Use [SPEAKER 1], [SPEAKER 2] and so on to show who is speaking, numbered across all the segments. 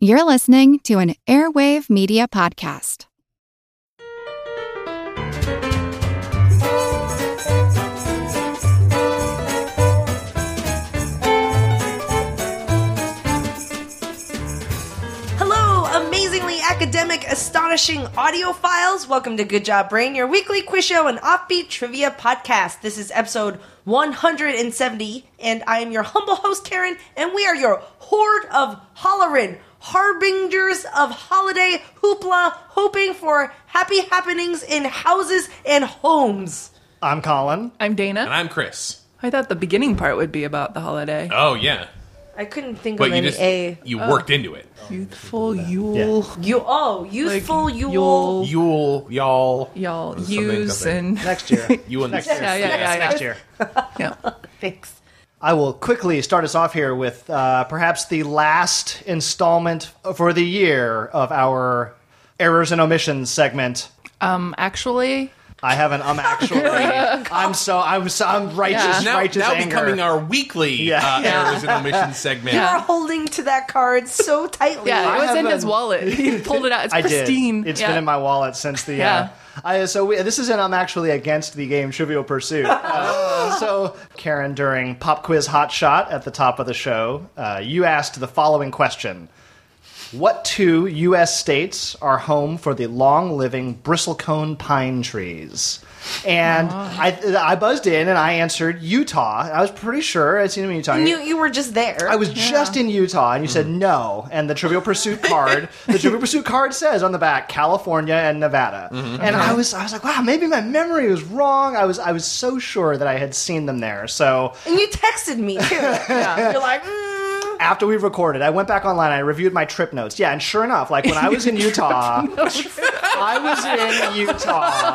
[SPEAKER 1] You're listening to an Airwave Media Podcast.
[SPEAKER 2] Hello, amazingly academic, astonishing audiophiles. Welcome to Good Job Brain, your weekly quiz show and offbeat trivia podcast. This is episode 170, and I am your humble host, Karen, and we are your horde of hollerin', harbingers of holiday hoopla, hoping for happy happenings in houses and homes.
[SPEAKER 3] I'm Colin.
[SPEAKER 4] I'm Dana.
[SPEAKER 5] And I'm Chris.
[SPEAKER 4] I thought the beginning part would be about the holiday.
[SPEAKER 5] Oh yeah,
[SPEAKER 2] I couldn't think
[SPEAKER 5] but
[SPEAKER 2] of
[SPEAKER 5] you
[SPEAKER 2] any
[SPEAKER 5] just
[SPEAKER 2] A.
[SPEAKER 5] you worked into it.
[SPEAKER 3] Oh.
[SPEAKER 4] Youthful Yule.
[SPEAKER 2] You, oh, youthful Yule.
[SPEAKER 5] Yule, y'all,
[SPEAKER 4] Y'all,
[SPEAKER 5] Something,
[SPEAKER 4] use
[SPEAKER 5] something.
[SPEAKER 4] and
[SPEAKER 3] Next year.
[SPEAKER 5] you and
[SPEAKER 3] next
[SPEAKER 5] the
[SPEAKER 3] year.
[SPEAKER 4] yeah, yeah, yeah, yeah.
[SPEAKER 3] Next year.
[SPEAKER 4] yeah.
[SPEAKER 2] Thanks.
[SPEAKER 3] I will quickly start us off here with uh, perhaps the last installment for the year of our errors and omissions segment.
[SPEAKER 4] Um, actually,
[SPEAKER 3] I have an um actually. I'm so I'm so I'm righteous
[SPEAKER 5] now,
[SPEAKER 3] righteous
[SPEAKER 5] now
[SPEAKER 3] anger.
[SPEAKER 5] becoming our weekly
[SPEAKER 3] Yeah.
[SPEAKER 5] uh, errors and omissions segment.
[SPEAKER 2] You are holding to that card so tightly.
[SPEAKER 4] yeah,
[SPEAKER 3] I
[SPEAKER 4] it was in
[SPEAKER 3] have
[SPEAKER 4] his
[SPEAKER 3] a-
[SPEAKER 4] wallet. He pulled it out. It's
[SPEAKER 3] I
[SPEAKER 4] pristine.
[SPEAKER 3] did. It's
[SPEAKER 4] yeah.
[SPEAKER 3] been in my wallet since the.
[SPEAKER 4] Yeah.
[SPEAKER 3] Uh, I, so we, this is an I'm actually against the game Trivial Pursuit. Uh, so Karen, during Pop Quiz Hot Shot at the top of the show, uh, you asked the following question: What two U.S. states are home for the long-living bristlecone pine trees?
[SPEAKER 4] Oh,
[SPEAKER 3] And I, I buzzed in and I answered Utah. I was pretty sure I'd seen him in Utah.
[SPEAKER 2] You, you were just there.
[SPEAKER 3] I was just in Utah, and you said no. And the Trivial Pursuit card, the Trivial Pursuit card says on the back California and Nevada. And I was, I was like, wow, maybe my memory was wrong. I was, I was so sure that I had seen them there. So
[SPEAKER 2] and you texted me too. You're like, mm.
[SPEAKER 3] after we recorded, I went back online. I reviewed my trip notes. Yeah, and sure enough, like when I was in Utah, I was in Utah.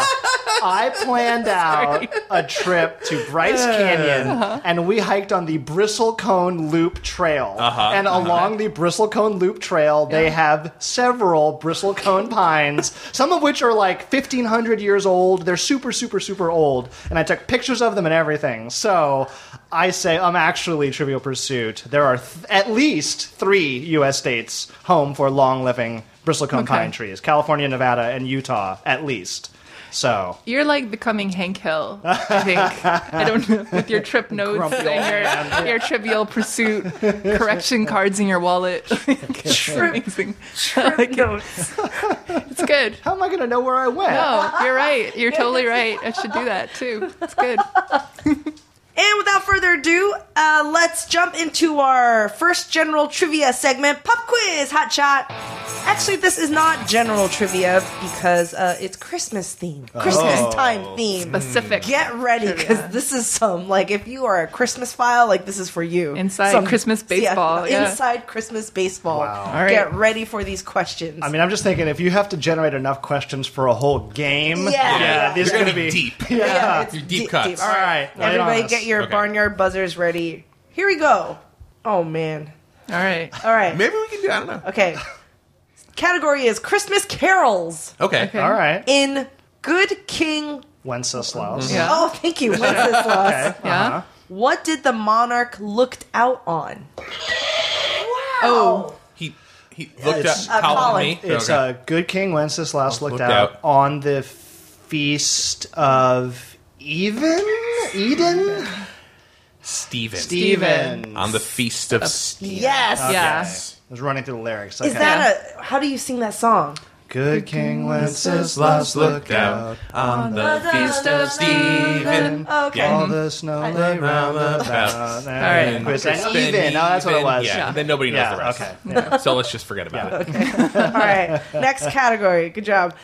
[SPEAKER 3] I planned out a trip to Bryce Canyon, and we hiked on the Bristlecone Loop Trail. And along the Bristlecone Loop Trail, they have several bristlecone pines, some of which are like 1,500 years old. They're super, super, super old. And I took pictures of them and everything. So I say, I'm actually Trivial Pursuit. There are th- at least three U.S. states home for long living bristlecone pine trees California, Nevada, and Utah, at least. So
[SPEAKER 4] You're like becoming Hank Hill, I think. I don't know. With your trip notes and your, your trivial pursuit correction cards in your wallet. it's amazing.
[SPEAKER 2] Trip notes.
[SPEAKER 4] It's good.
[SPEAKER 3] how am I going to know where I went?
[SPEAKER 4] No, you're right. You're totally right. I should do that too. It's good.
[SPEAKER 3] Hmm.
[SPEAKER 2] And without further ado, uh, let's jump into our first general trivia segment Pop Quiz Hot Shot. Actually, this is not general trivia because uh, it's Christmas theme,
[SPEAKER 3] Oh.
[SPEAKER 2] Christmas time theme.
[SPEAKER 4] Pacific.
[SPEAKER 2] Get ready because this is some, like, if you are a Christmas file, like, this is for you.
[SPEAKER 4] Inside
[SPEAKER 2] Some-
[SPEAKER 4] Christmas baseball, yeah.
[SPEAKER 2] Inside Christmas baseball.
[SPEAKER 3] Wow.
[SPEAKER 4] All right.
[SPEAKER 2] Get ready for these questions.
[SPEAKER 3] I mean, I'm just thinking if you have to generate enough questions for a whole game,
[SPEAKER 2] Yeah.
[SPEAKER 3] yeah this
[SPEAKER 5] You're
[SPEAKER 3] is
[SPEAKER 5] gonna
[SPEAKER 3] going to be
[SPEAKER 5] deep.
[SPEAKER 3] ah,
[SPEAKER 2] Yeah, it's
[SPEAKER 5] Your deep cuts.
[SPEAKER 2] All
[SPEAKER 3] All
[SPEAKER 2] right.
[SPEAKER 3] right, lay it
[SPEAKER 2] Everybody
[SPEAKER 3] on us.
[SPEAKER 2] get your
[SPEAKER 5] Okay.
[SPEAKER 2] barnyard buzzers ready. Here we go. Oh, man.
[SPEAKER 4] All right.
[SPEAKER 5] Uh-huh.
[SPEAKER 2] All right.
[SPEAKER 5] Maybe we can do. I don't know.
[SPEAKER 2] Okay. Category is Christmas carols
[SPEAKER 5] Okay.
[SPEAKER 4] Okay.
[SPEAKER 3] All right.
[SPEAKER 2] in Good King.
[SPEAKER 3] Wenceslaus.
[SPEAKER 4] Yeah.
[SPEAKER 2] Oh, thank you, Wenceslas.
[SPEAKER 3] Okay. Uh-huh.
[SPEAKER 4] Yeah.
[SPEAKER 2] What did the monarch looked out on? Wow.
[SPEAKER 4] Oh.
[SPEAKER 5] He he looked
[SPEAKER 3] It's-
[SPEAKER 5] up Colin,
[SPEAKER 2] Colin.
[SPEAKER 5] me.
[SPEAKER 3] It's
[SPEAKER 5] okay.
[SPEAKER 3] uh, good King Wenceslaus looked,
[SPEAKER 5] looked
[SPEAKER 3] out,
[SPEAKER 5] out.
[SPEAKER 3] on the feast of even Eden.
[SPEAKER 5] Stephen.
[SPEAKER 3] Stephen. I
[SPEAKER 5] on the feast of Stephen.
[SPEAKER 2] Yes.
[SPEAKER 4] Yeah.
[SPEAKER 5] Yes.
[SPEAKER 3] was running through the lyrics.
[SPEAKER 2] Is
[SPEAKER 3] Okay.
[SPEAKER 2] that a? How do you sing that song?
[SPEAKER 3] good King Wenceslaus looked out?
[SPEAKER 5] on the feast of Stephen.
[SPEAKER 2] Okay.
[SPEAKER 3] All the snow lay round about. All
[SPEAKER 4] right.
[SPEAKER 3] Quiz and even. Oh, that's what it was.
[SPEAKER 5] Yeah.
[SPEAKER 4] Yeah.
[SPEAKER 5] Then nobody knows
[SPEAKER 3] Yeah,
[SPEAKER 5] the rest.
[SPEAKER 3] okay.
[SPEAKER 5] So let's just forget about it.
[SPEAKER 2] All right. Next category. Good job.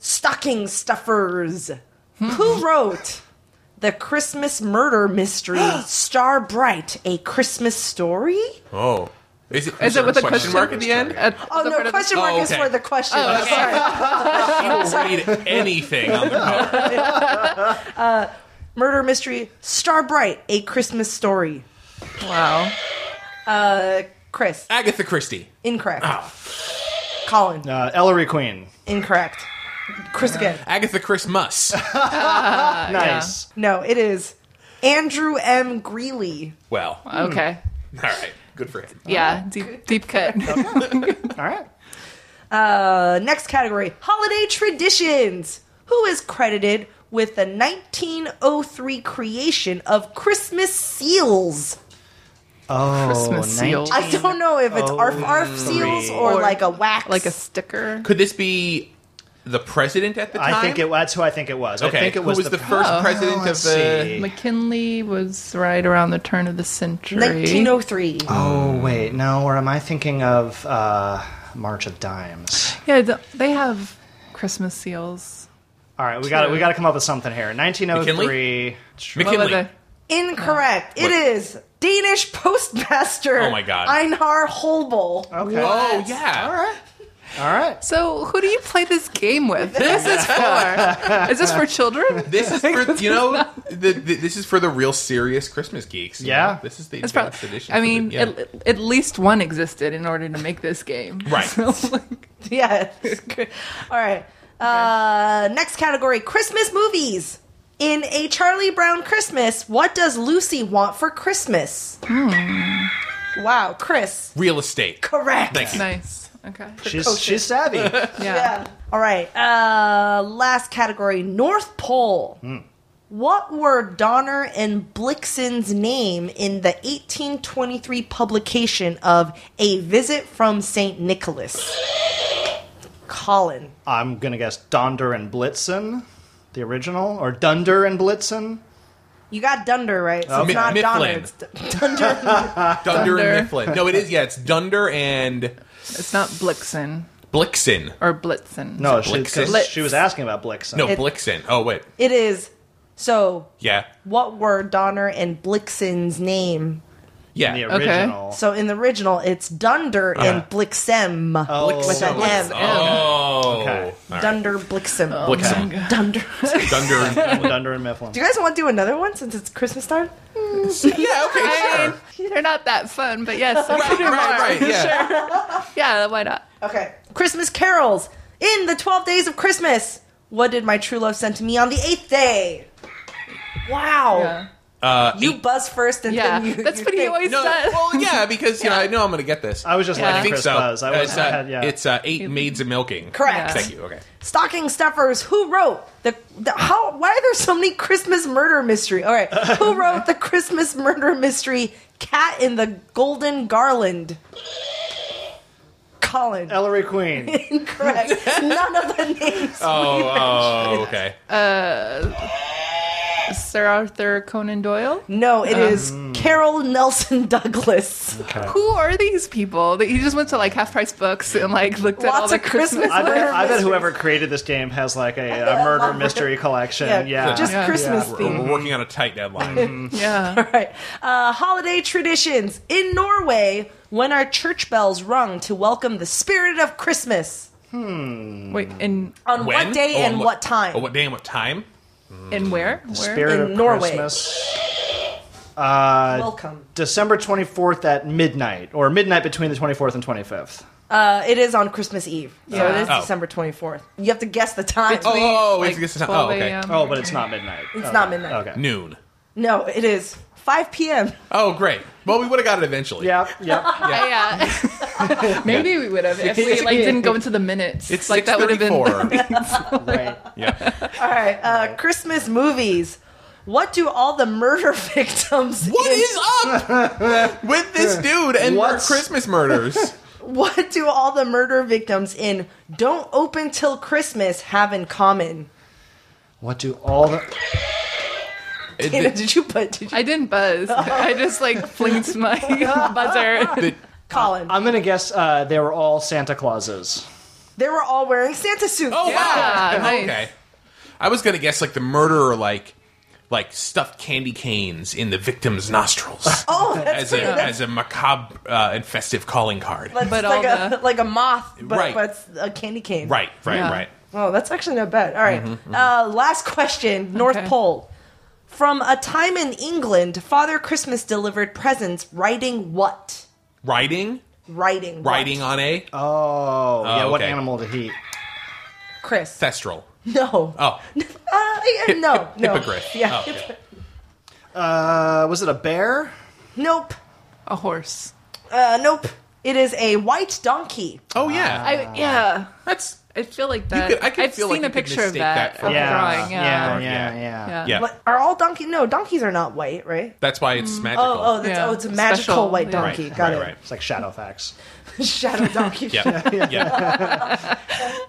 [SPEAKER 2] Stocking stuffers. Who wrote the Christmas murder mystery Star Bright: A Christmas Story?
[SPEAKER 5] Oh. Is it,
[SPEAKER 4] Is it with a question
[SPEAKER 5] mark at the end?
[SPEAKER 4] At
[SPEAKER 2] Oh
[SPEAKER 4] the
[SPEAKER 2] no,
[SPEAKER 4] front of the-
[SPEAKER 2] question mark
[SPEAKER 5] Oh,
[SPEAKER 2] is
[SPEAKER 5] okay.
[SPEAKER 2] for the question. Sorry.
[SPEAKER 5] You will read anything on the cover.
[SPEAKER 2] Murder mystery Star Bright: A Christmas Story.
[SPEAKER 4] Wow.
[SPEAKER 2] Uh, Chris,
[SPEAKER 5] Agatha Christie.
[SPEAKER 2] incorrect. Colin,
[SPEAKER 3] Uh, Ellery Queen.
[SPEAKER 2] incorrect. Chris again.
[SPEAKER 5] Agatha Christmas.
[SPEAKER 3] Nice.
[SPEAKER 2] No, it is Andrew M. Greeley.
[SPEAKER 5] Well,
[SPEAKER 4] Okay.
[SPEAKER 5] Hmm. All right. Good for him.
[SPEAKER 4] Yeah, deep deep cut.
[SPEAKER 3] All right.
[SPEAKER 2] Uh, next category holiday traditions. Who is credited with the 1903 creation of Christmas seals?
[SPEAKER 3] Oh,
[SPEAKER 4] Christmas seal.
[SPEAKER 2] I don't know if it's arf
[SPEAKER 5] Oh,
[SPEAKER 2] arf seals or,
[SPEAKER 4] Or
[SPEAKER 2] like a wax.
[SPEAKER 4] like a sticker.
[SPEAKER 5] Could this be the president at the time?
[SPEAKER 3] I think it. That's who I think it was.
[SPEAKER 5] Okay.
[SPEAKER 3] I think it was,
[SPEAKER 5] Who was the, first
[SPEAKER 4] Oh.
[SPEAKER 5] president of
[SPEAKER 3] let's
[SPEAKER 5] the?
[SPEAKER 3] see.
[SPEAKER 4] McKinley was right around the turn of the century.
[SPEAKER 2] 1903.
[SPEAKER 3] Oh wait, no. Or am I thinking of uh, March of Dimes?
[SPEAKER 4] Yeah, th- they have Christmas seals.
[SPEAKER 3] All right, we got to we got to come up with something here. 1903.
[SPEAKER 5] McKinley?
[SPEAKER 4] What were
[SPEAKER 5] McKinley.
[SPEAKER 4] they?
[SPEAKER 2] Incorrect. It
[SPEAKER 5] What?
[SPEAKER 2] is Danish postmaster.
[SPEAKER 5] Oh my God.
[SPEAKER 2] Einar Holbol.
[SPEAKER 3] Okay.
[SPEAKER 5] Oh yeah.
[SPEAKER 3] All right. All right.
[SPEAKER 4] So, who do you play this game with? Who is this for? Is this for children?
[SPEAKER 5] This is for you know the, the, this is for the real serious Christmas geeks. you
[SPEAKER 3] Yeah.
[SPEAKER 5] know? this is the
[SPEAKER 4] It's
[SPEAKER 5] advanced
[SPEAKER 4] probably,
[SPEAKER 5] edition.
[SPEAKER 4] I
[SPEAKER 5] for the-
[SPEAKER 4] mean,
[SPEAKER 5] yeah.
[SPEAKER 4] at, at least one existed in order to make this game.
[SPEAKER 5] Right.
[SPEAKER 4] So, like,
[SPEAKER 2] Yeah. All right. Uh, next category Christmas movies. In a Charlie Brown Christmas, what does Lucy want for Christmas? Wow, Chris.
[SPEAKER 5] real estate.
[SPEAKER 2] Correct.
[SPEAKER 5] Thank you.
[SPEAKER 4] nice. Okay.
[SPEAKER 3] She's she's savvy.
[SPEAKER 4] Yeah.
[SPEAKER 2] Yeah. All right. Uh, last category North Pole. What were Donner and Blixen's name in the 1823 publication of A Visit from St. Nicholas? Colin.
[SPEAKER 3] I'm gonna guess Donder and Blitzen, the original, or Dunder and Blitzen.
[SPEAKER 2] You got Dunder right, so
[SPEAKER 5] Oh,
[SPEAKER 2] it's
[SPEAKER 5] Mi-
[SPEAKER 2] not Donner.
[SPEAKER 5] Mifflin.
[SPEAKER 2] It's D- Dunder.
[SPEAKER 5] Dunder,
[SPEAKER 4] Dunder.
[SPEAKER 5] and Mifflin. No, it is. Yeah, it's Dunder and
[SPEAKER 4] It's not Blixen
[SPEAKER 5] Blixen.
[SPEAKER 4] or Blitzen.
[SPEAKER 3] No, she, 'cause
[SPEAKER 5] Blixen?
[SPEAKER 3] she was asking about Blitzen.
[SPEAKER 5] No, Blixen. Oh wait,
[SPEAKER 2] it is. So,
[SPEAKER 5] yeah,
[SPEAKER 2] what were Donner and Blixen's name?
[SPEAKER 5] yeah.
[SPEAKER 3] the
[SPEAKER 5] Oh,
[SPEAKER 4] Okay.
[SPEAKER 3] original.
[SPEAKER 2] So in the original, it's Dunder
[SPEAKER 5] Uh-huh.
[SPEAKER 2] and
[SPEAKER 3] Yeah.
[SPEAKER 2] Blixem.
[SPEAKER 3] Oh.
[SPEAKER 2] with an M.
[SPEAKER 5] oh.
[SPEAKER 3] Okay.
[SPEAKER 5] all right.
[SPEAKER 2] Dunder Blixem.
[SPEAKER 4] Oh.
[SPEAKER 5] Blixen.
[SPEAKER 2] Oh, Dunder. Do
[SPEAKER 5] Dunder. and Mifflin.
[SPEAKER 3] Dunder and Mifflin.
[SPEAKER 2] you guys want to do another one since it's Christmas time?
[SPEAKER 5] yeah. Okay.
[SPEAKER 4] I
[SPEAKER 5] Sure.
[SPEAKER 4] mean, they're not that fun, but yes,
[SPEAKER 5] Right. Right. Right. Yeah.
[SPEAKER 4] yeah, why not?
[SPEAKER 2] Okay. Christmas carols. In the 12 days of Christmas. What did my true love send to me on the eighth day? Wow.
[SPEAKER 4] Yeah,
[SPEAKER 5] Uh,
[SPEAKER 2] You buzz first and
[SPEAKER 4] yeah.
[SPEAKER 2] then you.
[SPEAKER 4] that's
[SPEAKER 2] you
[SPEAKER 4] what he
[SPEAKER 2] think.
[SPEAKER 4] always
[SPEAKER 5] no.
[SPEAKER 4] does.
[SPEAKER 5] Well, yeah, because you know, I know I'm gonna get this.
[SPEAKER 3] I was just
[SPEAKER 4] Yeah.
[SPEAKER 3] letting
[SPEAKER 5] I think
[SPEAKER 3] Chris
[SPEAKER 5] so.
[SPEAKER 3] buzz. I was
[SPEAKER 5] it's, uh,
[SPEAKER 3] I had- yeah.
[SPEAKER 5] it's uh, eight maids a milking.
[SPEAKER 2] Correct.
[SPEAKER 5] Thank you. Okay.
[SPEAKER 2] Stocking stuffers. Who wrote the, the how? Why are there so many Christmas murder mystery? All right, who wrote the Christmas murder mystery? Cat in the Golden Garland. Colin.
[SPEAKER 3] Ellery Queen.
[SPEAKER 2] Incorrect. None of the names. we
[SPEAKER 5] Oh.
[SPEAKER 2] mentioned.
[SPEAKER 5] Oh. Okay.
[SPEAKER 4] Sir Arthur Conan Doyle.
[SPEAKER 2] No,
[SPEAKER 4] Mm.
[SPEAKER 2] it is Carol Nelson Douglas.
[SPEAKER 4] Who are these people? That he just went to like half price books and like looked at all
[SPEAKER 2] Lots
[SPEAKER 4] the
[SPEAKER 2] of Christmas
[SPEAKER 4] Christmas.
[SPEAKER 3] I bet, I bet
[SPEAKER 2] Murder
[SPEAKER 3] whoever created this game has like a, a murder mystery collection. Yeah.
[SPEAKER 2] just
[SPEAKER 4] Yeah.
[SPEAKER 2] Christmas
[SPEAKER 5] We're,
[SPEAKER 2] theme.
[SPEAKER 5] we're working on a tight deadline.
[SPEAKER 4] yeah,
[SPEAKER 2] All right. Uh, holiday traditions in Norway. When are church bells rung to welcome the spirit of Christmas?
[SPEAKER 3] Mm.
[SPEAKER 4] wait, and
[SPEAKER 2] On
[SPEAKER 5] when?
[SPEAKER 2] what day
[SPEAKER 5] Oh,
[SPEAKER 2] and
[SPEAKER 5] on
[SPEAKER 2] what time?
[SPEAKER 5] Oh, what day and what time?
[SPEAKER 4] and where? Where?
[SPEAKER 3] Spirit
[SPEAKER 2] In
[SPEAKER 3] of
[SPEAKER 2] Norway.
[SPEAKER 3] Christmas.
[SPEAKER 2] Welcome.
[SPEAKER 3] December 24th at midnight, or midnight between the 24th and 25th.
[SPEAKER 2] Uh, it is on Christmas Eve, so
[SPEAKER 4] Yeah.
[SPEAKER 2] it is
[SPEAKER 5] Oh.
[SPEAKER 2] December twenty fourth. You have to guess the time.
[SPEAKER 5] Oh, oh, oh, wait,
[SPEAKER 4] Like,
[SPEAKER 5] I guess it's not-
[SPEAKER 4] 12
[SPEAKER 5] oh, okay.
[SPEAKER 4] a.m.
[SPEAKER 3] Oh, but it's not midnight. It's
[SPEAKER 2] not midnight.
[SPEAKER 3] Okay.
[SPEAKER 5] Noon.
[SPEAKER 2] No, it is five p.m.
[SPEAKER 5] Oh, great. Well, we would have got it eventually.
[SPEAKER 3] Yep,
[SPEAKER 5] Oh,
[SPEAKER 3] yep.
[SPEAKER 4] Yeah, yeah. Maybe we would have if we like didn't go into the minutes.
[SPEAKER 5] It's
[SPEAKER 4] like that would have been.
[SPEAKER 5] 6:34.
[SPEAKER 3] right.
[SPEAKER 5] yeah.
[SPEAKER 2] All right. Uh, Christmas movies. What do all the murder victims?
[SPEAKER 5] What
[SPEAKER 2] in-
[SPEAKER 5] is up with this dude and our
[SPEAKER 3] What's-
[SPEAKER 5] Christmas murders?
[SPEAKER 2] What do all the murder victims in Don't Open Till Christmas have in common?
[SPEAKER 3] What do all the.
[SPEAKER 5] It-
[SPEAKER 2] Dana,
[SPEAKER 5] the,
[SPEAKER 2] did you put did you
[SPEAKER 4] I didn't buzz. I just like blinked my buzzer.
[SPEAKER 5] the-
[SPEAKER 2] Colin?
[SPEAKER 3] I'm going to guess uh, they were all Santa Clauses.
[SPEAKER 2] they were all wearing Santa suits.
[SPEAKER 5] oh
[SPEAKER 4] Yeah,
[SPEAKER 5] wow.
[SPEAKER 4] nice.
[SPEAKER 5] Okay. I was gonna guess like the murderer like like stuffed candy canes in the victim's nostrils
[SPEAKER 2] Oh,
[SPEAKER 5] as
[SPEAKER 2] that's
[SPEAKER 5] a
[SPEAKER 2] pretty. that's,
[SPEAKER 5] as a macabre uh, and festive calling card.
[SPEAKER 2] that's
[SPEAKER 4] But
[SPEAKER 2] like
[SPEAKER 4] all
[SPEAKER 2] a
[SPEAKER 4] the-
[SPEAKER 2] like a moth, but,
[SPEAKER 5] Right.
[SPEAKER 2] but it's a candy cane.
[SPEAKER 5] right. Right.
[SPEAKER 4] Yeah.
[SPEAKER 5] Right.
[SPEAKER 2] Oh, that's actually not bad. All right.
[SPEAKER 5] Mm-hmm,
[SPEAKER 2] Uh, last question. North
[SPEAKER 4] Okay.
[SPEAKER 2] Pole. From a time in England, Father Christmas delivered presents. Writing what?
[SPEAKER 5] Riding.
[SPEAKER 2] Writing. what?
[SPEAKER 5] Riding on a
[SPEAKER 3] Oh, yeah. What
[SPEAKER 5] okay.
[SPEAKER 3] animal did he.
[SPEAKER 2] Chris.
[SPEAKER 5] thestral.
[SPEAKER 2] no.
[SPEAKER 5] Oh.
[SPEAKER 2] Uh, yeah, no. no.
[SPEAKER 5] Hippogriff.
[SPEAKER 2] Yeah.
[SPEAKER 5] Oh, okay.
[SPEAKER 3] Uh, was it a bear?
[SPEAKER 2] Nope.
[SPEAKER 4] a horse.
[SPEAKER 2] Uh, nope. It is a white donkey.
[SPEAKER 5] Oh yeah,
[SPEAKER 4] I yeah.
[SPEAKER 5] that's
[SPEAKER 4] I feel like that.
[SPEAKER 5] could- I could
[SPEAKER 4] have
[SPEAKER 5] feel
[SPEAKER 4] seen
[SPEAKER 5] like
[SPEAKER 4] a
[SPEAKER 5] you could
[SPEAKER 4] picture of
[SPEAKER 5] mistake
[SPEAKER 4] that,
[SPEAKER 5] that for
[SPEAKER 4] of
[SPEAKER 5] a
[SPEAKER 4] a
[SPEAKER 3] yeah,
[SPEAKER 4] drawing.
[SPEAKER 3] yeah,
[SPEAKER 4] Yeah.
[SPEAKER 3] yeah, yeah.
[SPEAKER 5] Ah. yeah.
[SPEAKER 2] But are all donkeys? No, donkeys are not white, right?
[SPEAKER 5] that's why it's magical.
[SPEAKER 2] Oh, oh, that's,
[SPEAKER 4] Yeah.
[SPEAKER 2] oh it's a magical
[SPEAKER 4] Special,
[SPEAKER 2] white
[SPEAKER 4] yeah.
[SPEAKER 2] donkey.
[SPEAKER 5] Right,
[SPEAKER 2] Got
[SPEAKER 5] right,
[SPEAKER 2] it.
[SPEAKER 5] right.
[SPEAKER 3] It's like Shadowfax.
[SPEAKER 2] Shadow donkey.
[SPEAKER 5] Yeah, yeah.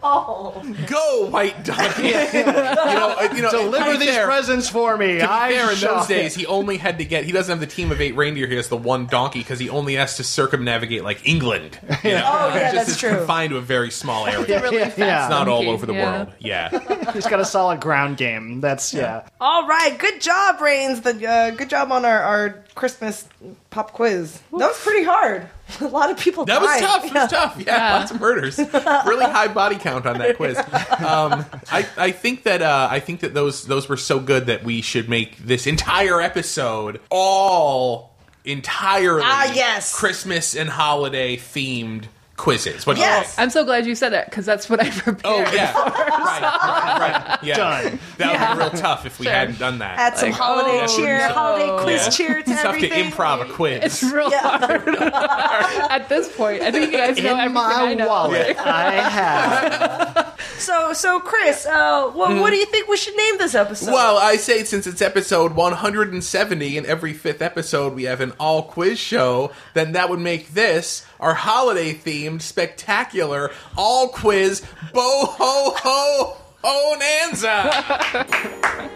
[SPEAKER 2] Oh.
[SPEAKER 5] Go white donkey. you know, uh, you know.
[SPEAKER 3] Deliver
[SPEAKER 5] right
[SPEAKER 3] these
[SPEAKER 5] there,
[SPEAKER 3] presents for me.
[SPEAKER 5] To be
[SPEAKER 3] I
[SPEAKER 5] fair, in
[SPEAKER 3] shall-
[SPEAKER 5] those days, he only had to get. He doesn't have the team of eight reindeer. He has the one donkey because he only has to circumnavigate like England. You know?
[SPEAKER 2] Oh, yeah,
[SPEAKER 5] Just
[SPEAKER 2] that's
[SPEAKER 5] is
[SPEAKER 2] true.
[SPEAKER 5] Confined to a very small area. It's
[SPEAKER 4] Really
[SPEAKER 3] Yeah.
[SPEAKER 4] fast.
[SPEAKER 5] not all
[SPEAKER 4] donkey,
[SPEAKER 5] over the
[SPEAKER 4] yeah.
[SPEAKER 5] world. Yeah.
[SPEAKER 3] He's got a solid ground game. That's yeah.
[SPEAKER 2] All right. Good job, Brains. The, uh, good job on our, our Christmas pop quiz. That was pretty hard. a lot of people
[SPEAKER 5] That was
[SPEAKER 2] died.
[SPEAKER 5] tough. It was tough. Yeah, lots of murders. really high body count on that quiz. Um, I, I think that uh, I think that those those were so good that we should make this entire episode all entirely
[SPEAKER 2] Ah, yes.
[SPEAKER 5] Christmas and holiday themed quizzes. What do you
[SPEAKER 2] Yes.
[SPEAKER 5] think?
[SPEAKER 4] I'm so glad you said that because that's what I prepared.
[SPEAKER 5] Oh yeah, right, right, right. Yeah,
[SPEAKER 3] Done.
[SPEAKER 5] That would be real tough if we hadn't done that.
[SPEAKER 2] Add some
[SPEAKER 4] Like,
[SPEAKER 2] holiday
[SPEAKER 4] oh,
[SPEAKER 2] cheer,
[SPEAKER 4] no.
[SPEAKER 2] holiday quiz
[SPEAKER 5] Yeah.
[SPEAKER 2] cheer to
[SPEAKER 5] tough to
[SPEAKER 2] everything.
[SPEAKER 5] improv a quiz.
[SPEAKER 4] It's real hard. At this point, I think you guys know
[SPEAKER 3] In
[SPEAKER 4] everything
[SPEAKER 3] my
[SPEAKER 4] I know.
[SPEAKER 3] wallet, I have.
[SPEAKER 2] So, so Chris, uh, what, what do you think we should name this episode?
[SPEAKER 5] Mm-hmm. Well, I say since it's episode 170, and every fifth episode we have an all quiz show, then that would make this our holiday themed, spectacular, all quiz, bo ho ho bonanza.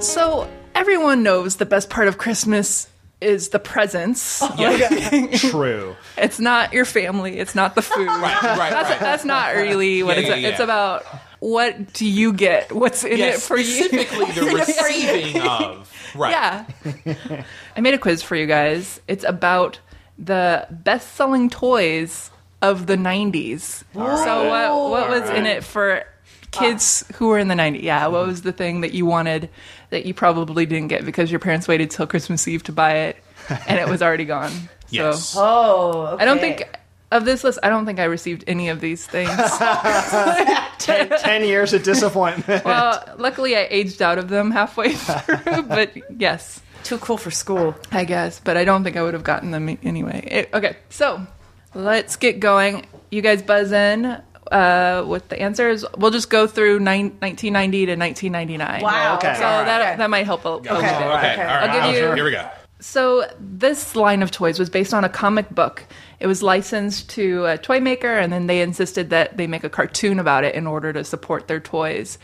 [SPEAKER 4] So everyone knows the best part of Christmas is the presents.
[SPEAKER 3] True.
[SPEAKER 4] It's not your family. It's not the food.
[SPEAKER 5] right, right,
[SPEAKER 4] that's,
[SPEAKER 5] right.
[SPEAKER 4] that's not really what
[SPEAKER 5] Yeah,
[SPEAKER 4] it's.
[SPEAKER 5] yeah, yeah.
[SPEAKER 4] It's about what do you get? What's in
[SPEAKER 5] Yeah,
[SPEAKER 4] it for you?
[SPEAKER 5] specifically the receiving of. Right.
[SPEAKER 4] Yeah. I made a quiz for you guys. It's about the best selling toys of the 90s. So, what, what was in it for kids who were in the 90s? Yeah, what was the thing that you wanted that you probably didn't get because your parents waited till Christmas Eve to buy it and it was already gone?
[SPEAKER 5] Yes.
[SPEAKER 4] So,
[SPEAKER 2] oh, okay.
[SPEAKER 4] I don't think. Of this list, I don't think I received any of these things.
[SPEAKER 3] Ten, ten years of disappointment.
[SPEAKER 4] well, Uh, luckily, I aged out of them halfway through, but yes.
[SPEAKER 2] too cool for school.
[SPEAKER 4] I guess, but I don't think I would have gotten them anyway. It- okay, so let's get going. You guys buzz in uh, with the answers. We'll just go through nine, 1990 to 1999.
[SPEAKER 5] Oh,
[SPEAKER 2] Wow.
[SPEAKER 3] Okay.
[SPEAKER 4] So that, that might help a, a little
[SPEAKER 5] Okay,
[SPEAKER 4] bit.
[SPEAKER 5] all right.
[SPEAKER 2] Okay.
[SPEAKER 4] I'll give you-
[SPEAKER 5] Here we go.
[SPEAKER 4] So this line of toys was based on a comic book. It was licensed to a toy maker, and then they insisted that they make a cartoon about it in order to support their toys.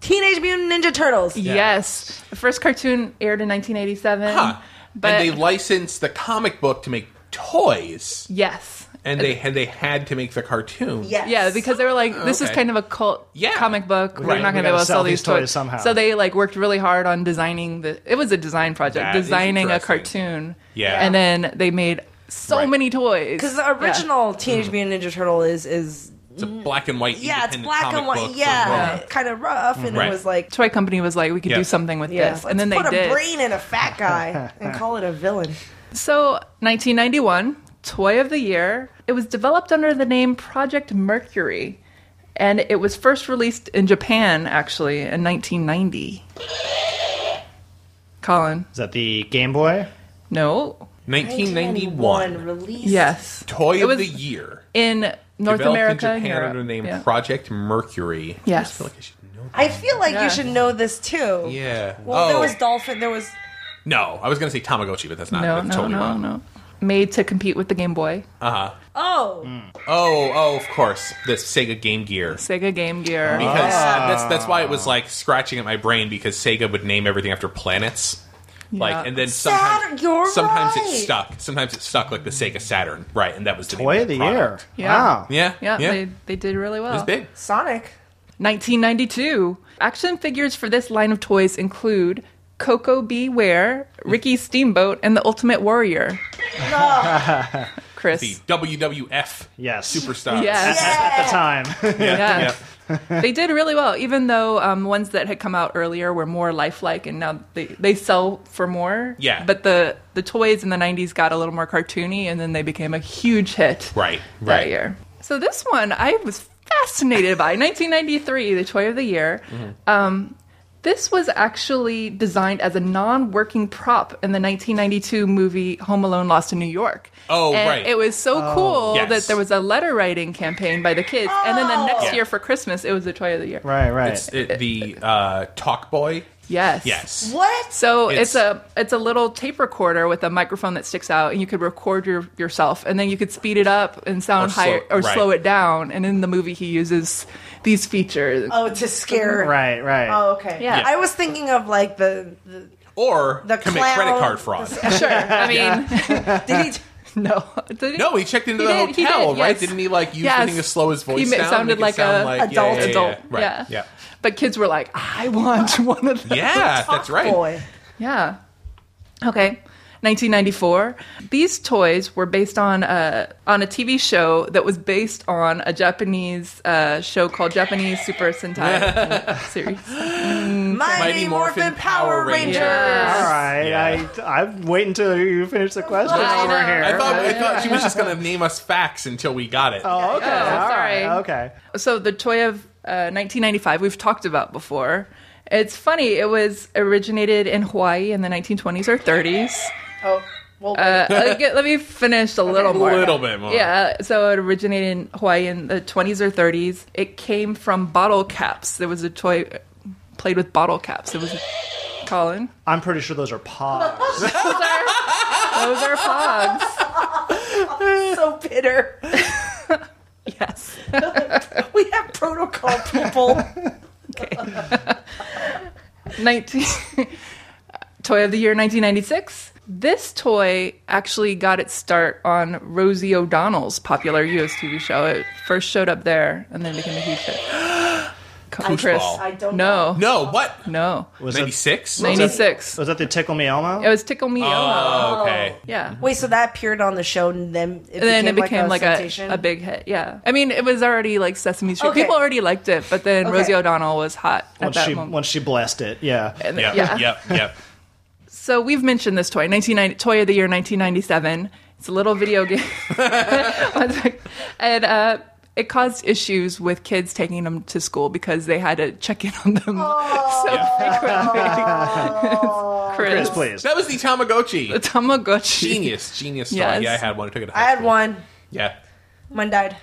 [SPEAKER 2] Teenage Mutant Ninja Turtles.
[SPEAKER 4] Yes, the first cartoon aired in 1987.
[SPEAKER 5] Huh.
[SPEAKER 4] But
[SPEAKER 5] and they licensed the comic book to make toys,
[SPEAKER 4] yes,
[SPEAKER 5] and they had they had to make the cartoon.
[SPEAKER 2] Yes.
[SPEAKER 4] Yeah, because they were like, this is
[SPEAKER 5] okay.
[SPEAKER 4] kind of a cult
[SPEAKER 5] Yeah.
[SPEAKER 4] comic book. We're
[SPEAKER 5] Right,
[SPEAKER 4] not
[SPEAKER 5] we
[SPEAKER 4] going to be able
[SPEAKER 3] gotta
[SPEAKER 4] to sell these toys.
[SPEAKER 3] somehow.
[SPEAKER 4] So they like worked really hard on designing the. It was a design project,
[SPEAKER 5] That is
[SPEAKER 4] designing a
[SPEAKER 5] interesting.
[SPEAKER 4] cartoon.
[SPEAKER 5] Yeah.
[SPEAKER 4] and then they made so
[SPEAKER 5] Right.
[SPEAKER 4] many toys
[SPEAKER 2] because uh, the original
[SPEAKER 5] Mm-hmm.
[SPEAKER 2] Teenage Mutant Ninja Turtle is is
[SPEAKER 5] It's a black and white.
[SPEAKER 2] yeah, it's
[SPEAKER 5] independent
[SPEAKER 2] black and
[SPEAKER 5] comic book
[SPEAKER 2] white.
[SPEAKER 5] for
[SPEAKER 2] Yeah,
[SPEAKER 5] grown-ups.
[SPEAKER 2] kind of rough, and it
[SPEAKER 5] Right.
[SPEAKER 2] was like.
[SPEAKER 4] Toy company was like, we could
[SPEAKER 5] Yeah.
[SPEAKER 4] do something with
[SPEAKER 2] Yeah,
[SPEAKER 4] this,
[SPEAKER 2] let's
[SPEAKER 4] and then they
[SPEAKER 2] put
[SPEAKER 4] did.
[SPEAKER 2] a brain in a fat guy and call it a villain.
[SPEAKER 4] So 1991, toy of the year. It was developed under the name Project Mercury, and it was first released in Japan actually in 1990. Colin,
[SPEAKER 3] Is that the Game Boy?
[SPEAKER 4] no,
[SPEAKER 5] 1991
[SPEAKER 2] release.
[SPEAKER 4] Yes.
[SPEAKER 5] toy
[SPEAKER 4] It
[SPEAKER 5] of
[SPEAKER 4] was
[SPEAKER 5] the year
[SPEAKER 4] in North
[SPEAKER 5] developed
[SPEAKER 4] America.
[SPEAKER 5] in
[SPEAKER 4] and
[SPEAKER 5] Japan
[SPEAKER 4] Europe.
[SPEAKER 5] under the name
[SPEAKER 4] yeah.
[SPEAKER 5] Project Mercury. I
[SPEAKER 4] Yes.
[SPEAKER 5] just feel like I should know that.
[SPEAKER 2] I feel like
[SPEAKER 4] Yeah.
[SPEAKER 2] you should know this too.
[SPEAKER 5] Yeah.
[SPEAKER 2] Well, there
[SPEAKER 5] oh
[SPEAKER 2] was dolphin. There was
[SPEAKER 5] no, I was gonna say Tamagotchi, but that's not
[SPEAKER 4] No,
[SPEAKER 5] that's
[SPEAKER 4] no,
[SPEAKER 5] totally
[SPEAKER 4] no,
[SPEAKER 5] wrong.
[SPEAKER 4] no. Made to compete with the Game Boy,
[SPEAKER 2] oh,
[SPEAKER 4] Mm.
[SPEAKER 5] Oh, oh, of course, the Sega Game Gear.
[SPEAKER 4] Sega Game Gear. Uh-huh.
[SPEAKER 5] Because
[SPEAKER 4] Ah.
[SPEAKER 5] that's that's why it was like scratching at my brain because Sega would name everything after planets. Like and then sometimes
[SPEAKER 2] Saturn- you're
[SPEAKER 5] sometimes
[SPEAKER 2] right.
[SPEAKER 5] it stuck. Sometimes it stuck like the Sega Saturn, right? And that was the name
[SPEAKER 3] Boy
[SPEAKER 5] of
[SPEAKER 3] of the year.
[SPEAKER 5] product.
[SPEAKER 4] Yeah.
[SPEAKER 3] Wow.
[SPEAKER 5] Yeah,
[SPEAKER 4] Yeah,
[SPEAKER 5] yeah.
[SPEAKER 4] They, Oh. they did really well.
[SPEAKER 5] it was big.
[SPEAKER 2] Sonic.
[SPEAKER 4] 1992. Action figures for this line of toys include Coco Beware, Ricky Steamboat, and the Ultimate Warrior. Chris.
[SPEAKER 5] The WWF
[SPEAKER 3] Yes.
[SPEAKER 5] superstar.
[SPEAKER 4] Yes.
[SPEAKER 3] At the time.
[SPEAKER 4] Yeah.
[SPEAKER 5] Yeah.
[SPEAKER 4] they did really well, even though um, ones that had come out earlier were more lifelike, and now they, they sell for more.
[SPEAKER 5] Yeah.
[SPEAKER 4] But the the toys in the '90s got a little more cartoony, and then they became a huge hit
[SPEAKER 5] Right,
[SPEAKER 4] that
[SPEAKER 5] right.
[SPEAKER 4] year. So this one I was fascinated by 1993, the toy of the year.
[SPEAKER 5] Mm-hmm.
[SPEAKER 4] Um, this was actually designed as a non-working prop in the 1992 movie Home Alone: Lost in New York.
[SPEAKER 5] Oh,
[SPEAKER 4] And
[SPEAKER 5] right.
[SPEAKER 4] It was so cool
[SPEAKER 5] Yes. Oh.
[SPEAKER 4] that there was a letter writing campaign by the kids, and then the next
[SPEAKER 5] Yeah.
[SPEAKER 4] year for Christmas, it was the toy of the year.
[SPEAKER 3] Right, right.
[SPEAKER 5] It's it, the uh, Talk Boy.
[SPEAKER 4] Yes.
[SPEAKER 5] Yes.
[SPEAKER 2] What?
[SPEAKER 4] So
[SPEAKER 5] It's-
[SPEAKER 4] it's, a it's a little tape recorder with a microphone that sticks out, and you could record your, yourself, and then you could speed it up and sound
[SPEAKER 5] Or slow-
[SPEAKER 4] higher or
[SPEAKER 5] right.
[SPEAKER 4] slow it down. And in the movie, he uses these features.
[SPEAKER 2] oh, to scare.
[SPEAKER 3] right, right.
[SPEAKER 2] Oh, okay.
[SPEAKER 4] Yeah.
[SPEAKER 2] I was thinking of like the. the
[SPEAKER 5] Or
[SPEAKER 2] The
[SPEAKER 5] commit
[SPEAKER 2] clown-
[SPEAKER 5] credit card fraud.
[SPEAKER 4] Sure, I mean,
[SPEAKER 2] did he?
[SPEAKER 4] no, Did he-
[SPEAKER 5] No, he checked into
[SPEAKER 4] He
[SPEAKER 5] the
[SPEAKER 4] did, he
[SPEAKER 5] hotel,
[SPEAKER 4] did,
[SPEAKER 5] right?
[SPEAKER 4] yes.
[SPEAKER 5] Didn't he like use
[SPEAKER 4] Yes.
[SPEAKER 5] something to slow his voice
[SPEAKER 4] He ma-
[SPEAKER 5] down? Make
[SPEAKER 4] sounded
[SPEAKER 5] it
[SPEAKER 4] like
[SPEAKER 5] sound
[SPEAKER 4] a
[SPEAKER 2] adult.
[SPEAKER 5] yeah, yeah,
[SPEAKER 4] adult.
[SPEAKER 5] Yeah,
[SPEAKER 4] yeah.
[SPEAKER 5] Right. yeah.
[SPEAKER 4] But kids were like, I want one of those.
[SPEAKER 5] Yeah, that's right.
[SPEAKER 2] Boy.
[SPEAKER 4] Yeah. Okay. 1994. These toys were based on a on a TV show that was based on a Japanese uh, show called Japanese Super Sentai series.
[SPEAKER 2] Mighty,
[SPEAKER 5] Mm. Mighty
[SPEAKER 2] Morphin,
[SPEAKER 5] Morphin
[SPEAKER 2] Power
[SPEAKER 5] Power
[SPEAKER 2] Rangers.
[SPEAKER 4] Rangers.
[SPEAKER 3] All right.
[SPEAKER 5] Yeah.
[SPEAKER 3] I, I'm waiting till you finish the questions
[SPEAKER 4] I
[SPEAKER 3] over
[SPEAKER 4] know.
[SPEAKER 3] here.
[SPEAKER 5] I thought, I thought she was just going to name us facts until we got it.
[SPEAKER 3] oh, okay.
[SPEAKER 4] Yeah.
[SPEAKER 3] all
[SPEAKER 4] Sorry.
[SPEAKER 3] right. Okay.
[SPEAKER 4] So the toy of uh, 1995 we've talked about before. It's funny. It was originated in Hawaii in the 1920s or 30s.
[SPEAKER 2] Oh, well,
[SPEAKER 4] Uh, let get- let me finish a little more.
[SPEAKER 5] little bit more.
[SPEAKER 4] Yeah. So it originated in Hawaii in the 20s or 30s. It came from bottle caps. There was a toy played with bottle caps. It was Colin.
[SPEAKER 3] I'm pretty sure those are paws.
[SPEAKER 4] Those are, those are pogs.
[SPEAKER 2] so bitter.
[SPEAKER 4] Uh, Yes.
[SPEAKER 2] We have protocol people.
[SPEAKER 4] 19 toy of the year 1996 this toy actually got its start on rosie o'donnell's popular us tv show it first showed up there and then became a huge hit come on, chris
[SPEAKER 5] Foosball. I
[SPEAKER 2] don't
[SPEAKER 4] no
[SPEAKER 5] No, what?
[SPEAKER 4] no
[SPEAKER 3] Was that,
[SPEAKER 5] 96?
[SPEAKER 3] was that-
[SPEAKER 4] 96.
[SPEAKER 3] Was that the Tickle Me Elmo?
[SPEAKER 4] it was tickle me elmo
[SPEAKER 5] Oh, okay.
[SPEAKER 4] yeah
[SPEAKER 2] Wait, so that appeared on the show, and then
[SPEAKER 4] and
[SPEAKER 2] it
[SPEAKER 4] then
[SPEAKER 2] became,
[SPEAKER 4] it became like,
[SPEAKER 2] sensation?
[SPEAKER 4] a, a big hit yeah i mean it was already like sesame street
[SPEAKER 2] Okay.
[SPEAKER 4] people already liked it but then
[SPEAKER 2] Okay.
[SPEAKER 4] rosie o'donnell was hot at
[SPEAKER 3] Once
[SPEAKER 4] that
[SPEAKER 3] she
[SPEAKER 4] moment
[SPEAKER 3] once she blessed it, yeah.
[SPEAKER 4] And-
[SPEAKER 5] Yep,
[SPEAKER 4] yeah.
[SPEAKER 5] yep, yep.
[SPEAKER 4] So we've mentioned this toy, 1990, toy of the year 1997. It's a little video game, One sec. and uh, it caused issues with kids taking them to school because they had to check in on them so frequently.
[SPEAKER 3] Chris,
[SPEAKER 4] Chris,
[SPEAKER 3] please.
[SPEAKER 5] That was the Tamagotchi.
[SPEAKER 4] the Tamagotchi.
[SPEAKER 5] Genius, genius toy.
[SPEAKER 4] Yes.
[SPEAKER 5] Yeah, I had one. I took it to
[SPEAKER 2] I
[SPEAKER 5] high
[SPEAKER 2] had
[SPEAKER 5] school.
[SPEAKER 2] one.
[SPEAKER 5] Yeah.
[SPEAKER 2] Mine died.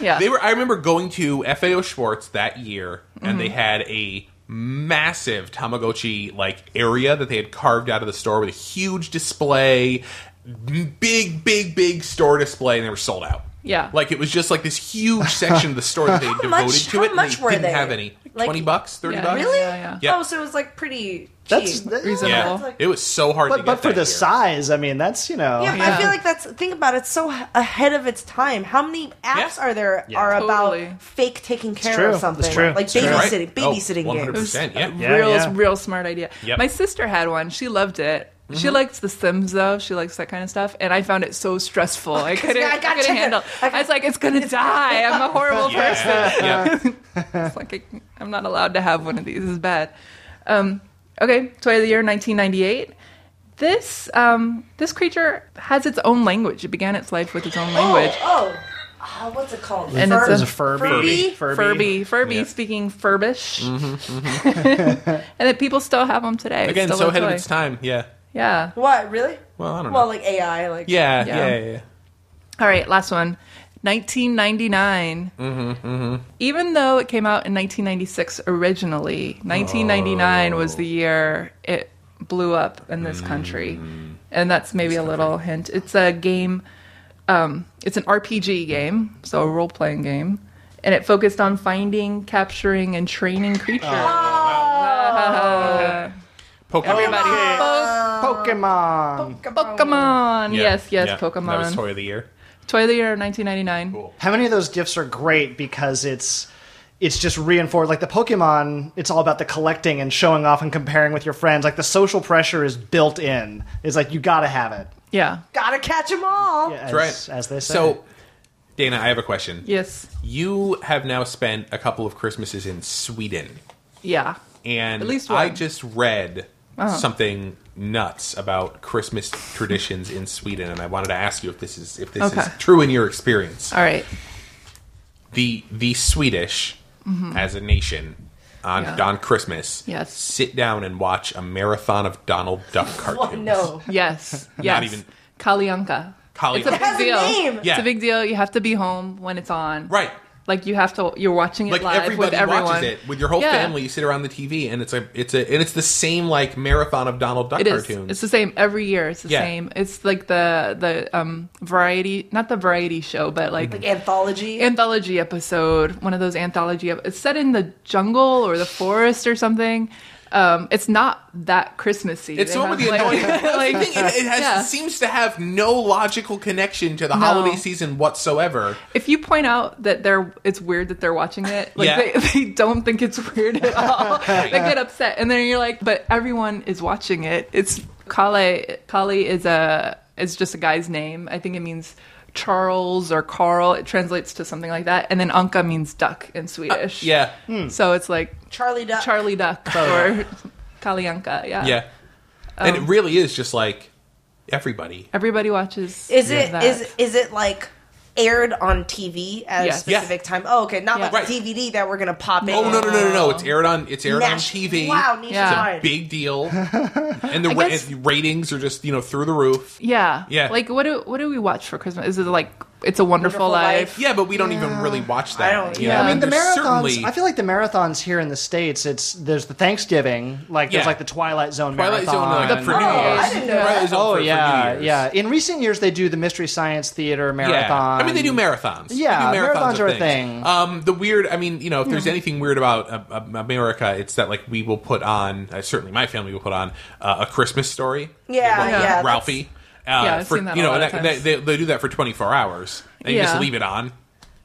[SPEAKER 4] Yeah.
[SPEAKER 5] They were. I remember going to FAO Schwartz that year, and
[SPEAKER 2] Mm-hmm.
[SPEAKER 5] they had a massive Tamagotchi like area that they had carved out of the store with a huge display, m- big, big, big store display, and they were sold out.
[SPEAKER 4] Yeah.
[SPEAKER 5] like it was just like this huge section of the store that they devoted
[SPEAKER 2] much-
[SPEAKER 5] to
[SPEAKER 2] how
[SPEAKER 5] it. and
[SPEAKER 2] much
[SPEAKER 5] they
[SPEAKER 2] were
[SPEAKER 5] didn't
[SPEAKER 2] they?
[SPEAKER 5] have any.
[SPEAKER 2] Like-
[SPEAKER 5] Twenty bucks, thirty
[SPEAKER 4] Yeah.
[SPEAKER 5] bucks.
[SPEAKER 2] Really?
[SPEAKER 4] Yeah,
[SPEAKER 5] yeah.
[SPEAKER 2] Oh, so it was like pretty cheap.
[SPEAKER 3] That's that-
[SPEAKER 2] yeah,
[SPEAKER 4] Reasonable.
[SPEAKER 5] Yeah,
[SPEAKER 4] That's
[SPEAKER 2] like-
[SPEAKER 5] it was so hard. to
[SPEAKER 3] but
[SPEAKER 5] get
[SPEAKER 3] but for
[SPEAKER 5] that
[SPEAKER 3] the
[SPEAKER 5] year.
[SPEAKER 3] size, I mean, that's you
[SPEAKER 5] Oh,
[SPEAKER 3] know.
[SPEAKER 2] but I
[SPEAKER 4] Yeah.
[SPEAKER 2] feel like that's think about it, it's so h- ahead of its time. How many apps
[SPEAKER 5] Yeah.
[SPEAKER 2] are there are
[SPEAKER 4] Totally.
[SPEAKER 2] about fake taking care
[SPEAKER 3] true.
[SPEAKER 2] of something?
[SPEAKER 3] It's true.
[SPEAKER 2] Like
[SPEAKER 3] It's true.
[SPEAKER 2] babysitting,
[SPEAKER 5] Right? Oh,
[SPEAKER 2] babysitting games.
[SPEAKER 5] 100%, Yeah.
[SPEAKER 3] Yeah,
[SPEAKER 4] real,
[SPEAKER 3] yeah.
[SPEAKER 4] real smart idea.
[SPEAKER 5] Yep. Mm-hmm.
[SPEAKER 4] My sister had one. She loved it. She likes The Sims though. She likes that kind of stuff, and I found it so stressful. I couldn't,
[SPEAKER 2] I
[SPEAKER 4] I
[SPEAKER 2] gotta
[SPEAKER 4] couldn't
[SPEAKER 2] check it.
[SPEAKER 4] handle.
[SPEAKER 2] I
[SPEAKER 4] I,
[SPEAKER 2] gotta-
[SPEAKER 4] was like, "It's gonna die. I'm a horrible person."
[SPEAKER 5] yeah.
[SPEAKER 4] It's like I, I'm not allowed to have one of these. This is bad. Um, okay, toy of the year, 1998. This um, this creature has its own language. It began its life with its own language.
[SPEAKER 2] Oh, oh. Ah, what's it called?
[SPEAKER 4] And
[SPEAKER 2] Fur-
[SPEAKER 4] it's
[SPEAKER 3] There's a Furby.
[SPEAKER 2] Furby?
[SPEAKER 3] Furby.
[SPEAKER 4] Furby, Furby
[SPEAKER 5] Yeah. Mm-hmm,
[SPEAKER 4] speaking Furbish, and that people still have them today. It's
[SPEAKER 5] Again,
[SPEAKER 4] still
[SPEAKER 5] so
[SPEAKER 4] a
[SPEAKER 5] ahead of
[SPEAKER 4] toy.
[SPEAKER 5] its time. Yeah.
[SPEAKER 4] Yeah.
[SPEAKER 2] What really?
[SPEAKER 5] Well, I don't know.
[SPEAKER 2] Well, like AI, like
[SPEAKER 5] yeah,
[SPEAKER 4] Yeah.
[SPEAKER 5] yeah, yeah, yeah.
[SPEAKER 4] All right, last one. 1999.
[SPEAKER 5] Mm-hmm,
[SPEAKER 4] Even though it came out in 1996 originally, 1999 was
[SPEAKER 5] Oh.
[SPEAKER 4] the year it blew up in this country.
[SPEAKER 5] Mm-hmm.
[SPEAKER 4] And that's maybe a little hint. It's a game, um, it's an RPG game, so a role playing game. And it focused on finding, capturing, and training creatures.
[SPEAKER 5] Pokemon.
[SPEAKER 4] Everybody.
[SPEAKER 3] Pokemon.
[SPEAKER 4] Pokemon.
[SPEAKER 5] Yeah,
[SPEAKER 4] Yes, yes,
[SPEAKER 5] yeah.
[SPEAKER 4] Pokemon.
[SPEAKER 5] That was toy of the year.
[SPEAKER 4] Toy of the year 1999.
[SPEAKER 3] How many of those gifts are great because it's it's just reinforced like the Pokemon, it's all about the collecting and showing off and comparing with your friends. Like the social pressure is built in. It's like you gotta have it.
[SPEAKER 4] Yeah.
[SPEAKER 2] gotta catch 'em all.
[SPEAKER 3] As,
[SPEAKER 5] That's right.
[SPEAKER 3] as they say.
[SPEAKER 5] So, Dana, I have a question.
[SPEAKER 4] Yes.
[SPEAKER 5] You have now spent a couple of Christmases in Sweden,
[SPEAKER 4] Yeah.
[SPEAKER 5] and
[SPEAKER 4] At least
[SPEAKER 5] I
[SPEAKER 4] one. Uh-huh.
[SPEAKER 5] just read something nuts about Christmas traditions in Sweden, and I wanted to ask you if this is if this
[SPEAKER 4] Okay.
[SPEAKER 5] is true in your experience.
[SPEAKER 4] All right.
[SPEAKER 5] the the Swedish as a nation on
[SPEAKER 4] Mm-hmm. Yeah.
[SPEAKER 5] on Christmas.
[SPEAKER 4] Yes.
[SPEAKER 5] sit down and watch a marathon of Donald Duck cartoons.
[SPEAKER 2] no.
[SPEAKER 4] Yes. Yes.
[SPEAKER 5] even-
[SPEAKER 4] Kalianka.
[SPEAKER 5] Kalianka.
[SPEAKER 4] It's a
[SPEAKER 5] It
[SPEAKER 4] big
[SPEAKER 2] has a
[SPEAKER 4] deal.
[SPEAKER 2] name!
[SPEAKER 5] Yeah.
[SPEAKER 4] It's a big deal. You have to be home when it's on.
[SPEAKER 5] Right.
[SPEAKER 4] Like you have to. You're watching it
[SPEAKER 5] Like
[SPEAKER 4] live
[SPEAKER 5] everybody
[SPEAKER 4] with everyone.
[SPEAKER 5] watches it with your whole
[SPEAKER 4] Yeah.
[SPEAKER 5] family. You sit around the TV, and it's a it's a and it's the same like marathon of Donald Duck
[SPEAKER 4] It is.
[SPEAKER 5] cartoons.
[SPEAKER 4] It's the same every year. It's the
[SPEAKER 5] Yeah.
[SPEAKER 4] same. It's like the the um variety, not the variety show, but like
[SPEAKER 2] Like anthology.
[SPEAKER 4] anthology episode. One of those anthology. Ep- it's set in the jungle or the forest or something. Um, it's not that Christmassy.
[SPEAKER 5] It's
[SPEAKER 4] They
[SPEAKER 5] the one with the
[SPEAKER 4] have,
[SPEAKER 5] annoying.
[SPEAKER 4] like,
[SPEAKER 5] That's the thing, it, it has,
[SPEAKER 4] Yeah.
[SPEAKER 5] seems to have no logical connection to the holiday season whatsoever.
[SPEAKER 4] if you point out that they're it's weird that they're watching it like
[SPEAKER 5] Yeah.
[SPEAKER 4] they, they don't think it's weird at all they get upset and then you're like but everyone is watching it it's kale kale is a is just a guy's name i think it means charles or carl it translates to something like that and then anka means duck in swedish
[SPEAKER 5] Yeah, Oh,
[SPEAKER 4] so it's like
[SPEAKER 2] Hmm. Charlie Duck.
[SPEAKER 4] charlie duck or kalianka yeah Um,
[SPEAKER 5] yeah, and it really is just like everybody.
[SPEAKER 4] everybody watches
[SPEAKER 2] Is it is
[SPEAKER 4] that.
[SPEAKER 2] is it like aired on TV at a
[SPEAKER 4] Yes. Yeah.
[SPEAKER 2] specific time? Oh, okay, not
[SPEAKER 4] Yeah.
[SPEAKER 2] like
[SPEAKER 5] Right.
[SPEAKER 2] DVD that we're gonna pop in.
[SPEAKER 5] Oh no no no no no! It's aired on it's aired on
[SPEAKER 2] Nash-
[SPEAKER 5] TV.
[SPEAKER 2] Wow, nationwide.
[SPEAKER 5] Big deal, and the
[SPEAKER 4] I
[SPEAKER 5] ra-
[SPEAKER 4] guess-
[SPEAKER 5] and ratings are just you know through the roof.
[SPEAKER 4] yeah
[SPEAKER 5] Yeah.
[SPEAKER 4] like what do what do we watch for christmas is it like it's a wonderful,
[SPEAKER 2] Wonderful
[SPEAKER 4] life.
[SPEAKER 2] Life.
[SPEAKER 5] Yeah, but we don't even really watch that.
[SPEAKER 2] I don't-
[SPEAKER 5] you know?
[SPEAKER 4] yeah.
[SPEAKER 3] I mean, the
[SPEAKER 5] there's
[SPEAKER 3] marathons.
[SPEAKER 5] certainly-
[SPEAKER 3] I feel like the marathons here in the states. It's there's the Thanksgiving, like there's
[SPEAKER 5] Yeah.
[SPEAKER 3] like the Twilight Zone
[SPEAKER 5] Twilight Zone uh,
[SPEAKER 3] marathon.
[SPEAKER 5] like for New
[SPEAKER 2] Oh, I
[SPEAKER 5] Year's.
[SPEAKER 2] didn't know that.
[SPEAKER 5] Twilight Zone
[SPEAKER 3] oh
[SPEAKER 5] for- for New
[SPEAKER 3] yeah,
[SPEAKER 5] Year's.
[SPEAKER 3] yeah. In recent years, they do the Mystery Science Theater marathon.
[SPEAKER 5] Yeah. I mean, they do marathons. They
[SPEAKER 3] Yeah,
[SPEAKER 5] do
[SPEAKER 3] marathons are a
[SPEAKER 5] things.
[SPEAKER 3] thing.
[SPEAKER 5] Um, the weird, I mean, you know, if there's anything weird about uh, uh, America, it's that like we will put on. Uh, certainly, my family will put on uh, a Christmas story.
[SPEAKER 2] Yeah,
[SPEAKER 5] Like
[SPEAKER 2] yeah, that's-
[SPEAKER 5] Ralphie. Uh,
[SPEAKER 4] Yeah, I've
[SPEAKER 5] for,
[SPEAKER 4] seen that
[SPEAKER 5] you
[SPEAKER 4] a
[SPEAKER 5] know,
[SPEAKER 4] lot of
[SPEAKER 5] that-
[SPEAKER 4] times.
[SPEAKER 5] They, they do that for 24 hours. They just
[SPEAKER 4] Yeah.
[SPEAKER 5] leave it on.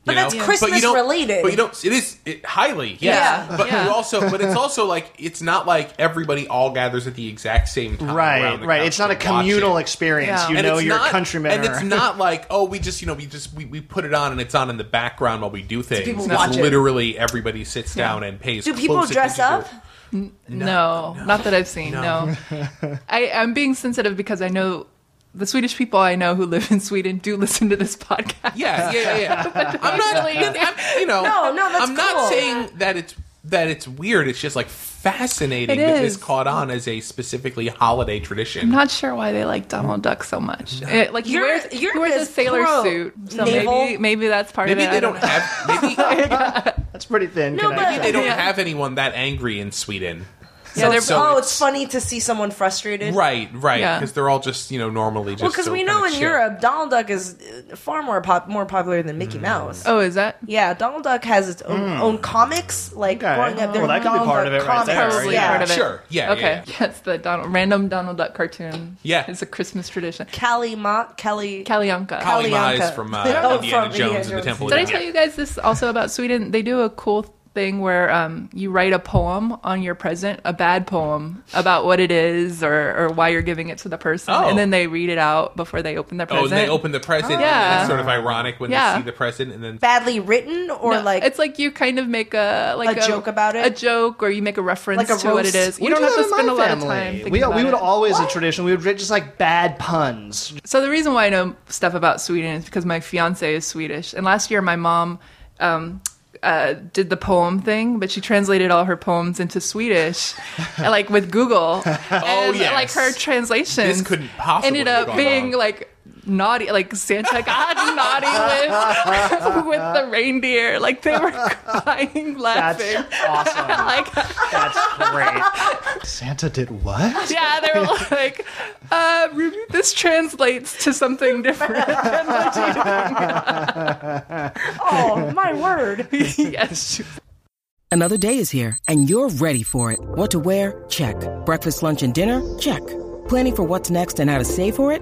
[SPEAKER 2] But
[SPEAKER 5] you
[SPEAKER 2] that's
[SPEAKER 5] know?
[SPEAKER 2] Christmas
[SPEAKER 5] but you don't,
[SPEAKER 2] related.
[SPEAKER 5] But you don't. It is it, highly, yes.
[SPEAKER 4] Yeah,
[SPEAKER 5] But
[SPEAKER 4] yeah.
[SPEAKER 5] you also, but it's also like it's not like everybody all gathers at the exact same time. around
[SPEAKER 3] Right,
[SPEAKER 5] the
[SPEAKER 3] right.
[SPEAKER 5] couch
[SPEAKER 3] It's not
[SPEAKER 5] to
[SPEAKER 3] a
[SPEAKER 5] watch it
[SPEAKER 3] communal experience.
[SPEAKER 4] Yeah.
[SPEAKER 3] You
[SPEAKER 5] and
[SPEAKER 3] know
[SPEAKER 5] it's
[SPEAKER 3] your
[SPEAKER 5] not-
[SPEAKER 3] countrymen.
[SPEAKER 5] And
[SPEAKER 3] are-
[SPEAKER 5] it's not like, oh, we just, you know, we just we, we put it on and it's on in the background while we do things.
[SPEAKER 2] people
[SPEAKER 5] It's
[SPEAKER 2] watch it?
[SPEAKER 5] literally everybody sits down and pays.
[SPEAKER 2] Do people
[SPEAKER 5] close
[SPEAKER 2] dress
[SPEAKER 5] attention
[SPEAKER 2] up?
[SPEAKER 5] to it.
[SPEAKER 4] No, not that I've seen.
[SPEAKER 5] No.
[SPEAKER 4] No, I, I'm being sensitive because I know the Swedish people I know who live in Sweden do listen to this podcast.
[SPEAKER 5] Yeah, yeah, yeah. yeah. I'm not, I'm, you know,
[SPEAKER 2] No, no, that's
[SPEAKER 5] I'm not
[SPEAKER 2] cool.
[SPEAKER 5] saying that it's that it's weird. It's just like fascinating
[SPEAKER 4] It
[SPEAKER 5] that this
[SPEAKER 4] is.
[SPEAKER 5] caught on as a specifically holiday tradition.
[SPEAKER 4] I'm not sure why they like Donald Duck so much. It- like he
[SPEAKER 2] You're-
[SPEAKER 4] wears,
[SPEAKER 2] you're
[SPEAKER 4] he wears
[SPEAKER 2] this
[SPEAKER 4] a sailor
[SPEAKER 2] pro
[SPEAKER 4] suit, so
[SPEAKER 2] naval-
[SPEAKER 4] maybe maybe that's part
[SPEAKER 5] maybe
[SPEAKER 4] of it.
[SPEAKER 5] they
[SPEAKER 4] I
[SPEAKER 5] don't have. Maybe,
[SPEAKER 3] That's pretty thin.
[SPEAKER 2] No, but-
[SPEAKER 3] connection.
[SPEAKER 5] they don't
[SPEAKER 4] Yeah.
[SPEAKER 5] have anyone that angry in Sweden.
[SPEAKER 4] Yeah, they're,
[SPEAKER 5] so-
[SPEAKER 2] oh,
[SPEAKER 5] it's-
[SPEAKER 2] it's, funny to see someone frustrated.
[SPEAKER 5] Right, right,
[SPEAKER 4] Yeah.
[SPEAKER 5] because they're all just you know normally just
[SPEAKER 2] Well, because
[SPEAKER 5] so
[SPEAKER 2] we know
[SPEAKER 5] kinda
[SPEAKER 2] in
[SPEAKER 5] chill.
[SPEAKER 2] Europe, Donald Duck is uh, far more pop- more popular than
[SPEAKER 5] Mm.
[SPEAKER 2] Mickey Mouse.
[SPEAKER 4] oh, is that?
[SPEAKER 2] Yeah, Donald Duck has its own, own comics. Like
[SPEAKER 3] Okay.
[SPEAKER 2] growing
[SPEAKER 5] Oh,
[SPEAKER 2] up,
[SPEAKER 3] Well,
[SPEAKER 2] there were
[SPEAKER 3] that could be
[SPEAKER 2] Donald
[SPEAKER 3] part
[SPEAKER 2] Duck
[SPEAKER 3] of it right
[SPEAKER 2] comics.
[SPEAKER 3] there,
[SPEAKER 4] Probably
[SPEAKER 2] yeah.
[SPEAKER 4] part of it.
[SPEAKER 5] Sure. Yeah, yeah,
[SPEAKER 4] Okay.
[SPEAKER 5] yeah.
[SPEAKER 4] That's the Donald, random Donald Duck cartoon.
[SPEAKER 5] Yeah.
[SPEAKER 4] It's a Christmas tradition.
[SPEAKER 2] Callie Mott, Kelly.
[SPEAKER 4] Kalianka.
[SPEAKER 5] Kali Ma
[SPEAKER 2] Kalianka.
[SPEAKER 5] is from uh,
[SPEAKER 2] Oh,
[SPEAKER 5] Indiana
[SPEAKER 2] from
[SPEAKER 5] Jones
[SPEAKER 2] Indiana
[SPEAKER 5] and the
[SPEAKER 2] Jones.
[SPEAKER 5] Temple. of
[SPEAKER 4] Did I
[SPEAKER 5] Doom.
[SPEAKER 4] tell you guys this also about Sweden? They do a cool thing where um, you write a poem on your present, a bad poem about what it is or, or why you're giving it to the person,
[SPEAKER 5] Oh.
[SPEAKER 4] and then they read it out before they open their
[SPEAKER 5] Oh, and
[SPEAKER 4] present.
[SPEAKER 5] they open the present. and
[SPEAKER 4] Yeah.
[SPEAKER 5] It's sort of ironic when
[SPEAKER 4] Yeah.
[SPEAKER 5] they see the present, and then
[SPEAKER 2] badly written or
[SPEAKER 4] No,
[SPEAKER 2] like
[SPEAKER 4] it's like you kind of make a like
[SPEAKER 2] A joke about it?
[SPEAKER 4] a joke, or you make a reference
[SPEAKER 2] Like a
[SPEAKER 4] to what it
[SPEAKER 2] roast?
[SPEAKER 4] is. You
[SPEAKER 3] We
[SPEAKER 4] don't
[SPEAKER 3] do
[SPEAKER 4] have
[SPEAKER 3] that
[SPEAKER 4] to
[SPEAKER 3] in my
[SPEAKER 4] spend a lot of
[SPEAKER 3] family.
[SPEAKER 4] time. Thinking
[SPEAKER 3] We,
[SPEAKER 4] about
[SPEAKER 3] we would
[SPEAKER 4] it.
[SPEAKER 3] always a tradition. We would read just like bad puns.
[SPEAKER 4] So the reason why I know stuff about Sweden is because my fiance is Swedish, and last year my mom um, uh, did the poem thing, but she translated all her poems into Swedish, like with Google. and,
[SPEAKER 5] Oh, yes.
[SPEAKER 4] like her translation
[SPEAKER 5] This couldn't possibly
[SPEAKER 4] ended
[SPEAKER 5] have
[SPEAKER 4] up
[SPEAKER 5] gone
[SPEAKER 4] being
[SPEAKER 5] wrong.
[SPEAKER 4] like naughty, like Santa got naughty with with the reindeer. Like they were
[SPEAKER 3] That's
[SPEAKER 4] crying, laughing.
[SPEAKER 3] awesome.
[SPEAKER 4] Like
[SPEAKER 3] That's great. Santa did what?
[SPEAKER 4] yeah, they were like, uh, Ruby, this translates to something different. than what you
[SPEAKER 2] oh my word
[SPEAKER 4] yes. she-
[SPEAKER 6] Another day is here, and you're ready for it. What to wear? Check. Breakfast, lunch, and dinner? Check. Planning for what's next and how to save for it?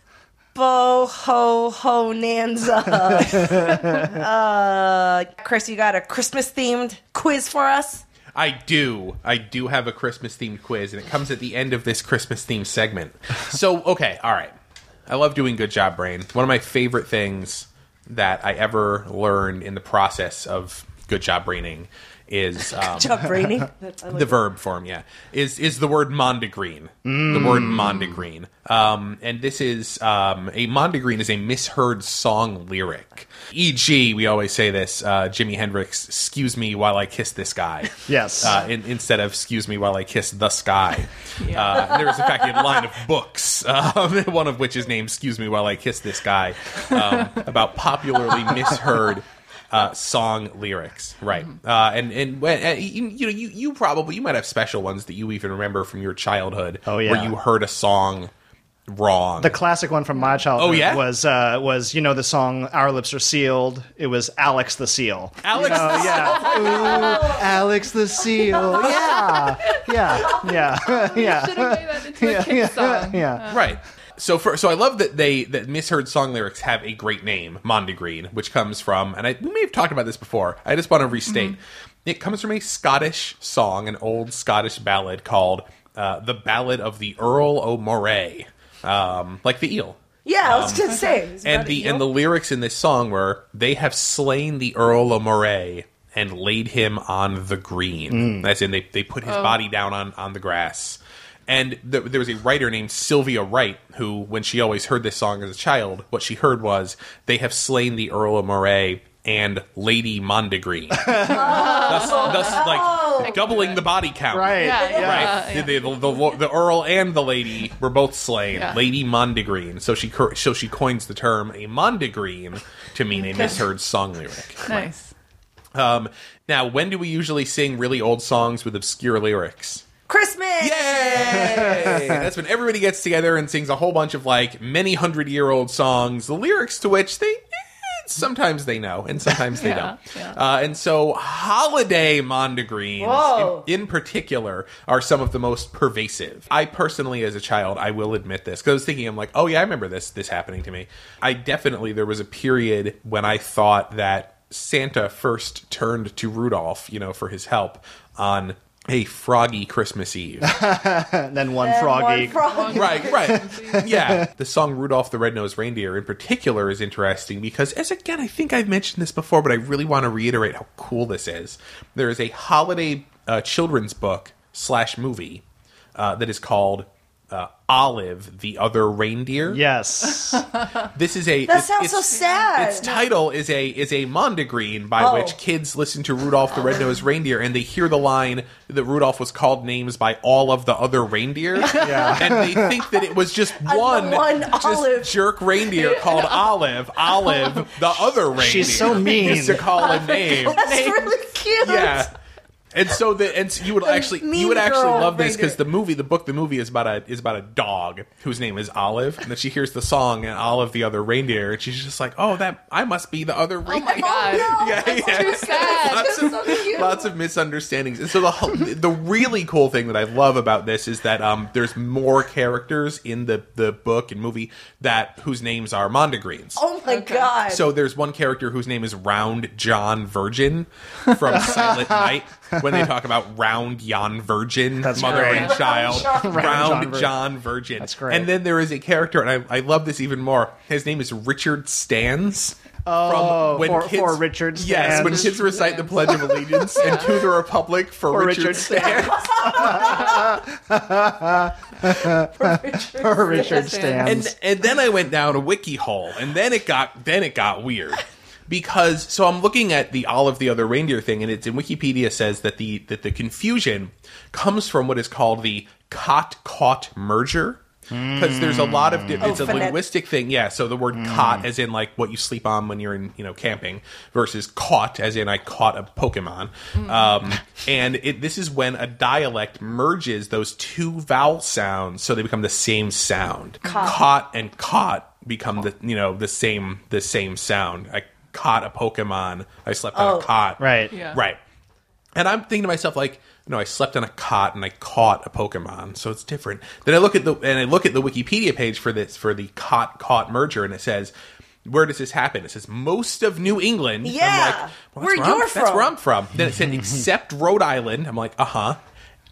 [SPEAKER 2] bo ho ho nanza uh chris you got a christmas themed quiz for us
[SPEAKER 5] I do. I do have a Christmas themed quiz, and it comes at the end of this Christmas themed segment. So, okay, all right. I love doing Good Job Brain. One of my favorite things that I ever learned in the process of Good Job Braining is um,
[SPEAKER 2] Job braining. That's- I like
[SPEAKER 5] the verb form, yeah, is is the word mondegreen. The word mondegreen, um, and this is um, a mondegreen is a misheard song lyric. E.g., we always say this: uh, Jimi Hendrix, "Excuse me while I kiss this guy."
[SPEAKER 3] Yes.
[SPEAKER 5] uh, in, instead of "Excuse me while I kiss the sky." uh, there is in fact a line of books, um, one of which is named "Excuse me while I kiss this guy," um, about popularly misheard uh, song lyrics, right? Uh, and and when and you, you know you you probably you might have special ones that you even remember from your childhood.
[SPEAKER 3] Oh, yeah.
[SPEAKER 5] where you heard a song wrong.
[SPEAKER 3] The classic one from my childhood
[SPEAKER 5] Oh, yeah?
[SPEAKER 3] was uh, was you know the song "Our Lips Are Sealed." It was Alex the Seal.
[SPEAKER 5] Alex
[SPEAKER 3] Oh yeah, Ooh, Alex the Seal. Yeah, yeah, yeah,
[SPEAKER 4] Should
[SPEAKER 3] yeah,
[SPEAKER 4] have made that into a kick song.
[SPEAKER 3] yeah.
[SPEAKER 5] right. So for so I love that they that misheard song lyrics have a great name, Mondegreen, which comes from and I we may have talked about this before. I just want to restate. It comes from a Scottish song, an old Scottish ballad called uh, "The Ballad of the Earl O'Moray," um, like the eel.
[SPEAKER 2] Yeah, I was gonna say. It's about
[SPEAKER 5] Um, and the
[SPEAKER 2] an
[SPEAKER 5] and the
[SPEAKER 2] eel.
[SPEAKER 5] lyrics in this song were they have slain the Earl of Moray and laid him on the green. That's in they they put his body down on on the grass. And th- there was a writer named Sylvia Wright who, when she always heard this song as a child, what she heard was they have slain the Earl of Moray and Lady Mondegreen. thus, thus, like doubling the body count.
[SPEAKER 3] Right.
[SPEAKER 4] Yeah, Uh, yeah.
[SPEAKER 5] Right. The, the, the, the Earl and the Lady were both slain.
[SPEAKER 4] Yeah.
[SPEAKER 5] Lady Mondegreen. So she cur- so she coins the term a Mondegreen to mean a misheard song lyric.
[SPEAKER 4] Nice.
[SPEAKER 5] Um, now, when do we usually sing really old songs with obscure lyrics?
[SPEAKER 2] Christmas.
[SPEAKER 5] Yay! That's when everybody gets together and sings a whole bunch of like many hundred year old songs, the lyrics to which they eh, sometimes they know and sometimes they
[SPEAKER 4] Yeah,
[SPEAKER 5] don't.
[SPEAKER 4] yeah.
[SPEAKER 5] Uh, and so, holiday mondegreens
[SPEAKER 2] Whoa.
[SPEAKER 5] in, in particular are some of the most pervasive. I personally, as a child, I will admit this because I was thinking, I'm like, oh yeah, I remember this this happening to me. I definitely there was a period when I thought that Santa first turned to Rudolph, you know, for his help on a froggy Christmas Eve.
[SPEAKER 3] And then one
[SPEAKER 2] And one
[SPEAKER 3] froggy.
[SPEAKER 2] frog.
[SPEAKER 5] right, right. Yeah. The song Rudolph the Red-Nosed Reindeer in particular is interesting because, as again, I think I've mentioned this before, but I really want to reiterate how cool this is. There is a holiday uh, children's book slash movie uh, that is called uh, Olive the Other Reindeer.
[SPEAKER 3] Yes.
[SPEAKER 5] This is a.
[SPEAKER 2] That
[SPEAKER 5] it's-
[SPEAKER 2] sounds
[SPEAKER 5] it's-
[SPEAKER 2] so sad.
[SPEAKER 5] Its title is a is a mondegreen by
[SPEAKER 2] Oh.
[SPEAKER 5] which kids listen to Rudolph the Red-Nosed Reindeer and they hear the line that Rudolph was called names by all of the other reindeer, and they think that it was just one,
[SPEAKER 2] one
[SPEAKER 5] just
[SPEAKER 2] Olive.
[SPEAKER 5] jerk reindeer called Olive. Olive, the other reindeer.
[SPEAKER 3] She's so mean.
[SPEAKER 5] Used to call him names.
[SPEAKER 2] That's really cute. Oh
[SPEAKER 5] Yeah. And so the and so you would actually you
[SPEAKER 2] mean
[SPEAKER 5] would actually
[SPEAKER 2] girl
[SPEAKER 5] love this
[SPEAKER 2] reindeer.
[SPEAKER 5] because the movie the book the movie is about a is about a dog whose name is Olive and then she hears the song and Olive the other reindeer and she's just like oh that I must be the other
[SPEAKER 4] Oh
[SPEAKER 5] reindeer
[SPEAKER 4] my god.
[SPEAKER 5] yeah, yeah.
[SPEAKER 4] too sad.
[SPEAKER 5] lots, of, lots of misunderstandings. And so the whole, the really cool thing that I love about this is that um, there's more characters in the, the book and movie that whose names are Mondegreens.
[SPEAKER 2] Oh my god.
[SPEAKER 5] So there's one character whose name is Round John Virgin from Silent Night. When they talk about Round Yon Virgin, mother
[SPEAKER 3] great.
[SPEAKER 5] and child, Round,
[SPEAKER 3] John
[SPEAKER 5] John,
[SPEAKER 3] Virgin.
[SPEAKER 5] Virgin. That's
[SPEAKER 3] great.
[SPEAKER 5] And then there is a character, and I, I love this even more. His name is Richard Stans. Oh,
[SPEAKER 3] for- for Richard
[SPEAKER 5] Yes, when
[SPEAKER 3] Stans.
[SPEAKER 5] kids recite the Pledge of Allegiance and to the Republic for,
[SPEAKER 3] For
[SPEAKER 5] Richard,
[SPEAKER 3] Richard
[SPEAKER 5] Stans.
[SPEAKER 3] Or Richard Stans.
[SPEAKER 5] and and then I went down a wiki hole, and then it got then it got weird because so I'm looking at the olive the other reindeer thing, and it's in Wikipedia says that the that the confusion comes from what is called the cot caught merger. Because there's a lot of di- it's a
[SPEAKER 2] phonet-
[SPEAKER 5] linguistic thing, yeah. So the word "caught" as in like what you sleep on when you're in you know camping, versus "caught" as in I caught a Pokemon. Um, and it, this is when a dialect merges those two vowel sounds, so they become the same sound caught and caught become the you know the same the same sound. I caught a Pokemon. I slept on a cot.
[SPEAKER 3] Right.
[SPEAKER 4] Yeah.
[SPEAKER 5] Right. And I'm thinking to myself like, no, I slept on a cot and I caught a Pokemon, so it's different. Then I look at the and I look at the Wikipedia page for this for the cot caught merger, and it says where does this happen? It says most of New England. I'm
[SPEAKER 2] Yeah.
[SPEAKER 5] like, well,
[SPEAKER 2] Where
[SPEAKER 5] that's I'm-
[SPEAKER 2] you're
[SPEAKER 5] That's where
[SPEAKER 2] from.
[SPEAKER 5] I'm from. Then it said except Rhode Island. I'm like, uh huh.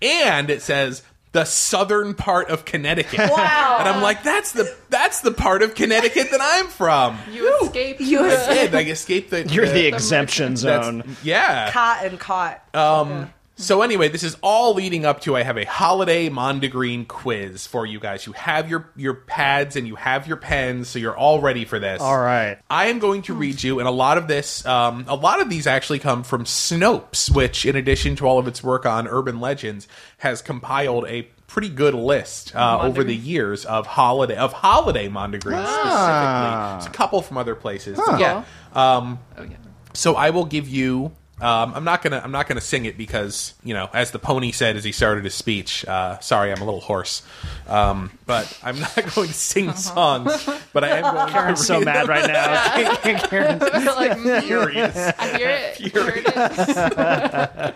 [SPEAKER 5] And it says the southern part of Connecticut.
[SPEAKER 2] Wow.
[SPEAKER 5] And I'm like, that's the that's the part of Connecticut that I'm from.
[SPEAKER 4] You escaped. You
[SPEAKER 5] I did. I escaped the.
[SPEAKER 3] You're the
[SPEAKER 5] the-
[SPEAKER 3] exemption
[SPEAKER 5] that's-
[SPEAKER 3] zone.
[SPEAKER 5] Yeah.
[SPEAKER 2] Caught and caught.
[SPEAKER 5] Oh, So anyway, this is all leading up to I have a holiday Mondegreen quiz for you guys. You have your your pads and you have your pens, so you're all ready for this.
[SPEAKER 3] All right.
[SPEAKER 5] I am going to read you, and a lot of this, um, a lot of these actually come from Snopes, which, in addition to all of its work on urban legends, has compiled a pretty good list uh, over the years of holiday of holiday Mondegreen
[SPEAKER 3] Ah.
[SPEAKER 5] specifically. It's a couple from other places. Yeah. Um,
[SPEAKER 4] Oh, yeah.
[SPEAKER 5] So I will give you. Um, I'm not gonna. I'm not gonna sing it because you know, as the pony said as he started his speech. Uh, sorry, I'm a little hoarse, um, but I'm not going to sing songs. But I am going
[SPEAKER 3] I'm
[SPEAKER 5] to
[SPEAKER 3] Uh-huh. so
[SPEAKER 5] read-
[SPEAKER 3] mad right now. Karen's
[SPEAKER 4] like, mm,
[SPEAKER 5] Furious.
[SPEAKER 4] I hear it. Here it is.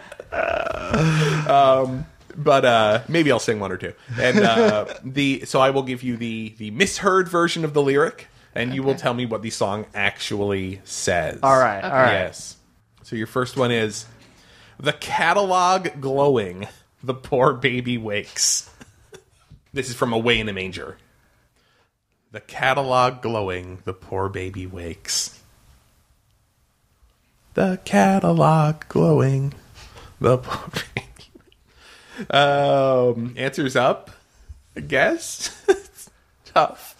[SPEAKER 5] but uh, maybe I'll sing one or two. And uh, the so I will give you the the misheard version of the lyric, and you will tell me what the song actually says.
[SPEAKER 3] All right, all right.
[SPEAKER 5] Yes. So your first one is the catalog glowing. The poor baby wakes. This is from Away in a Manger. The catalog glowing. The poor baby wakes. The catalog glowing. The poor baby. Um, answers up, I guess. It's Tough.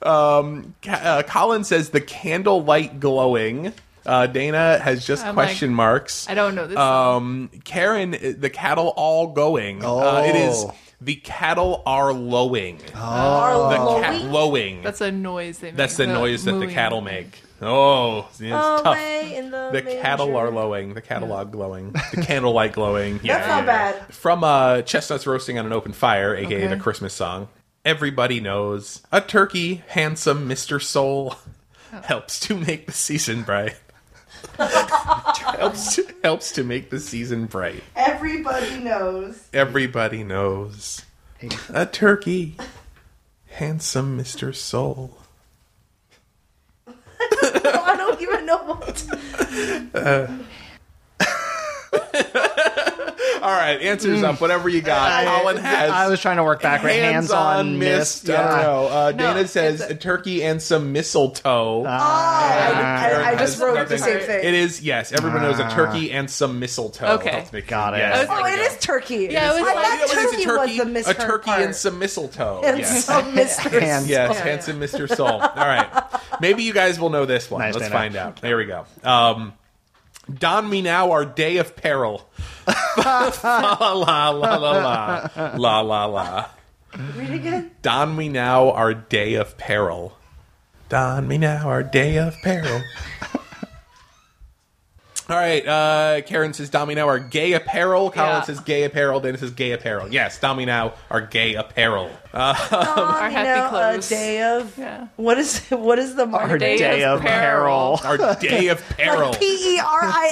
[SPEAKER 5] Um, Ca- uh, Colin says the candlelight glowing. Uh, Dana has just
[SPEAKER 4] I'm like,
[SPEAKER 5] question marks.
[SPEAKER 4] I don't know this.
[SPEAKER 5] Um, Karen, uh, the cattle all going. Uh, it is
[SPEAKER 3] Oh.
[SPEAKER 5] the cattle are lowing.
[SPEAKER 2] Are
[SPEAKER 5] The
[SPEAKER 2] low-
[SPEAKER 5] cat lowing.
[SPEAKER 4] That's a noise they make.
[SPEAKER 5] That's the noise that the
[SPEAKER 4] mooing.
[SPEAKER 5] cattle make. Oh, it's tough.
[SPEAKER 2] Away in the,
[SPEAKER 5] The cattle are
[SPEAKER 2] manger.
[SPEAKER 5] lowing. The catalog glowing. The candlelight glowing. Yeah,
[SPEAKER 2] That's not
[SPEAKER 5] yeah.
[SPEAKER 2] bad.
[SPEAKER 5] From uh, chestnuts roasting on an open fire, aka
[SPEAKER 4] Okay.
[SPEAKER 5] the Christmas song. Everybody knows a turkey, handsome Mister Soul, helps to make the season bright. helps to, helps to make the season bright.
[SPEAKER 2] Everybody knows.
[SPEAKER 5] Everybody knows a turkey, handsome Mister Soul.
[SPEAKER 2] Oh, I don't even know what. to-
[SPEAKER 5] All right, answers up. Whatever you got. Colin has.
[SPEAKER 3] Mm. I was trying to work backward. Hands, on mist.
[SPEAKER 5] I
[SPEAKER 3] Yeah. Ah.
[SPEAKER 5] don't know. Uh,
[SPEAKER 4] No,
[SPEAKER 5] Dana says
[SPEAKER 4] it's
[SPEAKER 5] a turkey and some mistletoe.
[SPEAKER 2] Oh, I, I, I just
[SPEAKER 5] Has
[SPEAKER 2] wrote the
[SPEAKER 5] nothing-
[SPEAKER 2] same thing.
[SPEAKER 5] It is yes. Everyone knows a turkey and some mistletoe.
[SPEAKER 4] Okay.
[SPEAKER 5] That's making-
[SPEAKER 3] Ah. Got it.
[SPEAKER 5] yes.
[SPEAKER 4] I was
[SPEAKER 2] Oh,
[SPEAKER 4] like-
[SPEAKER 2] it is turkey.
[SPEAKER 4] Yeah, it was like-
[SPEAKER 2] I
[SPEAKER 5] Yeah,
[SPEAKER 2] thought
[SPEAKER 5] what is
[SPEAKER 2] turkey,
[SPEAKER 5] a turkey,
[SPEAKER 2] was the
[SPEAKER 5] a
[SPEAKER 2] misheard
[SPEAKER 5] turkey
[SPEAKER 2] part.
[SPEAKER 5] and some mistletoe.
[SPEAKER 2] And
[SPEAKER 5] yes.
[SPEAKER 2] some mystery.
[SPEAKER 3] Hands.
[SPEAKER 5] Yes, handsome Mr. Soul. All right. Maybe you guys will know this one.
[SPEAKER 3] Nice,
[SPEAKER 5] Let's
[SPEAKER 3] Dana.
[SPEAKER 5] find out. There we go. Um, Don me now our day of peril. la la la la la la la la.
[SPEAKER 2] Read again.
[SPEAKER 5] Don me now our day of peril. Don me now our day of peril. All right, uh, Karen says Don me now our gay apparel. Colin
[SPEAKER 4] Yeah.
[SPEAKER 5] says gay apparel. Dana says gay apparel. Yes, Don me now our gay apparel.
[SPEAKER 4] Our
[SPEAKER 2] You
[SPEAKER 4] happy
[SPEAKER 2] know,
[SPEAKER 4] clothes.
[SPEAKER 2] a day of
[SPEAKER 4] Yeah.
[SPEAKER 2] what is what is the
[SPEAKER 3] Our
[SPEAKER 2] mark?
[SPEAKER 4] day
[SPEAKER 3] day,
[SPEAKER 4] of
[SPEAKER 3] of peril.
[SPEAKER 5] Our day of peril.
[SPEAKER 2] P E R I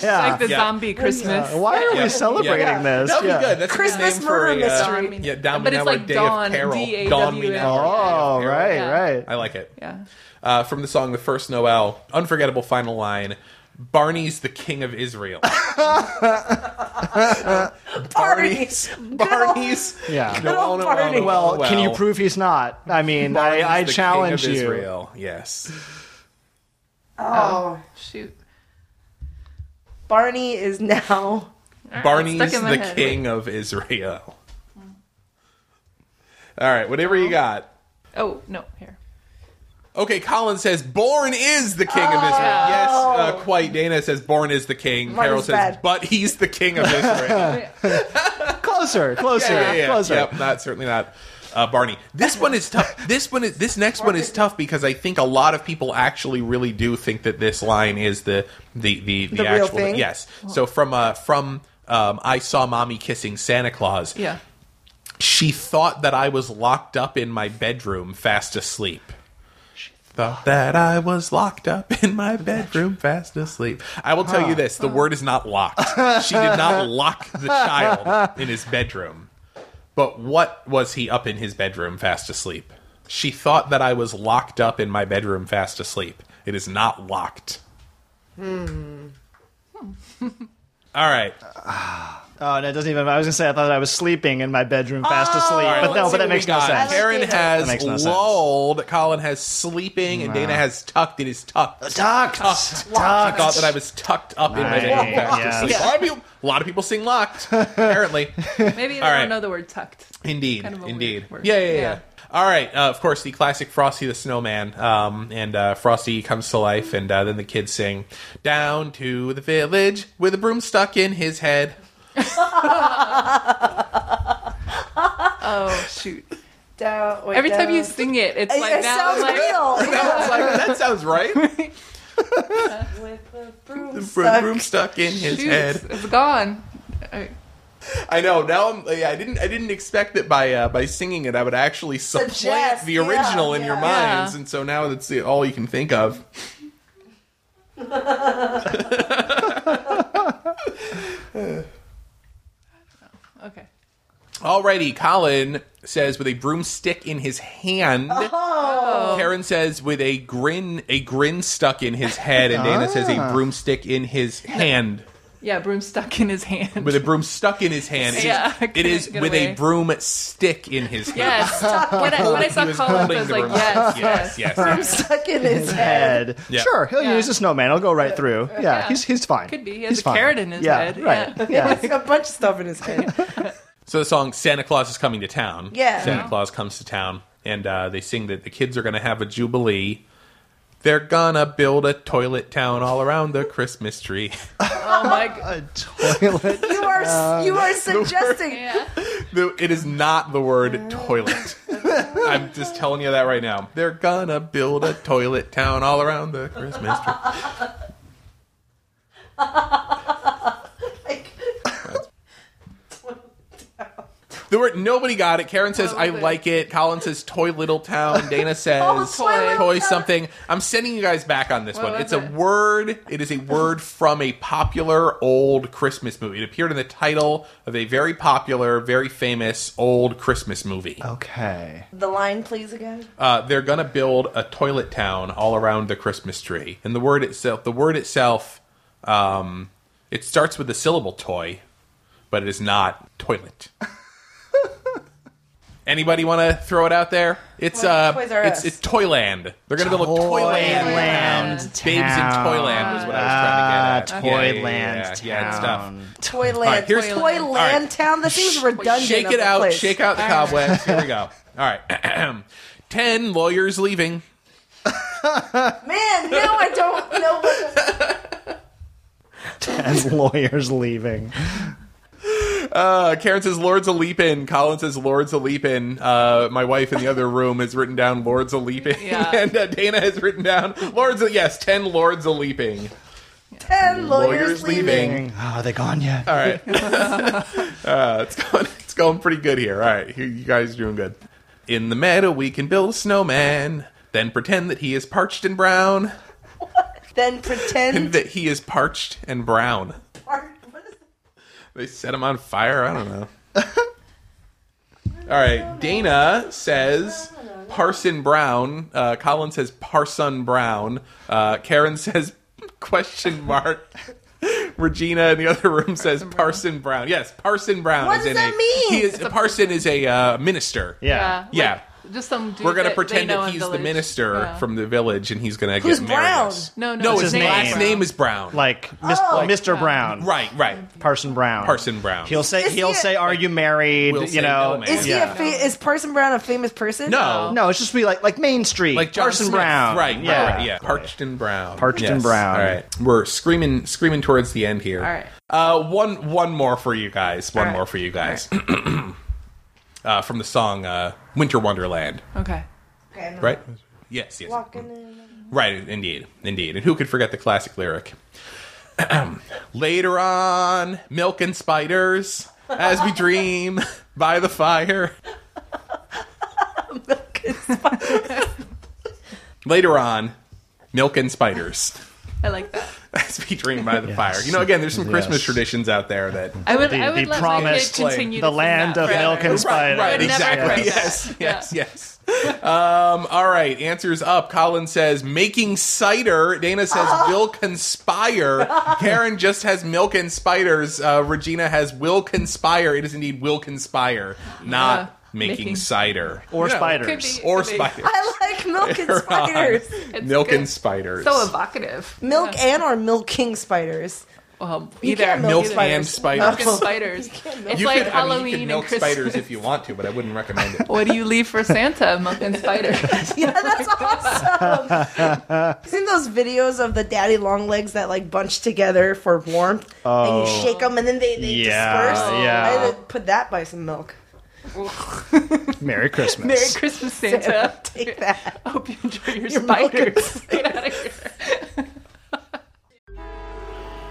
[SPEAKER 2] L.
[SPEAKER 4] Like the
[SPEAKER 5] Yeah.
[SPEAKER 4] zombie Christmas.
[SPEAKER 3] Why are
[SPEAKER 5] Yeah.
[SPEAKER 3] we celebrating
[SPEAKER 5] Yeah.
[SPEAKER 3] this?
[SPEAKER 5] That'd
[SPEAKER 3] Yeah.
[SPEAKER 5] be good. That's
[SPEAKER 2] Christmas
[SPEAKER 5] a good name
[SPEAKER 2] murder
[SPEAKER 5] for a, uh,
[SPEAKER 2] mystery.
[SPEAKER 5] Yeah, Don
[SPEAKER 4] But it's
[SPEAKER 5] Meanauer,
[SPEAKER 4] like
[SPEAKER 5] Day
[SPEAKER 4] Dawn,
[SPEAKER 5] of Peril.
[SPEAKER 4] D A W
[SPEAKER 5] Dawn
[SPEAKER 4] N.
[SPEAKER 5] Meanauer,
[SPEAKER 3] Oh,
[SPEAKER 5] Day of Peril.
[SPEAKER 3] right,
[SPEAKER 4] Yeah.
[SPEAKER 3] right.
[SPEAKER 5] I like it.
[SPEAKER 4] Yeah.
[SPEAKER 5] Uh, from the song "The First Noel," unforgettable final line: "Barney's the king of Israel."
[SPEAKER 2] Barney's.
[SPEAKER 5] Barney's.
[SPEAKER 3] Yeah.
[SPEAKER 2] Good old Barney.
[SPEAKER 3] well,
[SPEAKER 5] Oh,
[SPEAKER 3] can you prove he's not? I mean,
[SPEAKER 5] Barney's
[SPEAKER 3] I, I
[SPEAKER 5] the king
[SPEAKER 3] challenge
[SPEAKER 5] of
[SPEAKER 3] you.
[SPEAKER 5] Israel. Yes.
[SPEAKER 2] Oh,
[SPEAKER 4] Shoot.
[SPEAKER 2] Barney is now.
[SPEAKER 5] Barney's
[SPEAKER 4] stuck in my
[SPEAKER 5] the
[SPEAKER 4] head.
[SPEAKER 5] king of Israel. All right, whatever you got.
[SPEAKER 4] Oh, no. Here.
[SPEAKER 5] Okay, Colin says Born is the king of Israel. Yes, uh, quite. Dana says Born is the king.
[SPEAKER 2] Oh. Mine
[SPEAKER 5] Carol
[SPEAKER 2] is
[SPEAKER 5] says,
[SPEAKER 2] bad.
[SPEAKER 5] but he's the king of Israel.
[SPEAKER 3] Closer, closer, closer.
[SPEAKER 5] Yep, not certainly not. Uh, Barney. This one is tough. This one is this next one is tough because I think a lot of people actually really do think that this line is the the the, the,
[SPEAKER 2] The real
[SPEAKER 5] actual
[SPEAKER 2] thing?
[SPEAKER 5] Yes. So from uh from um I saw mommy kissing Santa Claus.
[SPEAKER 4] Yeah.
[SPEAKER 5] She thought that I was locked up in my bedroom, fast asleep. Thought that I was locked up in my bedroom, fast asleep. I will tell you this: the word is not locked. She did not lock the child in his bedroom. But what was he up in his bedroom, fast asleep? She thought that I was locked up in my bedroom fast asleep. It is not locked. All right.
[SPEAKER 3] Oh, and it doesn't even. I was gonna say I thought I was sleeping in my bedroom, fast asleep.
[SPEAKER 5] Oh, All right,
[SPEAKER 3] but
[SPEAKER 5] let's
[SPEAKER 3] no,
[SPEAKER 5] see
[SPEAKER 3] but that
[SPEAKER 5] what
[SPEAKER 3] makes
[SPEAKER 5] we
[SPEAKER 3] no
[SPEAKER 5] got.
[SPEAKER 4] Oh
[SPEAKER 3] sense.
[SPEAKER 5] Karen
[SPEAKER 2] That
[SPEAKER 3] makes no
[SPEAKER 5] has
[SPEAKER 3] sense.
[SPEAKER 5] lulled. Colin has sleeping, and Dana has tucked. It is tucked.
[SPEAKER 3] Tucked.
[SPEAKER 5] Tucked.
[SPEAKER 3] Tucked.
[SPEAKER 5] She Oh, thought that I was tucked up in my
[SPEAKER 3] Nice.
[SPEAKER 5] bedroom fast
[SPEAKER 3] Yes.
[SPEAKER 5] asleep. A lot of people, a lot of people sing locked. Apparently,
[SPEAKER 4] Maybe they
[SPEAKER 5] All
[SPEAKER 4] don't
[SPEAKER 5] right.
[SPEAKER 4] know the word tucked.
[SPEAKER 5] indeed,
[SPEAKER 4] Kind of a weird
[SPEAKER 5] indeed.
[SPEAKER 4] word.
[SPEAKER 5] Yeah, yeah, yeah,
[SPEAKER 4] Yeah.
[SPEAKER 5] All right. Uh, of course, the classic Frosty the Snowman, um, and uh, Frosty comes to life, and uh, then the kids sing "Down to the village with a broom stuck in his head."
[SPEAKER 4] Oh shoot!
[SPEAKER 2] Down, wait,
[SPEAKER 4] Every time you
[SPEAKER 2] down.
[SPEAKER 4] sing it, it's
[SPEAKER 2] it,
[SPEAKER 4] like
[SPEAKER 2] it
[SPEAKER 4] now
[SPEAKER 2] sounds
[SPEAKER 4] I'm like,
[SPEAKER 2] real.
[SPEAKER 5] I was like, "That sounds right."
[SPEAKER 2] With the broom
[SPEAKER 5] The
[SPEAKER 2] stuck.
[SPEAKER 5] broom stuck in his
[SPEAKER 4] shoot,
[SPEAKER 5] head.
[SPEAKER 4] it's gone. I-
[SPEAKER 5] I know. Now I'm. Yeah, I didn't. I didn't expect that by uh, by singing it, I would actually supplant
[SPEAKER 2] Suggest,
[SPEAKER 5] the
[SPEAKER 2] yeah,
[SPEAKER 5] original in
[SPEAKER 2] yeah.
[SPEAKER 5] your
[SPEAKER 4] Yeah.
[SPEAKER 5] minds, and so now that's the, all you can think of.
[SPEAKER 4] Okay.
[SPEAKER 5] Alrighty, Colin says with a broomstick in his hand.
[SPEAKER 2] Oh.
[SPEAKER 5] Karen says with a grin, a grin stuck in his head, and Dana says a broomstick in his hand.
[SPEAKER 4] Yeah, broom stuck in his hand.
[SPEAKER 5] With a broom stuck in his hand. It is-
[SPEAKER 4] Yeah, I
[SPEAKER 5] it is
[SPEAKER 4] couldn't get
[SPEAKER 5] with a
[SPEAKER 4] away.
[SPEAKER 5] broom stick in his hand.
[SPEAKER 4] yes. when, I, when I saw
[SPEAKER 5] He was
[SPEAKER 4] Colin,
[SPEAKER 5] holding
[SPEAKER 4] I was
[SPEAKER 5] the
[SPEAKER 4] like,
[SPEAKER 5] broom-
[SPEAKER 4] yes, yes,
[SPEAKER 5] yes, yes, yes.
[SPEAKER 2] stuck in his head.
[SPEAKER 3] Head.
[SPEAKER 5] Yeah.
[SPEAKER 3] Sure, he'll
[SPEAKER 4] Yeah.
[SPEAKER 3] use a snowman. He'll go right through. Yeah,
[SPEAKER 4] Yeah.
[SPEAKER 3] he's he's fine.
[SPEAKER 4] Could be. He has
[SPEAKER 3] he's
[SPEAKER 4] a carrot in his
[SPEAKER 3] yeah,
[SPEAKER 4] head.
[SPEAKER 3] Right.
[SPEAKER 4] Yeah.
[SPEAKER 3] Yeah.
[SPEAKER 2] He's got a bunch of stuff in his head.
[SPEAKER 5] So the song "Santa Claus is Coming to Town."
[SPEAKER 2] Yeah.
[SPEAKER 5] Santa
[SPEAKER 2] Yeah.
[SPEAKER 5] Claus comes to town, and uh, they sing that the kids are going to have a jubilee. They're gonna build a toilet town all around the Christmas tree.
[SPEAKER 4] Oh my god.
[SPEAKER 3] a toilet.
[SPEAKER 2] You are you are suggesting
[SPEAKER 4] Yeah.
[SPEAKER 5] The- it is not the word toilet. I'm just telling you that right now. They're gonna build a toilet town all around the Christmas tree.
[SPEAKER 2] like
[SPEAKER 5] There were nobody got it. Karen says I
[SPEAKER 4] Toilet.
[SPEAKER 5] like it. Colin says toy little town. Dana says
[SPEAKER 4] Oh, Toy Little
[SPEAKER 5] toy something. I'm sending you guys back on this one.
[SPEAKER 4] was
[SPEAKER 5] It's a
[SPEAKER 4] it?
[SPEAKER 5] word. It is a word from a popular old Christmas movie. It appeared in the title of a very popular, very famous old Christmas movie.
[SPEAKER 3] Okay.
[SPEAKER 2] the line, please again.
[SPEAKER 5] Uh, they're gonna build a toilet town all around the Christmas tree, and the word itself. The word itself. Um, it starts with the syllable "toy," but it is not toilet. Anybody want to throw it out there? It's uh,
[SPEAKER 2] Toys R
[SPEAKER 5] it's
[SPEAKER 2] Us.
[SPEAKER 5] it's Toyland. They're gonna build a Toyland.
[SPEAKER 3] Toyland
[SPEAKER 5] Babes in Toyland was what I was trying to get at. Yeah, yeah, yeah,
[SPEAKER 3] Ah, Toyland
[SPEAKER 5] yeah, yeah, it's tough.
[SPEAKER 3] Town.
[SPEAKER 2] Toyland,
[SPEAKER 5] right, here's-
[SPEAKER 2] Toyland
[SPEAKER 5] all right.
[SPEAKER 2] Town. That seems redundant.
[SPEAKER 5] Shake
[SPEAKER 2] of
[SPEAKER 5] it
[SPEAKER 2] a
[SPEAKER 5] out.
[SPEAKER 2] place.
[SPEAKER 5] Shake out the cobwebs. Here we go. All right. Ten lawyers leaving.
[SPEAKER 2] Man, now I don't know. What the-
[SPEAKER 3] and lawyers leaving.
[SPEAKER 5] Uh, Karen says Lord's a leapin. Colin says Lord's a leapin. Uh, my wife in the other room has written down Lord's a leapin,
[SPEAKER 4] Yeah.
[SPEAKER 5] and uh, Dana has written down Lord's. A- yes, ten Lord's a leaping.
[SPEAKER 2] Ten
[SPEAKER 5] Lawyers
[SPEAKER 2] lawyers, leaving.
[SPEAKER 5] leaving.
[SPEAKER 3] Oh, are they gone yet?
[SPEAKER 5] All right, uh, it's going. It's going pretty good here. All right, you, you guys are doing good. In the meadow, we can build a snowman, then pretend that he is parched and brown,
[SPEAKER 2] Then
[SPEAKER 5] and
[SPEAKER 2] pretend.
[SPEAKER 5] that he is parched and brown.
[SPEAKER 2] What is-
[SPEAKER 5] They set him on fire. I don't know. All right, Dana says Parson Brown. Uh, Colin says Parson Brown. Uh, Karen says question mark. Regina in the other room says Parson Brown. Yes, Parson Brown.
[SPEAKER 2] What
[SPEAKER 5] is
[SPEAKER 2] does
[SPEAKER 5] in
[SPEAKER 2] that
[SPEAKER 5] a,
[SPEAKER 2] mean?
[SPEAKER 5] He is Parson is a uh, minister.
[SPEAKER 3] Yeah.
[SPEAKER 5] yeah.
[SPEAKER 4] Like, just some dude
[SPEAKER 5] We're gonna
[SPEAKER 4] that
[SPEAKER 5] pretend
[SPEAKER 4] they know
[SPEAKER 5] that
[SPEAKER 4] in
[SPEAKER 5] he's the
[SPEAKER 4] village.
[SPEAKER 5] minister
[SPEAKER 4] Yeah.
[SPEAKER 5] from the village, and he's gonna
[SPEAKER 2] Who's
[SPEAKER 5] get married.
[SPEAKER 2] Brown?
[SPEAKER 4] No, no,
[SPEAKER 5] No,
[SPEAKER 4] his
[SPEAKER 5] his
[SPEAKER 4] name
[SPEAKER 5] last
[SPEAKER 4] is
[SPEAKER 5] name is Brown.
[SPEAKER 3] Like, Mis-
[SPEAKER 2] Oh.
[SPEAKER 3] like Mr. Brown.
[SPEAKER 5] right, right.
[SPEAKER 3] Parson Brown.
[SPEAKER 5] Parson Brown.
[SPEAKER 3] He'll say
[SPEAKER 2] uh, Is he
[SPEAKER 3] he'll
[SPEAKER 2] a-
[SPEAKER 3] say are you married,
[SPEAKER 5] We'll
[SPEAKER 3] you
[SPEAKER 5] say
[SPEAKER 3] know.
[SPEAKER 5] no, man.
[SPEAKER 2] Is
[SPEAKER 3] yeah.
[SPEAKER 2] he a fa- is Parson Brown a famous person?
[SPEAKER 5] no,
[SPEAKER 3] no, it's just be like like Main Street.
[SPEAKER 5] like John
[SPEAKER 3] Parson
[SPEAKER 5] Smith.
[SPEAKER 3] Brown.
[SPEAKER 5] right?
[SPEAKER 3] Yeah.
[SPEAKER 5] right, right, yeah. Parched and brown,
[SPEAKER 3] Parched and brown.
[SPEAKER 5] All right, we're screaming, screaming towards the end here. All
[SPEAKER 4] right.
[SPEAKER 5] uh, one, one more for you guys. One
[SPEAKER 4] All right.
[SPEAKER 5] more for you guys. uh, from the song uh, "Winter Wonderland,"
[SPEAKER 4] Okay.
[SPEAKER 2] Okay, I'm
[SPEAKER 5] right? Yes, yes.
[SPEAKER 2] Walking in.
[SPEAKER 5] Right, indeed, indeed. And who could forget the classic lyric? Later on, milk and spiders, as we dream by the fire. Later on, milk and spiders,
[SPEAKER 4] I like that.
[SPEAKER 5] as we dream by the fire. You know, again, there's some Christmas
[SPEAKER 3] Yes.
[SPEAKER 5] traditions out there that.
[SPEAKER 4] I would.
[SPEAKER 3] The-
[SPEAKER 4] I would
[SPEAKER 3] the
[SPEAKER 4] let my kid
[SPEAKER 3] promised
[SPEAKER 4] continue
[SPEAKER 3] the
[SPEAKER 4] to sing
[SPEAKER 3] land
[SPEAKER 4] that
[SPEAKER 3] of
[SPEAKER 4] forever.
[SPEAKER 3] milk and
[SPEAKER 5] Right,
[SPEAKER 3] spiders.
[SPEAKER 5] right,
[SPEAKER 4] Never
[SPEAKER 5] exactly.
[SPEAKER 4] forget
[SPEAKER 5] Yes,
[SPEAKER 4] that.
[SPEAKER 5] yes, yes. Um, all right, answers up. Colin says making cider. Dana says
[SPEAKER 4] Ah.
[SPEAKER 5] will conspire. Karen just has milk and spiders. Uh, Regina has will conspire. It is indeed will conspire, not
[SPEAKER 4] Yeah,
[SPEAKER 5] making,
[SPEAKER 4] Uh, making-
[SPEAKER 5] cider
[SPEAKER 3] Or
[SPEAKER 5] You know,
[SPEAKER 3] spiders.
[SPEAKER 4] Could be.
[SPEAKER 5] or spiders.
[SPEAKER 2] I like milk and spiders.
[SPEAKER 4] It's
[SPEAKER 5] milk
[SPEAKER 4] good.
[SPEAKER 5] and spiders.
[SPEAKER 4] So evocative.
[SPEAKER 2] Milk and or milking spiders.
[SPEAKER 4] Well,
[SPEAKER 2] You
[SPEAKER 4] either
[SPEAKER 2] can't
[SPEAKER 5] milk
[SPEAKER 4] either.
[SPEAKER 5] and spiders.
[SPEAKER 4] Milk and spiders. It's
[SPEAKER 5] You
[SPEAKER 4] like
[SPEAKER 5] could, I mean,
[SPEAKER 4] Halloween
[SPEAKER 5] you could
[SPEAKER 4] and
[SPEAKER 5] milk
[SPEAKER 4] Christmas.
[SPEAKER 5] spiders if you want to, but I wouldn't recommend it.
[SPEAKER 4] What do you leave for Santa? Milk and spiders.
[SPEAKER 2] Yeah, that's awesome. you seen those videos of the daddy long legs that like bunch together for warmth, and you shake them, and then they, they
[SPEAKER 3] Oh. Yeah,
[SPEAKER 2] disperse.
[SPEAKER 3] yeah.
[SPEAKER 2] I had to put that by some milk.
[SPEAKER 3] Merry Christmas.
[SPEAKER 4] Merry Christmas, Santa.
[SPEAKER 2] Take that.
[SPEAKER 4] I hope you enjoy your,
[SPEAKER 2] milk and
[SPEAKER 4] spiders. Get out of here.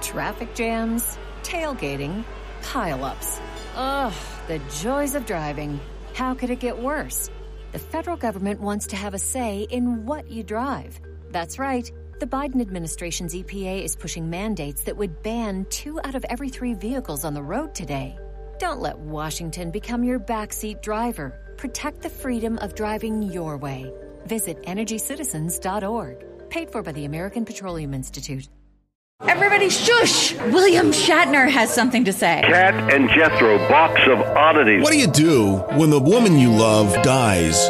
[SPEAKER 7] Traffic jams, tailgating, pileups. Ugh, the joys of driving. How could it get worse? The federal government wants to have a say in what you drive. That's right. The Biden administration's EPA is pushing mandates that would ban two out of every three vehicles on the road today. Don't let Washington become your backseat driver. Protect the freedom of driving your way. Visit EnergyCitizens.org. Paid for by the American Petroleum Institute.
[SPEAKER 8] Everybody shush! William Shatner has something to say.
[SPEAKER 9] Cat and Jethro Box of Oddities.
[SPEAKER 10] What do you do when the woman you love dies?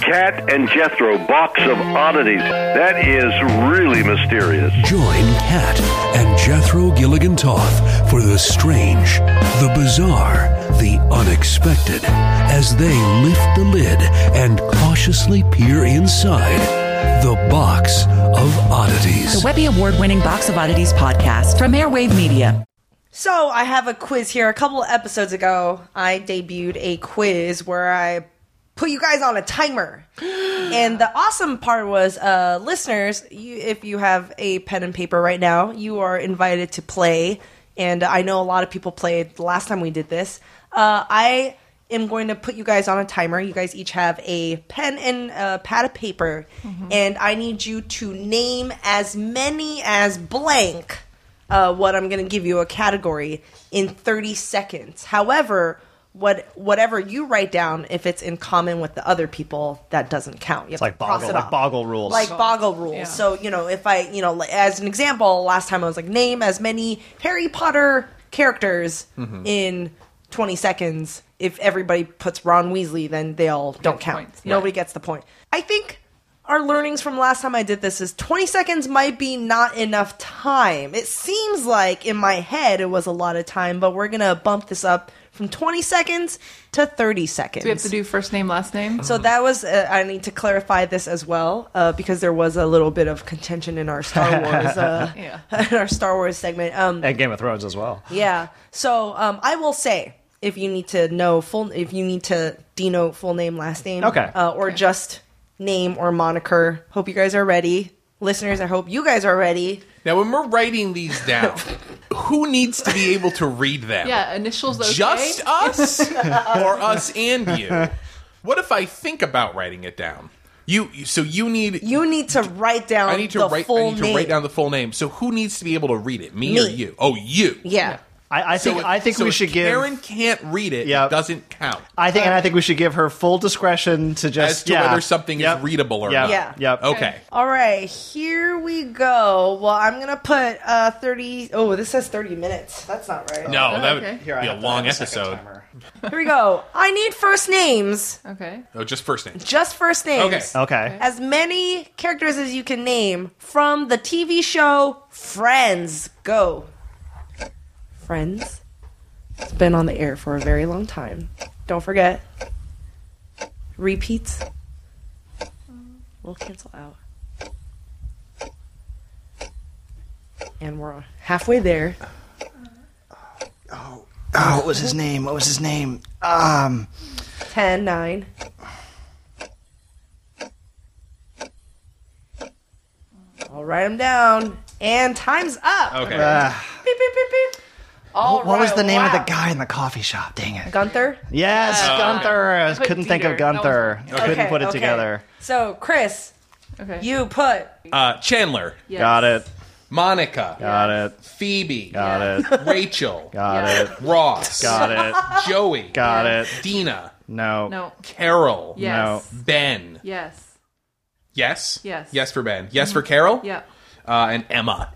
[SPEAKER 9] Cat and Jethro Box of Oddities. That is really mysterious.
[SPEAKER 10] Join Kat and Jethro Gilligan Toth for the strange, the bizarre, the unexpected as they lift the lid and cautiously peer inside the box of oddities.
[SPEAKER 8] Webby Award winning Box of Oddities podcast from Airwave Media.
[SPEAKER 2] So I have a quiz here. A couple episodes ago, I debuted a quiz where I put you guys on a timer. and the awesome part was, uh, listeners, you, if you have a pen and paper right now, you are invited to play. And I know a lot of people played the last time we did this. Uh, I am going to put you guys on a timer. You guys each have a pen and a pad of paper, and I need you to name as many as blank uh, what I'm going to give you a category in 30 seconds. However, what whatever you write down, if it's in common with the other people, that doesn't count. You have
[SPEAKER 3] like
[SPEAKER 2] to cross
[SPEAKER 3] Boggle-
[SPEAKER 2] it
[SPEAKER 3] like
[SPEAKER 2] off.
[SPEAKER 3] Boggle rules.
[SPEAKER 2] Like Boggle rules. So you know, if I you know, li- as an example, last time I was like, name as many Harry Potter characters
[SPEAKER 4] Mm-hmm.
[SPEAKER 2] in 20 seconds. If everybody puts Ron Weasley, then they all don't count.
[SPEAKER 4] points.
[SPEAKER 2] Nobody gets the point. I think our learnings from last time I did this is 20 seconds might be not enough time. It seems like in my head it was a lot of time, but we're going to bump this up from 20 seconds to 30 seconds.
[SPEAKER 4] We have to do first name, last name.
[SPEAKER 5] Mm.
[SPEAKER 2] so that was, uh, I need to clarify this as well, uh, because there was a little bit of contention in our Star Wars, uh,
[SPEAKER 4] Yeah.
[SPEAKER 2] in our Star Wars segment. Um,
[SPEAKER 3] and Game of Thrones as well.
[SPEAKER 2] yeah. So um, I will say if you need to know full, if you need to denote full name, last name,
[SPEAKER 3] Okay.
[SPEAKER 2] uh, or just name or moniker. Hope you guys are ready, listeners. I hope you guys are ready.
[SPEAKER 5] Now, when we're writing these down, who needs to be able to read them?
[SPEAKER 4] Yeah, initials okay.
[SPEAKER 5] Just us or us and you? What if I think about writing it down? You so you need
[SPEAKER 2] You need to write down.
[SPEAKER 5] I need to
[SPEAKER 2] the
[SPEAKER 5] write
[SPEAKER 2] full
[SPEAKER 5] I need to
[SPEAKER 2] name.
[SPEAKER 5] write down the full name. So who needs to be able to read it? Me, or
[SPEAKER 2] Me.
[SPEAKER 5] you? Oh, you.
[SPEAKER 2] yeah.
[SPEAKER 3] I, I think
[SPEAKER 5] if-
[SPEAKER 3] I think
[SPEAKER 5] so
[SPEAKER 3] we
[SPEAKER 5] if
[SPEAKER 3] should give
[SPEAKER 5] Karen can't read it.
[SPEAKER 3] Yep.
[SPEAKER 5] It doesn't count.
[SPEAKER 3] I think and I think we should give her full discretion to just
[SPEAKER 5] As to
[SPEAKER 3] yeah.
[SPEAKER 5] whether something
[SPEAKER 3] Yep.
[SPEAKER 5] is readable or
[SPEAKER 3] Yep.
[SPEAKER 5] not.
[SPEAKER 2] Yeah.
[SPEAKER 3] Yep.
[SPEAKER 5] Okay.
[SPEAKER 2] All right, here we go. Well, I'm gonna put uh 30. Oh, this says 30 minutes. That's not right.
[SPEAKER 5] No, that would
[SPEAKER 4] okay.
[SPEAKER 5] be
[SPEAKER 3] Here, I
[SPEAKER 5] a
[SPEAKER 3] have to
[SPEAKER 5] long
[SPEAKER 3] have second
[SPEAKER 5] episode.
[SPEAKER 3] timer.
[SPEAKER 2] Here we go. I need first names.
[SPEAKER 4] Okay.
[SPEAKER 5] Oh, just first name.
[SPEAKER 2] Just first names.
[SPEAKER 5] Okay.
[SPEAKER 3] Okay.
[SPEAKER 2] as many characters as you can name from the TV show Friends. Go. Friends. It's been on the air for a very long time. Don't forget. Repeats. We'll cancel out. And we're halfway there.
[SPEAKER 3] Oh, what was his name? What was his name? Um,
[SPEAKER 2] 10, 9. Write them down. And time's up.
[SPEAKER 11] Okay.
[SPEAKER 2] Beep, beep, beep, beep. All
[SPEAKER 3] What was
[SPEAKER 2] right,
[SPEAKER 3] the name of
[SPEAKER 2] wow.
[SPEAKER 3] the guy in the coffee shop? Dang it.
[SPEAKER 2] Gunther?
[SPEAKER 3] Yes,
[SPEAKER 11] Uh,
[SPEAKER 3] Gunther. I
[SPEAKER 4] put
[SPEAKER 3] couldn't think of
[SPEAKER 4] Dieter. That was-
[SPEAKER 3] Gunther. I couldn't
[SPEAKER 2] Okay,
[SPEAKER 3] put it
[SPEAKER 2] okay.
[SPEAKER 3] together.
[SPEAKER 2] So, Chris,
[SPEAKER 4] Okay.
[SPEAKER 2] you put
[SPEAKER 11] Uh, Chandler,
[SPEAKER 4] Yes.
[SPEAKER 3] Got it.
[SPEAKER 5] Monica,
[SPEAKER 3] Got it.
[SPEAKER 5] Phoebe,
[SPEAKER 3] Got it.
[SPEAKER 5] Rachel,
[SPEAKER 3] Got
[SPEAKER 4] Yeah.
[SPEAKER 3] it.
[SPEAKER 5] Ross,
[SPEAKER 3] Got it.
[SPEAKER 5] Joey,
[SPEAKER 3] Got it.
[SPEAKER 5] Dina,
[SPEAKER 3] No.
[SPEAKER 4] No.
[SPEAKER 5] Carol,
[SPEAKER 4] Yes.
[SPEAKER 5] Ben.
[SPEAKER 4] Yes.
[SPEAKER 5] Yes?
[SPEAKER 4] Yes. Mm-hmm.
[SPEAKER 5] Yes for Ben. Yes for Carol?
[SPEAKER 4] Yeah.
[SPEAKER 5] Uh, and Emma.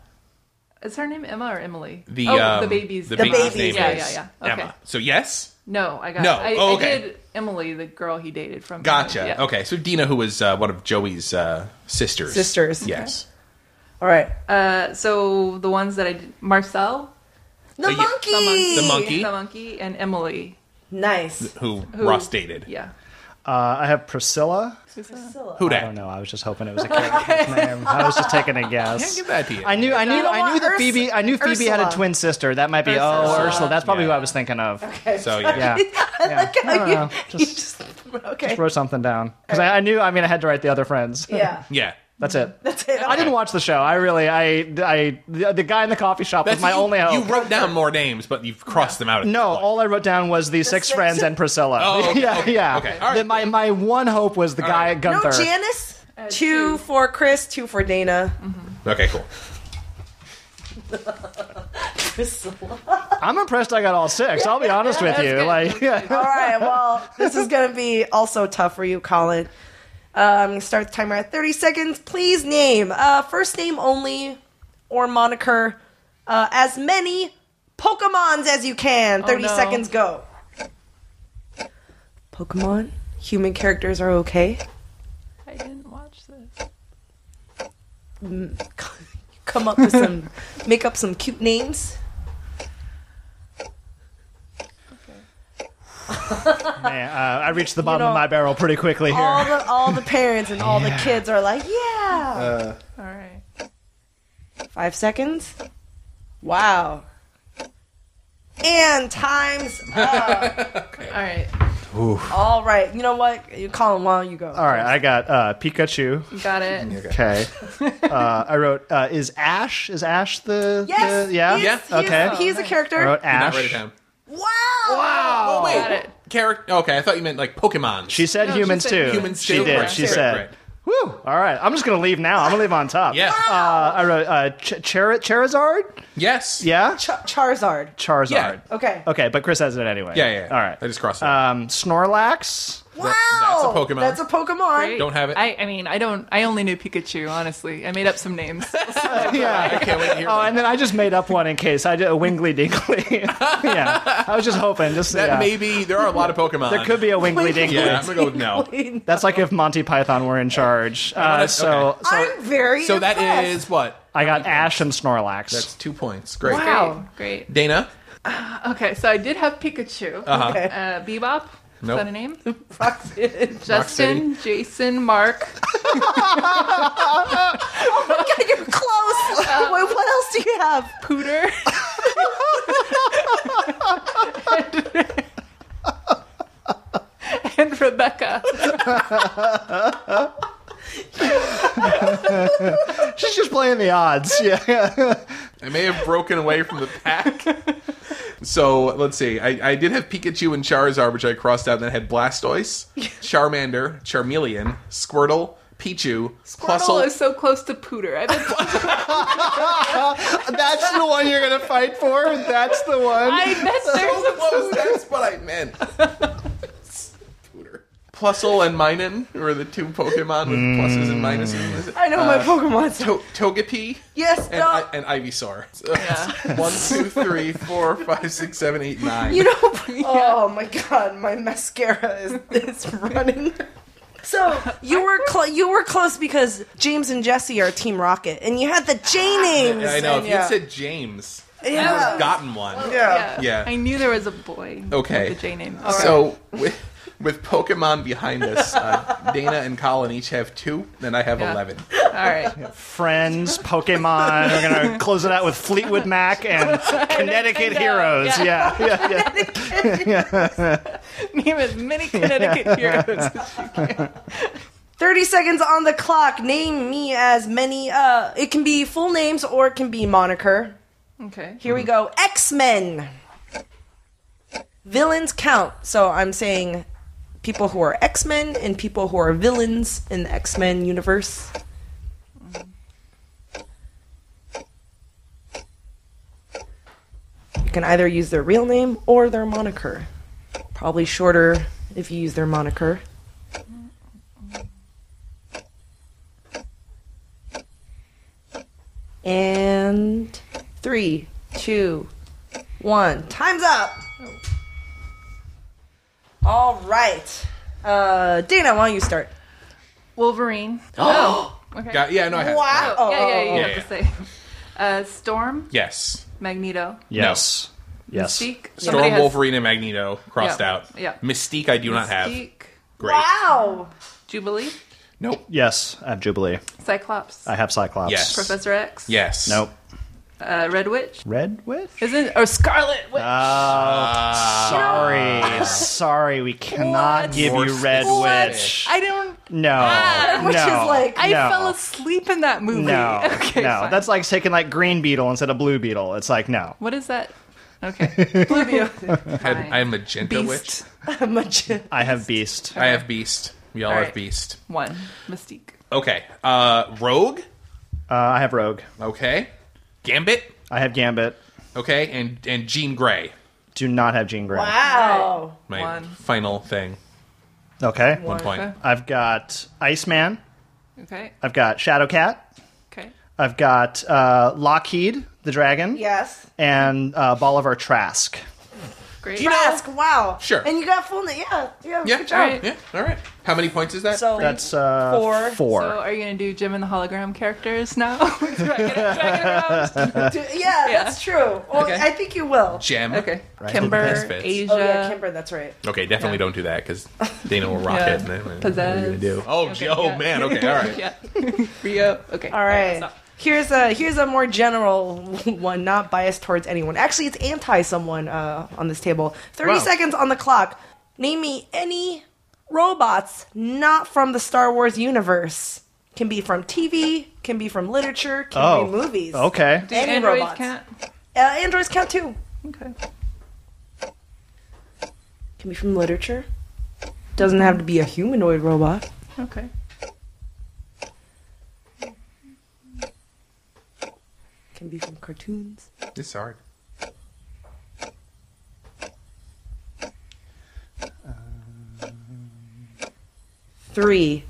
[SPEAKER 4] Is her name Emma or Emily?
[SPEAKER 5] The,
[SPEAKER 4] oh,
[SPEAKER 5] um,
[SPEAKER 4] the baby's
[SPEAKER 5] The,
[SPEAKER 4] name.
[SPEAKER 5] baby's name
[SPEAKER 2] baby's
[SPEAKER 4] Yeah,
[SPEAKER 5] is
[SPEAKER 4] yeah, yeah. Okay.
[SPEAKER 5] Emma. So yes?
[SPEAKER 4] No, I got.
[SPEAKER 5] No.
[SPEAKER 4] I,
[SPEAKER 5] Oh,
[SPEAKER 4] I
[SPEAKER 5] okay.
[SPEAKER 4] did Emily, the girl he dated from.
[SPEAKER 5] Gotcha.
[SPEAKER 4] Yeah.
[SPEAKER 5] Okay. So Dina, who was uh, one of Joey's uh, sisters.
[SPEAKER 2] sisters.
[SPEAKER 5] Yes.
[SPEAKER 2] All right.
[SPEAKER 4] Uh, so the ones that I did, Marcel,
[SPEAKER 2] The,
[SPEAKER 3] Oh,
[SPEAKER 5] yeah.
[SPEAKER 2] monkey!
[SPEAKER 5] The monkey.
[SPEAKER 4] the monkey, and Emily.
[SPEAKER 2] Nice.
[SPEAKER 5] Who,
[SPEAKER 4] who-
[SPEAKER 5] Ross dated.
[SPEAKER 4] Yeah.
[SPEAKER 3] Uh, I have Priscilla.
[SPEAKER 5] Who
[SPEAKER 3] I
[SPEAKER 5] that?
[SPEAKER 3] don't know. I was just hoping it was a character's name. I was just taking a
[SPEAKER 5] Can't
[SPEAKER 3] guess.
[SPEAKER 5] give that to you.
[SPEAKER 3] I knew, I knew,
[SPEAKER 2] know
[SPEAKER 3] I knew
[SPEAKER 2] what?
[SPEAKER 3] that
[SPEAKER 2] Urs-
[SPEAKER 3] Phoebe, I knew Phoebe had a
[SPEAKER 2] Ursula.
[SPEAKER 3] twin sister. That might be oh Ursula. That's probably who I was thinking of.
[SPEAKER 5] So yeah.
[SPEAKER 3] Yeah. I don't know. Just,
[SPEAKER 2] Okay.
[SPEAKER 3] just wrote something down because I, I knew. I mean, I had to write the other friends.
[SPEAKER 2] yeah.
[SPEAKER 5] Yeah.
[SPEAKER 3] That's it.
[SPEAKER 2] That's it.
[SPEAKER 3] I didn't watch the show. I really, I, I, the, the guy in the coffee shop was my
[SPEAKER 5] you,
[SPEAKER 3] only hope.
[SPEAKER 5] You wrote down more names, but you've crossed them out. At this
[SPEAKER 3] No,
[SPEAKER 5] point.
[SPEAKER 3] all I wrote down was the six
[SPEAKER 2] six-
[SPEAKER 3] friends and Priscilla.
[SPEAKER 5] Oh, okay,
[SPEAKER 3] yeah,
[SPEAKER 5] okay,
[SPEAKER 3] yeah.
[SPEAKER 5] okay. All right.
[SPEAKER 3] The- my my one hope was the guy at
[SPEAKER 2] No,
[SPEAKER 3] Gunther.
[SPEAKER 2] Janice? two for Chris, two for Dana.
[SPEAKER 5] Okay. Cool.
[SPEAKER 3] I'm impressed I got all six. I'll be honest with you. Like,
[SPEAKER 2] All right. Well, this is going to be also tough for you, Colin. Uh, I'm going to start the timer at 30 seconds. Please name uh, first name only or moniker uh, as many Pokemons as you can. 30
[SPEAKER 4] no.
[SPEAKER 2] seconds go. Pokemon, human characters are okay.
[SPEAKER 4] I didn't watch this.
[SPEAKER 2] Come up with some, make up some cute names.
[SPEAKER 3] man, uh, I reached the bottom
[SPEAKER 2] know,
[SPEAKER 3] of my barrel pretty quickly here.
[SPEAKER 2] All the all the parents and all the kids are like, yeah.
[SPEAKER 4] All right.
[SPEAKER 2] Five seconds. Wow. And times
[SPEAKER 4] All right.
[SPEAKER 2] All right. You know what? You call him while you go.
[SPEAKER 3] all right, I got uh, Pikachu.
[SPEAKER 4] Got it.
[SPEAKER 3] Okay, uh, I wrote uh, is Ash. Is Ash the? the-
[SPEAKER 2] Yes.
[SPEAKER 3] Uh, yeah.
[SPEAKER 2] He's, he's-
[SPEAKER 3] okay.
[SPEAKER 2] He's a
[SPEAKER 3] I
[SPEAKER 2] character.
[SPEAKER 3] wrote
[SPEAKER 5] Did
[SPEAKER 3] Ash.
[SPEAKER 5] not write it down.
[SPEAKER 2] Wow.
[SPEAKER 5] Oh wait.
[SPEAKER 4] Got it.
[SPEAKER 5] Character. Okay. I thought you meant like Pokemon.
[SPEAKER 3] She said
[SPEAKER 4] No, she
[SPEAKER 3] humans
[SPEAKER 4] said
[SPEAKER 3] too.
[SPEAKER 5] humans
[SPEAKER 3] she
[SPEAKER 5] too.
[SPEAKER 3] did.
[SPEAKER 5] Right,
[SPEAKER 3] she
[SPEAKER 5] right,
[SPEAKER 3] said.
[SPEAKER 5] right.
[SPEAKER 3] Woo! All right, I'm just gonna leave now. I'm gonna leave on top.
[SPEAKER 5] Yeah.
[SPEAKER 3] Uh, I wrote uh, Ch- Char- Charizard.
[SPEAKER 5] Yes.
[SPEAKER 3] Yeah.
[SPEAKER 2] Char- Charizard.
[SPEAKER 3] Charizard.
[SPEAKER 5] Yeah.
[SPEAKER 2] Okay.
[SPEAKER 3] Okay, but Chris has it anyway.
[SPEAKER 5] Yeah, yeah, yeah.
[SPEAKER 3] All right.
[SPEAKER 5] I just crossed it out.
[SPEAKER 3] Um, Snorlax.
[SPEAKER 2] Wow.
[SPEAKER 5] that's a Pokemon.
[SPEAKER 2] That's a Pokemon.
[SPEAKER 4] Great.
[SPEAKER 5] Don't have it.
[SPEAKER 4] I, I mean, I don't. I only knew Pikachu. Honestly, I made up some names.
[SPEAKER 3] yeah.
[SPEAKER 5] Can't wait to hear
[SPEAKER 3] Oh,
[SPEAKER 5] that.
[SPEAKER 3] and then I just made up one in case I did a Wingly Dingley. yeah, I was just hoping. Just
[SPEAKER 5] That
[SPEAKER 3] yeah.
[SPEAKER 5] may be. There are a lot of Pokemon.
[SPEAKER 3] there could be a Wingly Dingley.
[SPEAKER 5] Yeah. I'm gonna go with no.
[SPEAKER 3] That's like if Monty Python were in charge. Uh,
[SPEAKER 5] that's-
[SPEAKER 3] so,
[SPEAKER 5] okay.
[SPEAKER 3] so
[SPEAKER 2] I'm very
[SPEAKER 5] So
[SPEAKER 2] impressed.
[SPEAKER 5] that is what.
[SPEAKER 3] I got Ash and Snorlax.
[SPEAKER 5] That's two points. Great.
[SPEAKER 2] Wow.
[SPEAKER 4] Great. great.
[SPEAKER 5] Dana.
[SPEAKER 4] Okay, so I did have Pikachu. Uh-huh. Uh, Bebop. Is
[SPEAKER 5] Nope.
[SPEAKER 4] that a name? Justin, Jason, Mark.
[SPEAKER 2] God, you're close. Wait, what else do you have? Pooter.
[SPEAKER 4] and Rebecca.
[SPEAKER 3] She's just playing the odds. Yeah.
[SPEAKER 5] I may have broken away from the pack. So let's see. I, I did have Pikachu and Charizard, which I crossed out, and then had Blastoise, Charmander, Charmeleon, Squirtle, Pichu,
[SPEAKER 4] Squirtle
[SPEAKER 5] Plusle.
[SPEAKER 4] is so close to Pooter. I, bet,
[SPEAKER 3] That's the one you're gonna fight for. That's the one.
[SPEAKER 4] I bet there's a
[SPEAKER 5] Close, that's what I meant. Pooter. Plusle and Minun were the two Pokemon with pluses and minuses. Uh,
[SPEAKER 2] I know my Pokemon's.
[SPEAKER 5] To- Togepi
[SPEAKER 2] Yes.
[SPEAKER 5] and,
[SPEAKER 2] no.
[SPEAKER 5] I- and Ivysaur. So One, two, three, four, five, six, seven, eight, nine.
[SPEAKER 2] You know, oh my god, my mascara is, is running. So you were clo you were close because James and Jesse are Team Rocket, and you had the J names.
[SPEAKER 5] I know.
[SPEAKER 2] And
[SPEAKER 5] If you'd
[SPEAKER 2] yeah.
[SPEAKER 5] said James, I would
[SPEAKER 2] yeah.
[SPEAKER 5] have gotten one.
[SPEAKER 4] yeah.
[SPEAKER 5] Yeah.
[SPEAKER 4] I knew there was a boy.
[SPEAKER 5] Okay.
[SPEAKER 4] With the J name.
[SPEAKER 5] So with, with Pokemon behind us, uh, Dana and Colin each have two, and I have
[SPEAKER 4] Yeah.
[SPEAKER 5] eleven.
[SPEAKER 4] All right.
[SPEAKER 3] Friends, Pokemon. We're gonna close it out with Fleetwood Mac and Connecticut Heroes. Yeah, yeah, yeah.
[SPEAKER 4] Name as many Connecticut heroes. as you-
[SPEAKER 2] 30 seconds on the clock. Name me as many. Uh, it can be full names or it can be moniker.
[SPEAKER 4] Okay.
[SPEAKER 2] Here we go. X Men. Villains count. So I'm saying people who are X Men and people who are villains in the X Men universe. You can either use their real name or their moniker. Probably shorter if you use their moniker. And three, two, one. Time's up. All right. Uh, Dana, why don't you start?
[SPEAKER 4] Wolverine. oh. Okay.
[SPEAKER 5] Got- yeah, no, I had.
[SPEAKER 2] Wow.
[SPEAKER 4] Oh, yeah, yeah, you
[SPEAKER 5] Yeah,
[SPEAKER 4] have to say. Uh, Storm,
[SPEAKER 5] Yes.
[SPEAKER 4] Magneto,
[SPEAKER 3] Yes. Yes.
[SPEAKER 4] Mystique. Somebody
[SPEAKER 5] Storm,
[SPEAKER 4] has-
[SPEAKER 5] Wolverine, and Magneto crossed
[SPEAKER 4] Yeah,
[SPEAKER 5] out.
[SPEAKER 4] yeah.
[SPEAKER 5] Mystique, I do not have.
[SPEAKER 4] Mystique,
[SPEAKER 5] Great.
[SPEAKER 2] Wow.
[SPEAKER 4] Jubilee,
[SPEAKER 5] Nope.
[SPEAKER 3] Yes. I have Jubilee.
[SPEAKER 4] Cyclops,
[SPEAKER 5] Uh,
[SPEAKER 3] I have Cyclops.
[SPEAKER 5] Yes.
[SPEAKER 4] Professor X,
[SPEAKER 5] Yes.
[SPEAKER 3] Nope.
[SPEAKER 4] uh, Red Witch.
[SPEAKER 3] Red Witch?
[SPEAKER 4] Isn't or Scarlet Witch?
[SPEAKER 3] Uh, Sorry. Sorry, we cannot
[SPEAKER 4] What?
[SPEAKER 3] give you
[SPEAKER 5] Uh, Force
[SPEAKER 3] Red
[SPEAKER 5] What?
[SPEAKER 3] Witch.
[SPEAKER 4] I don't.
[SPEAKER 3] No.
[SPEAKER 4] Ah,
[SPEAKER 3] no.
[SPEAKER 2] which is like-
[SPEAKER 4] I
[SPEAKER 3] no.
[SPEAKER 4] fell asleep in that movie.
[SPEAKER 3] No.
[SPEAKER 4] Okay.
[SPEAKER 3] no.
[SPEAKER 4] fine.
[SPEAKER 3] That's like taking like Green Beetle instead of Blue Beetle. It's like, no.
[SPEAKER 4] What is that? Okay. Blue Beetle.
[SPEAKER 5] I, had, I have Magenta Witch.
[SPEAKER 4] Beast.
[SPEAKER 2] Much-
[SPEAKER 3] I have Beast.
[SPEAKER 5] I have Beast. We all
[SPEAKER 4] All
[SPEAKER 5] have
[SPEAKER 4] right.
[SPEAKER 5] Beast.
[SPEAKER 4] One. Mystique.
[SPEAKER 5] Okay. Uh, Rogue.
[SPEAKER 3] Uh, I have Rogue.
[SPEAKER 5] Okay. Gambit.
[SPEAKER 3] I have Gambit.
[SPEAKER 5] Okay. And and Jean Grey.
[SPEAKER 3] Do not have Jean Grey.
[SPEAKER 2] wow.
[SPEAKER 5] My
[SPEAKER 4] One.
[SPEAKER 5] final thing.
[SPEAKER 3] Okay.
[SPEAKER 5] One point.
[SPEAKER 4] Okay.
[SPEAKER 3] I've got Iceman.
[SPEAKER 4] Okay.
[SPEAKER 3] I've got Shadowcat.
[SPEAKER 4] Okay.
[SPEAKER 3] I've got uh, Lockheed the dragon.
[SPEAKER 2] Yes.
[SPEAKER 3] And uh, Bolivar Trask.
[SPEAKER 4] Great.
[SPEAKER 2] Trask, wow.
[SPEAKER 5] Sure.
[SPEAKER 2] And you got full name. Yeah, yeah,
[SPEAKER 5] Yeah.
[SPEAKER 2] good
[SPEAKER 5] all
[SPEAKER 2] job.
[SPEAKER 5] right. Yeah. All right. How many points is that?
[SPEAKER 2] So
[SPEAKER 3] That's uh,
[SPEAKER 2] Four.
[SPEAKER 3] Four.
[SPEAKER 4] So are you gonna do Jim and the hologram characters now? Do I get it- do I get it around?
[SPEAKER 2] two- yeah, that's true. Well,
[SPEAKER 5] Okay.
[SPEAKER 2] I think you will.
[SPEAKER 5] Gem.
[SPEAKER 4] okay.
[SPEAKER 3] Right.
[SPEAKER 4] Kimber,
[SPEAKER 5] This fits.
[SPEAKER 4] Asia.
[SPEAKER 2] Oh yeah, Kimber, that's right.
[SPEAKER 5] Okay, definitely don't do that because Dana will rock
[SPEAKER 4] Yeah.
[SPEAKER 5] it. And then, what are you
[SPEAKER 4] Pizzazz.
[SPEAKER 5] gonna do? Oh, gee- oh
[SPEAKER 4] yeah.
[SPEAKER 5] man. Okay, all right.
[SPEAKER 4] Yeah. Rio. Okay.
[SPEAKER 2] All right.
[SPEAKER 4] stop.
[SPEAKER 2] Here's a here's a more general one, not biased towards anyone. Actually, it's anti someone uh, on this table. Thirty
[SPEAKER 5] Wow.
[SPEAKER 2] seconds on the clock. Name me any robots not from the Star Wars universe. Can be from TV. Can be from literature. Can
[SPEAKER 3] Oh.
[SPEAKER 2] be movies.
[SPEAKER 3] Okay.
[SPEAKER 4] Do
[SPEAKER 2] Any
[SPEAKER 4] androids
[SPEAKER 2] robots.
[SPEAKER 4] count?
[SPEAKER 2] Uh, androids count too.
[SPEAKER 4] Okay.
[SPEAKER 2] Can be from literature. Doesn't have to be a humanoid robot.
[SPEAKER 4] Okay.
[SPEAKER 2] Can be from cartoons.
[SPEAKER 5] It's hard.
[SPEAKER 2] Three,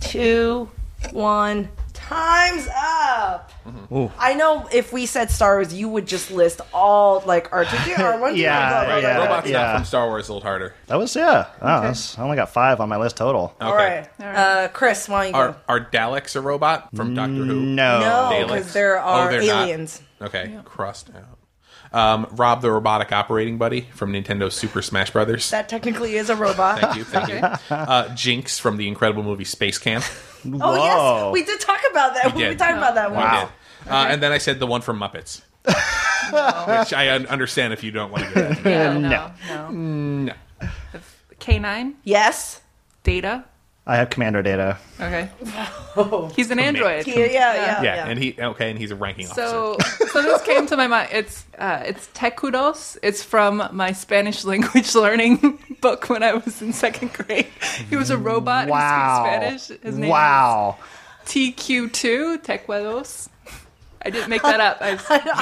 [SPEAKER 2] two, one. Time's up.
[SPEAKER 3] Mm-hmm. Ooh.
[SPEAKER 2] I know if we said Star Wars, you would just list all like R two D R one.
[SPEAKER 3] Yeah, yeah.
[SPEAKER 5] Robots
[SPEAKER 3] yeah.
[SPEAKER 5] not from Star Wars. A little harder.
[SPEAKER 3] That was, yeah. Oh, that's, I only got five on my list total.
[SPEAKER 5] Okay.
[SPEAKER 2] All right. Uh, Chris, why don't you
[SPEAKER 5] Are are Daleks a robot from Doctor Who?
[SPEAKER 3] Mm, No.
[SPEAKER 2] go? No,
[SPEAKER 5] Daleks.
[SPEAKER 2] because there
[SPEAKER 5] Oh,
[SPEAKER 2] are
[SPEAKER 5] they're not.
[SPEAKER 2] aliens.
[SPEAKER 5] Okay, crossed out. Um, Rob the robotic operating buddy from Nintendo Super Smash Brothers.
[SPEAKER 2] That technically is a robot.
[SPEAKER 5] Thank you, thank you. Uh, Jinx from the incredible movie Space Camp.
[SPEAKER 2] oh
[SPEAKER 3] Whoa.
[SPEAKER 2] yes, we did talk about that. We,
[SPEAKER 5] did.
[SPEAKER 2] were talking about that one.
[SPEAKER 5] Wow. Uh, and then I said the one from Muppets. Which I un- understand if you don't want to do
[SPEAKER 2] Uh,
[SPEAKER 5] that.
[SPEAKER 4] Yeah, no. No. K9.
[SPEAKER 2] Yes.
[SPEAKER 4] Data.
[SPEAKER 3] I have Commander Data.
[SPEAKER 4] Okay. He's an android.
[SPEAKER 2] Yeah, yeah, yeah.
[SPEAKER 5] Yeah, and he okay, and he's a ranking officer.
[SPEAKER 4] So, so this came to my mind. It's uh, it's Tecudos. It's from my Spanish language learning book when I was in second grade. He was a robot
[SPEAKER 3] Wow.
[SPEAKER 4] who speaks Spanish. His name
[SPEAKER 3] wow.
[SPEAKER 4] is TQ2 Tecudos. I didn't make that up. I,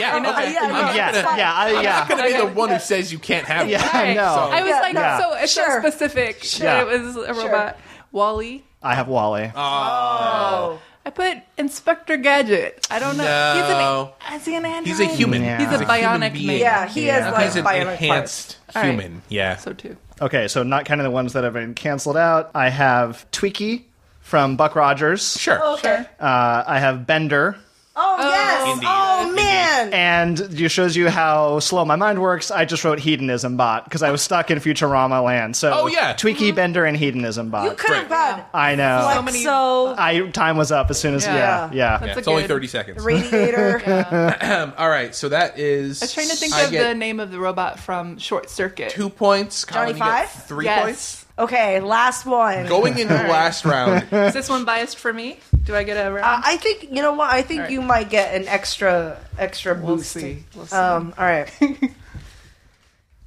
[SPEAKER 5] Yeah,
[SPEAKER 2] Oh,
[SPEAKER 4] know.
[SPEAKER 5] okay.
[SPEAKER 4] Yeah,
[SPEAKER 5] I'm
[SPEAKER 4] yeah.
[SPEAKER 5] not
[SPEAKER 3] Yeah,
[SPEAKER 5] gonna-
[SPEAKER 3] yeah, I,
[SPEAKER 5] I'm
[SPEAKER 3] yeah.
[SPEAKER 5] gonna be the one who says you can't have
[SPEAKER 3] Yeah,
[SPEAKER 5] one.
[SPEAKER 3] I know.
[SPEAKER 4] I was like,
[SPEAKER 3] Yeah.
[SPEAKER 4] so it's
[SPEAKER 2] Sure.
[SPEAKER 4] so specific. that
[SPEAKER 3] Yeah.
[SPEAKER 4] It was a robot. Wally.
[SPEAKER 3] I have Wally.
[SPEAKER 2] Oh.
[SPEAKER 4] I put Inspector Gadget. I don't know.
[SPEAKER 5] No.
[SPEAKER 4] He's an, is he an android?
[SPEAKER 5] He's a human.
[SPEAKER 3] Yeah.
[SPEAKER 4] He's a
[SPEAKER 5] human
[SPEAKER 4] bionic
[SPEAKER 5] being.
[SPEAKER 4] man.
[SPEAKER 2] Yeah, he
[SPEAKER 5] Okay,
[SPEAKER 2] has
[SPEAKER 5] he's
[SPEAKER 2] like
[SPEAKER 5] an
[SPEAKER 2] bionic parts.
[SPEAKER 5] enhanced
[SPEAKER 4] All right.
[SPEAKER 5] human. Yeah.
[SPEAKER 4] So too.
[SPEAKER 3] Okay, so not counting the ones that have been canceled out. I have Tweaky from Buck Rogers.
[SPEAKER 5] sure.
[SPEAKER 2] Okay.
[SPEAKER 3] Uh, I have Bender.
[SPEAKER 2] Oh, yes.
[SPEAKER 5] Indeed.
[SPEAKER 2] Oh man.
[SPEAKER 3] And it shows you how slow my mind works. I just wrote hedonism bot because I was stuck in Futurama land. So
[SPEAKER 5] Oh, yeah.
[SPEAKER 3] Tweaky, Bender, and hedonism
[SPEAKER 2] You
[SPEAKER 3] bot.
[SPEAKER 2] could have gone
[SPEAKER 3] I know.
[SPEAKER 2] like
[SPEAKER 4] Uh, So many-
[SPEAKER 2] so
[SPEAKER 3] I time was up as soon as yeah
[SPEAKER 2] Yeah.
[SPEAKER 3] yeah. yeah.
[SPEAKER 5] Yeah,
[SPEAKER 4] That's
[SPEAKER 5] it's
[SPEAKER 4] a
[SPEAKER 5] only
[SPEAKER 4] good-
[SPEAKER 5] 30 seconds. Um,
[SPEAKER 2] radiator.
[SPEAKER 5] All right, so that is.
[SPEAKER 4] I was trying to think
[SPEAKER 5] I
[SPEAKER 4] of
[SPEAKER 5] get
[SPEAKER 4] the name of the robot from Short Circuit.
[SPEAKER 5] two points. Colin,
[SPEAKER 2] Johnny
[SPEAKER 5] you get
[SPEAKER 2] Five?
[SPEAKER 5] Three
[SPEAKER 4] Yes.
[SPEAKER 5] points.
[SPEAKER 2] Okay, last one.
[SPEAKER 5] Going into the last round,
[SPEAKER 4] Is this one biased for me? Do I get a round?
[SPEAKER 2] Uh, I think you know what. I think
[SPEAKER 4] right.
[SPEAKER 2] you might get an extra extra
[SPEAKER 4] We'll
[SPEAKER 2] boost.
[SPEAKER 4] see. We'll see.
[SPEAKER 2] Um, all right.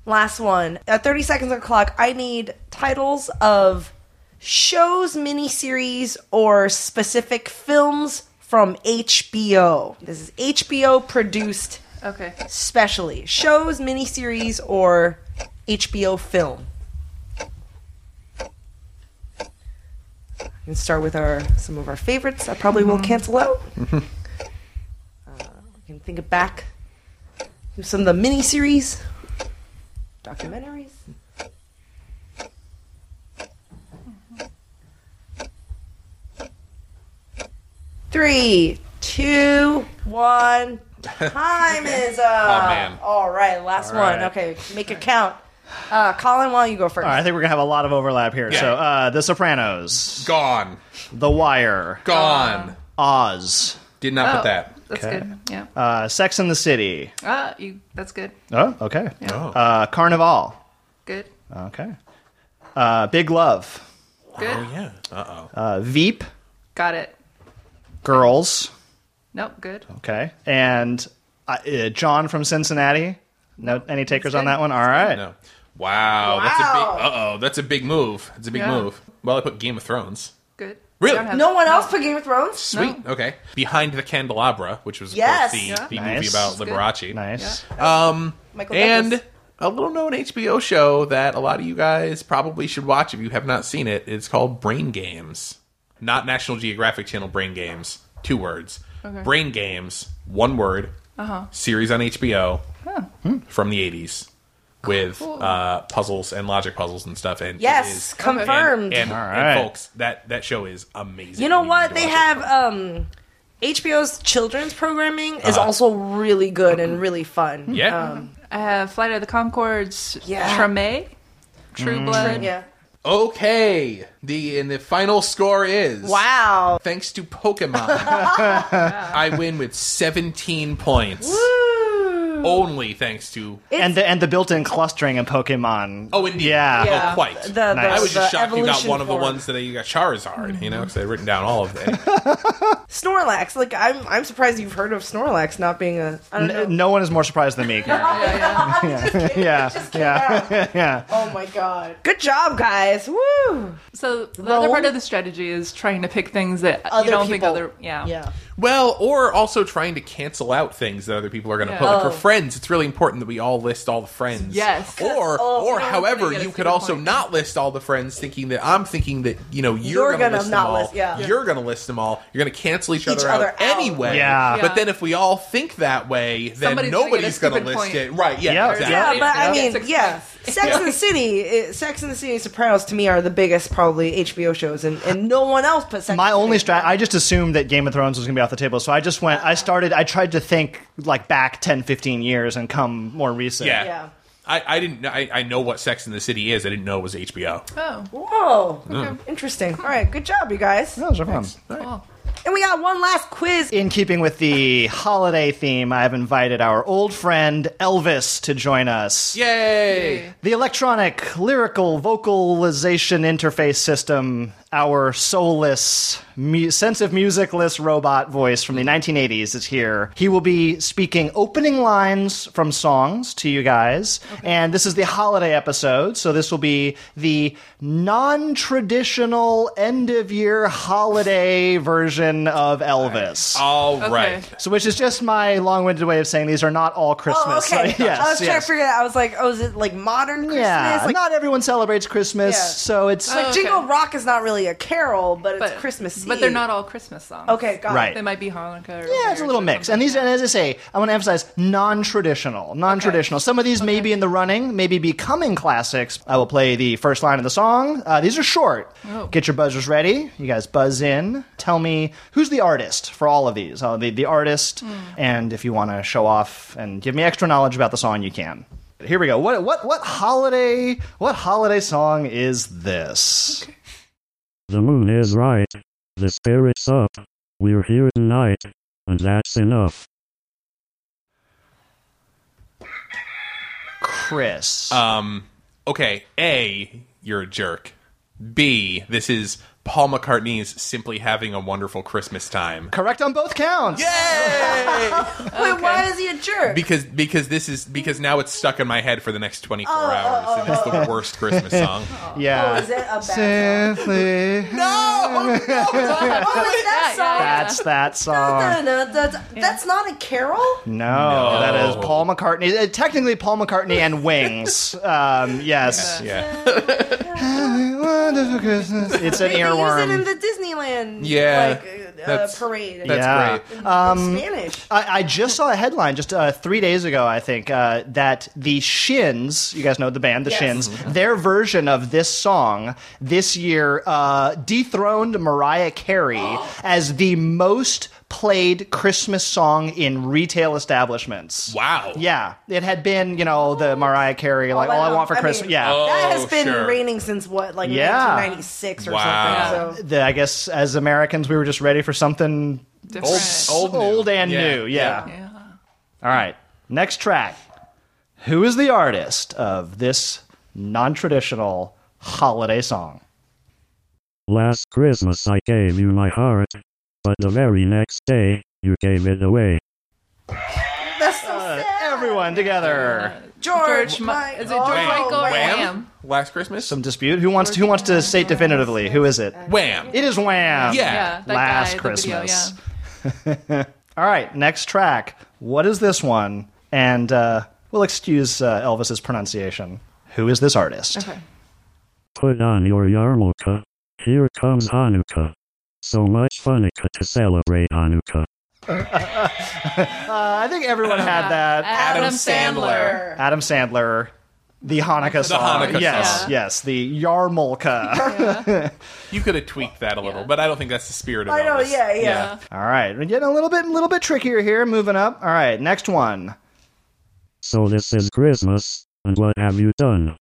[SPEAKER 2] Last one. At 30 seconds on the clock, I need titles of shows, miniseries, or specific films from HBO. This is HBO produced
[SPEAKER 4] okay.
[SPEAKER 2] specially. Shows, miniseries, or HBO film. And start with our some of our favorites. I probably will cancel out. uh, we can think of back to some of the miniseries, documentaries. Mm-hmm. Three, two, one. Time is up.
[SPEAKER 5] man.
[SPEAKER 2] All right, last
[SPEAKER 3] Oh, All
[SPEAKER 2] one.
[SPEAKER 3] right.
[SPEAKER 2] Okay, make it count. Uh, Colin, why don't you go first?
[SPEAKER 3] All right, I think we're gonna have a lot of overlap here.
[SPEAKER 5] Yeah.
[SPEAKER 3] So, uh, The Sopranos,
[SPEAKER 5] gone,
[SPEAKER 3] The Wire,
[SPEAKER 5] gone.
[SPEAKER 3] Oz,
[SPEAKER 5] Did not
[SPEAKER 4] Oh.
[SPEAKER 5] put that.
[SPEAKER 4] That's
[SPEAKER 3] Okay.
[SPEAKER 4] good. Yeah.
[SPEAKER 3] uh, Sex and the City.
[SPEAKER 4] Ah, you. That's good.
[SPEAKER 3] Oh, okay.
[SPEAKER 5] Oh.
[SPEAKER 3] Uh, Carnival.
[SPEAKER 4] Good.
[SPEAKER 3] Okay. Uh, Big Love.
[SPEAKER 4] Good.
[SPEAKER 5] yeah. Uh oh.
[SPEAKER 3] Uh, Veep.
[SPEAKER 4] Got it.
[SPEAKER 3] Girls.
[SPEAKER 4] Nope. Good.
[SPEAKER 3] Okay. And uh, uh, John from Cincinnati. No, any takers on
[SPEAKER 4] good.
[SPEAKER 3] that one? All right.
[SPEAKER 5] No. Wow, That's a
[SPEAKER 2] Wow.
[SPEAKER 5] big. Uh oh. That's a big move. It's a big
[SPEAKER 4] Yeah.
[SPEAKER 5] move. Well, I put Game of Thrones.
[SPEAKER 4] Good.
[SPEAKER 5] Really?
[SPEAKER 4] I don't have-
[SPEAKER 2] no one else put Game of Thrones.
[SPEAKER 5] Sweet. Okay. Behind the Candelabra, which was of
[SPEAKER 2] Yes.
[SPEAKER 5] course, the,
[SPEAKER 4] Yeah.
[SPEAKER 5] the movie
[SPEAKER 3] Nice.
[SPEAKER 5] about
[SPEAKER 4] good.
[SPEAKER 5] Liberace.
[SPEAKER 3] Nice.
[SPEAKER 2] Michael
[SPEAKER 5] And
[SPEAKER 2] Douglas.
[SPEAKER 5] a little known HBO show that a lot of you guys probably should watch if you have not seen it. It's called Brain Games. Not National Geographic Channel Brain Games. Two words. Brain Games, one word. Uh-huh. Series on HBO from the 80s with uh, puzzles and logic puzzles and stuff. And it
[SPEAKER 2] yes,
[SPEAKER 5] is-
[SPEAKER 2] confirmed.
[SPEAKER 5] And, and,
[SPEAKER 3] All
[SPEAKER 5] and
[SPEAKER 3] right.
[SPEAKER 5] folks, that, that show is amazing.
[SPEAKER 2] You know
[SPEAKER 5] need
[SPEAKER 2] what?
[SPEAKER 5] to
[SPEAKER 2] They
[SPEAKER 5] watch it.
[SPEAKER 2] have um HBO's children's programming is also really good and really fun.
[SPEAKER 5] Uh-huh. Mm-hmm.
[SPEAKER 2] Um,
[SPEAKER 5] Yeah. Mm-hmm.
[SPEAKER 4] I have Flight of the Concords.
[SPEAKER 2] Yeah.
[SPEAKER 4] Treme. True
[SPEAKER 5] Mm.
[SPEAKER 4] Blood.
[SPEAKER 2] Yeah.
[SPEAKER 5] Okay. The and the final score is
[SPEAKER 2] Wow.
[SPEAKER 5] Thanks to Pokemon, I win with 17 points. Only thanks to
[SPEAKER 3] and the and the built-in clustering in Pokemon.
[SPEAKER 5] oh, indeed,
[SPEAKER 3] Yeah.
[SPEAKER 5] oh, quite.
[SPEAKER 2] The- the-
[SPEAKER 5] I was just
[SPEAKER 2] the
[SPEAKER 5] shocked you got
[SPEAKER 2] evolution
[SPEAKER 5] one of the
[SPEAKER 2] form.
[SPEAKER 5] ones that you got Charizard. You know, because I'd written down all of them.
[SPEAKER 2] Snorlax. Like I'm I'm surprised you've heard of Snorlax not being a I don't know.
[SPEAKER 3] N- no one is more surprised than me. Karen.
[SPEAKER 4] Yeah, yeah.
[SPEAKER 3] yeah, yeah, yeah.
[SPEAKER 2] Oh my god. Good job, guys. Woo.
[SPEAKER 4] So the
[SPEAKER 2] Roll.
[SPEAKER 4] other part of the strategy is trying to pick things that
[SPEAKER 2] Other
[SPEAKER 4] you don't think
[SPEAKER 2] people.
[SPEAKER 4] other. Yeah.
[SPEAKER 2] Yeah.
[SPEAKER 5] well, or also trying to cancel out things that other people are going to
[SPEAKER 4] Yeah.
[SPEAKER 5] put. Like
[SPEAKER 2] Oh.
[SPEAKER 5] for friends, it's really important that we all list all the friends.
[SPEAKER 4] Yes.
[SPEAKER 5] Or,
[SPEAKER 2] Oh,
[SPEAKER 5] or
[SPEAKER 2] yeah, that's
[SPEAKER 5] however,
[SPEAKER 4] gonna get
[SPEAKER 5] you
[SPEAKER 4] us
[SPEAKER 5] could
[SPEAKER 4] to the
[SPEAKER 5] also
[SPEAKER 4] point.
[SPEAKER 5] not list all the friends, thinking that I'm thinking that you know you're,
[SPEAKER 2] You're
[SPEAKER 5] gonna,
[SPEAKER 2] gonna
[SPEAKER 5] list
[SPEAKER 2] not
[SPEAKER 5] them all.
[SPEAKER 2] list- yeah.
[SPEAKER 5] You're gonna list them all. You're gonna cancel each, other,
[SPEAKER 2] other
[SPEAKER 5] out,
[SPEAKER 2] out.
[SPEAKER 5] anyway.
[SPEAKER 3] Yeah.
[SPEAKER 4] Yeah.
[SPEAKER 5] But then if we all think that way, then
[SPEAKER 4] Somebody's gonna get a
[SPEAKER 5] nobody's gonna,
[SPEAKER 4] stupid
[SPEAKER 5] list
[SPEAKER 4] point.
[SPEAKER 5] it. Right? Yeah.
[SPEAKER 3] Yeah.
[SPEAKER 5] exactly.
[SPEAKER 2] Yeah,
[SPEAKER 4] Yeah.
[SPEAKER 2] but I
[SPEAKER 4] Yeah.
[SPEAKER 2] mean,
[SPEAKER 4] Six
[SPEAKER 2] yeah, Sex and the City, uh, Sex and the City, and Sopranos to me are the biggest probably HBO shows, and, and no one else put Sex.
[SPEAKER 3] My
[SPEAKER 2] and the
[SPEAKER 3] only
[SPEAKER 2] City.
[SPEAKER 3] strat. I just assumed that Game of Thrones was going to be off the table, so I just went. I started. I tried to think like back 10, 15 years and come more recent.
[SPEAKER 5] Yeah.
[SPEAKER 2] Yeah.
[SPEAKER 5] I, I didn't. know- I, I know what Sex in the City is. I didn't know it was HBO.
[SPEAKER 4] Oh.
[SPEAKER 2] Whoa, interesting. All right, good job, you guys.
[SPEAKER 3] Those are fun.
[SPEAKER 2] And we got one last quiz.
[SPEAKER 3] In keeping with the holiday theme, I've invited our old friend Elvis to join us.
[SPEAKER 5] Yay!
[SPEAKER 3] The electronic lyrical vocalization interface system, our soulless, mu- sense of musicless robot voice from the 1980s is here. He will be speaking opening lines from songs to you guys. And this is the holiday episode, so this will be the non traditional end of year holiday version of Elvis.
[SPEAKER 5] All right.
[SPEAKER 3] So, which is just my long winded way of saying these are not all
[SPEAKER 2] Oh,
[SPEAKER 3] Christmas.
[SPEAKER 2] okay.
[SPEAKER 3] yes,
[SPEAKER 2] I was trying
[SPEAKER 3] yes.
[SPEAKER 2] to figure out. I was like, oh, is it like modern Christmas?
[SPEAKER 3] Yeah,
[SPEAKER 2] like,
[SPEAKER 3] not everyone celebrates Christmas,
[SPEAKER 2] Yeah. Oh.
[SPEAKER 3] so it's
[SPEAKER 2] like
[SPEAKER 4] Oh, okay.
[SPEAKER 2] Jingle Rock is not really a carol, but it's
[SPEAKER 4] But
[SPEAKER 2] Christmas.
[SPEAKER 4] But they're not all Christmas songs.
[SPEAKER 2] Okay, got
[SPEAKER 3] Right.
[SPEAKER 2] it.
[SPEAKER 4] They might be Hanukkah. Or
[SPEAKER 3] yeah, it's a little mix. And these, and as I say, I want to emphasize non-traditional, non-traditional. Some of these may be in the running, maybe becoming classics. I will play the first line of the song. Uh, these are short. Get your buzzers ready. You guys buzz in. Tell me who's the artist for all of these. Uh, the the artist, and if you want to show off and give me extra knowledge about the song, you can. Here we go. What what what holiday what holiday song is this?
[SPEAKER 10] The moon is right. The spirit's up. We're here tonight. And that's enough.
[SPEAKER 3] Chris.
[SPEAKER 5] Uh, Um. Okay. A. You're a jerk. B. This is Paul McCartney's "Simply Having a Wonderful Christmas Time."
[SPEAKER 3] Correct on both counts.
[SPEAKER 5] Yay!
[SPEAKER 2] Wait, why is he a jerk?
[SPEAKER 5] because because this is because now it's stuck in my head for the next 24 hours and it's the worst Christmas song.
[SPEAKER 2] oh,
[SPEAKER 3] Yeah.
[SPEAKER 2] is it a bad
[SPEAKER 3] Simply.
[SPEAKER 5] No, no,
[SPEAKER 2] Oh, it's that song.
[SPEAKER 3] That's that song.
[SPEAKER 2] Da-da-da-da-da. That's not a carol.
[SPEAKER 3] No,
[SPEAKER 5] No.
[SPEAKER 3] that is Paul McCartney. Uh, technically, Paul McCartney and Wings. Um, yes.
[SPEAKER 5] yeah,
[SPEAKER 3] Wonderful Christmas. It's an
[SPEAKER 2] They
[SPEAKER 3] earworm.
[SPEAKER 2] use it in the Disneyland
[SPEAKER 5] Yeah,
[SPEAKER 2] like, uh, uh,
[SPEAKER 5] that's-
[SPEAKER 2] parade.
[SPEAKER 5] that's
[SPEAKER 3] Yeah.
[SPEAKER 5] great.
[SPEAKER 2] um, Spanish.
[SPEAKER 3] I, I just saw a headline just uh, three days ago, I think, uh, that the Shins, you guys know the band, the
[SPEAKER 2] Yes. Mm-hmm.
[SPEAKER 3] Shins, their version of this song this year uh, dethroned Mariah Carey as the most played Christmas song in retail establishments.
[SPEAKER 5] Wow.
[SPEAKER 3] Yeah, it had been, you know, the Mariah Carey, like,
[SPEAKER 2] I
[SPEAKER 3] all I
[SPEAKER 2] know.
[SPEAKER 3] want for
[SPEAKER 2] Oh. I mean-
[SPEAKER 3] Christmas. yeah.
[SPEAKER 5] Oh,
[SPEAKER 2] that has been
[SPEAKER 5] sure.
[SPEAKER 2] raining since what, like
[SPEAKER 3] Yeah.
[SPEAKER 2] 1996 or
[SPEAKER 5] Wow.
[SPEAKER 2] something. So
[SPEAKER 3] The, I guess as Americans, we were just ready for something
[SPEAKER 4] Different.
[SPEAKER 5] Old,
[SPEAKER 3] old
[SPEAKER 5] new.
[SPEAKER 3] and
[SPEAKER 5] Yeah.
[SPEAKER 3] new. Yeah.
[SPEAKER 4] Yeah.
[SPEAKER 3] All right. Next track. Who is the artist of this non traditional holiday song?
[SPEAKER 11] Last Christmas I gave you my heart, but the very next day, you gave it away.
[SPEAKER 2] that's
[SPEAKER 4] Oh,
[SPEAKER 2] so sad.
[SPEAKER 3] Uh, Everyone together.
[SPEAKER 2] George,
[SPEAKER 4] Uh, George
[SPEAKER 2] Mike.
[SPEAKER 4] Ma- is it George
[SPEAKER 2] oh,
[SPEAKER 4] Michael or
[SPEAKER 2] Wham.
[SPEAKER 4] Wham?
[SPEAKER 5] Last Christmas.
[SPEAKER 3] Some dispute. Who wants who wants to state definitively? Who is it?
[SPEAKER 5] Wham.
[SPEAKER 3] It is Wham.
[SPEAKER 5] Yeah.
[SPEAKER 4] Yeah, that
[SPEAKER 3] Last
[SPEAKER 4] guy, the video,
[SPEAKER 3] Christmas. All right, next track. What is this one? And uh, we'll excuse uh, Elvis's pronunciation. Who is this artist?
[SPEAKER 4] yeah. Okay.
[SPEAKER 11] Put on your yarmulke. Here comes Hanukkah. So much funica to celebrate Hanukkah.
[SPEAKER 3] Uh, I think everyone had that.
[SPEAKER 5] Adam
[SPEAKER 3] Adam Sandler, the Hanukkah song.
[SPEAKER 5] Hanukkah
[SPEAKER 3] yes,
[SPEAKER 5] song.
[SPEAKER 3] yes, the Yarmulka.
[SPEAKER 5] You could have tweaked that a little, but I don't think that's the spirit of
[SPEAKER 2] I know,
[SPEAKER 5] Elvis.
[SPEAKER 2] yeah, yeah.
[SPEAKER 3] All right, we're getting a little bit, a little bit trickier here. Moving up. All right, next one.
[SPEAKER 11] So this is Christmas, and what have you done?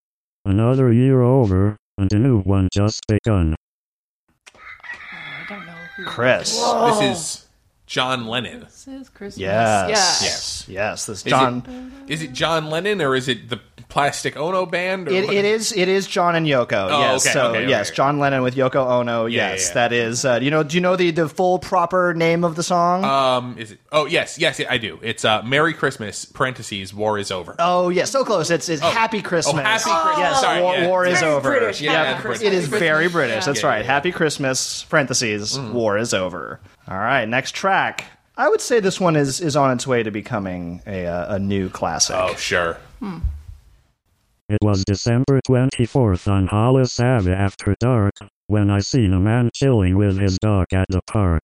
[SPEAKER 11] Another year over, and a new one just begun.
[SPEAKER 4] Oh, I don't know who
[SPEAKER 3] Chris.
[SPEAKER 5] This is John Lennon.
[SPEAKER 4] this is. Christmas.
[SPEAKER 3] Yes.
[SPEAKER 4] Yeah.
[SPEAKER 5] Yes.
[SPEAKER 3] Yes. This
[SPEAKER 5] it-
[SPEAKER 3] John.
[SPEAKER 5] Is it John Lennon or is it the Plastic Ono Band? Or
[SPEAKER 3] It, it is. It is John and Yoko.
[SPEAKER 5] Oh,
[SPEAKER 3] yes.
[SPEAKER 5] okay,
[SPEAKER 3] so
[SPEAKER 5] okay,
[SPEAKER 3] yes,
[SPEAKER 5] okay.
[SPEAKER 3] John Lennon with Yoko Ono.
[SPEAKER 5] Yeah,
[SPEAKER 3] yes,
[SPEAKER 5] yeah, yeah.
[SPEAKER 3] that is. Uh, you know. Do you know the the full proper name of the song?
[SPEAKER 5] Um, is it? Oh yes, yes, I do. It's uh, "Merry Christmas." Parentheses. War is over.
[SPEAKER 3] oh yes, so close. It's it's Happy Christmas.
[SPEAKER 5] Oh, Happy Christmas.
[SPEAKER 3] Yes.
[SPEAKER 5] Sorry,
[SPEAKER 3] war,
[SPEAKER 5] yeah.
[SPEAKER 3] war
[SPEAKER 2] It's
[SPEAKER 3] is
[SPEAKER 2] Oh. very
[SPEAKER 3] over.
[SPEAKER 2] British.
[SPEAKER 5] Yeah,
[SPEAKER 2] Happy
[SPEAKER 5] yeah,
[SPEAKER 2] Christmas.
[SPEAKER 3] It is very British. That's
[SPEAKER 5] Yeah, Mm.
[SPEAKER 3] right.
[SPEAKER 5] yeah, yeah.
[SPEAKER 3] Happy Christmas. Parentheses. War is over. All right. Next track. I would say this one is is on its way to becoming a uh, a new classic.
[SPEAKER 5] Oh sure.
[SPEAKER 11] It was December 24th on Hollis Ave after dark, when I seen a man chilling with his dog at the park.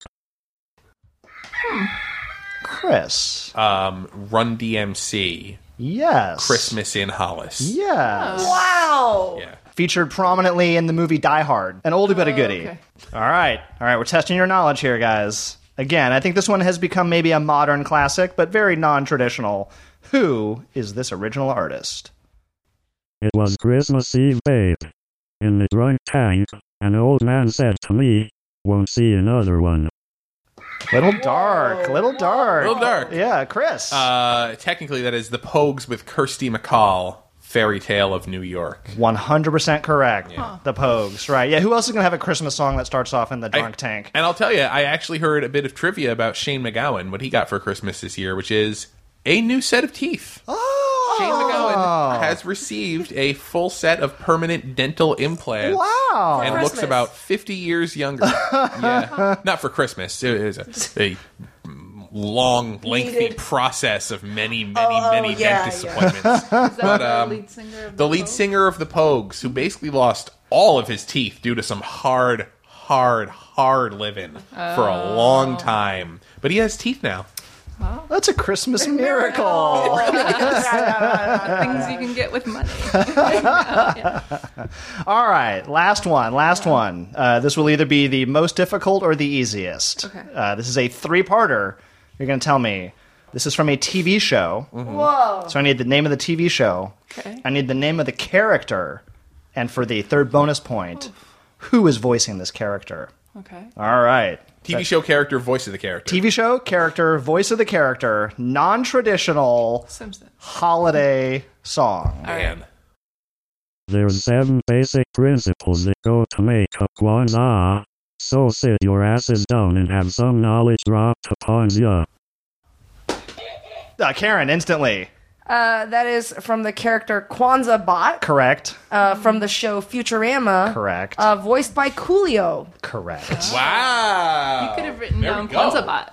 [SPEAKER 3] Chris.
[SPEAKER 5] Um, Run DMC.
[SPEAKER 3] Yes.
[SPEAKER 5] Christmas in Hollis.
[SPEAKER 3] Yes.
[SPEAKER 2] Wow.
[SPEAKER 5] Yeah.
[SPEAKER 3] Featured prominently in the movie Die Hard. An oldie
[SPEAKER 2] Oh,
[SPEAKER 3] but a goodie.
[SPEAKER 4] okay.
[SPEAKER 3] All right. All right. We're testing your knowledge here, guys. Again, I think this one has become maybe a modern classic, but very non traditional. Who is this original artist?
[SPEAKER 11] It was Christmas Eve, babe. In the drunk tank, an old man said to me, Won't see another one.
[SPEAKER 3] Little Dark. Little Dark.
[SPEAKER 5] Little Dark.
[SPEAKER 3] Yeah, Chris.
[SPEAKER 5] Uh, technically, that is the Pogues with Kirsty McCall. Fairy Tale of New York.
[SPEAKER 3] 100% correct. The Pogues, right. Yeah, who else is going to have a Christmas song that starts off in the drunk tank?
[SPEAKER 5] And I'll tell you, I actually heard a bit of trivia about Shane McGowan, what he got for Christmas this year, which is a new set of teeth.
[SPEAKER 3] Oh!
[SPEAKER 5] Shane McGowan has received a full set of permanent dental implants.
[SPEAKER 3] Wow.
[SPEAKER 5] And looks
[SPEAKER 2] Christmas.
[SPEAKER 5] about 50 years younger. yeah. Not for Christmas. It is a, a long, lengthy
[SPEAKER 2] Needed.
[SPEAKER 5] process of many, many,
[SPEAKER 2] Oh, oh,
[SPEAKER 5] many
[SPEAKER 2] yeah,
[SPEAKER 5] dentist
[SPEAKER 2] yeah.
[SPEAKER 5] appointments. um,
[SPEAKER 4] Is that the lead singer of
[SPEAKER 5] the lead singer of the Pogues, who basically lost all of his teeth due to some hard, hard, hard living for a long time. But he has teeth now.
[SPEAKER 3] That's a Christmas miracle.
[SPEAKER 4] things you can get with money.
[SPEAKER 3] All right, last one, last one. Uh, this will either be the most difficult or the easiest.
[SPEAKER 4] Okay.
[SPEAKER 3] Uh, this is a three-parter. You're going to tell me. This is from a TV show.
[SPEAKER 2] Whoa.
[SPEAKER 3] So I need the name of the TV show.
[SPEAKER 4] Mm-hmm. Okay.
[SPEAKER 3] I need the name of the character. And for the third bonus point, who is voicing this character?
[SPEAKER 4] Okay.
[SPEAKER 3] All right.
[SPEAKER 5] TV show character, voice of the character.
[SPEAKER 3] TV show, character, voice of the character, non traditional
[SPEAKER 4] Simpsons.
[SPEAKER 3] holiday song.
[SPEAKER 5] Man.
[SPEAKER 11] There's seven basic principles that go to make up one's ah. So sit your asses down and have some knowledge dropped upon ya.
[SPEAKER 3] Uh, Karen, instantly.
[SPEAKER 2] Uh, that is from the character Kwanzaa Bot
[SPEAKER 3] Correct.
[SPEAKER 2] uh, from the show Futurama.
[SPEAKER 3] Correct.
[SPEAKER 2] Uh,
[SPEAKER 4] Um,
[SPEAKER 2] voiced by Coolio.
[SPEAKER 3] Correct.
[SPEAKER 5] Wow.
[SPEAKER 4] Oh. You could have written
[SPEAKER 5] Oh, There we
[SPEAKER 4] down
[SPEAKER 5] go.
[SPEAKER 4] Kwanzaa bot.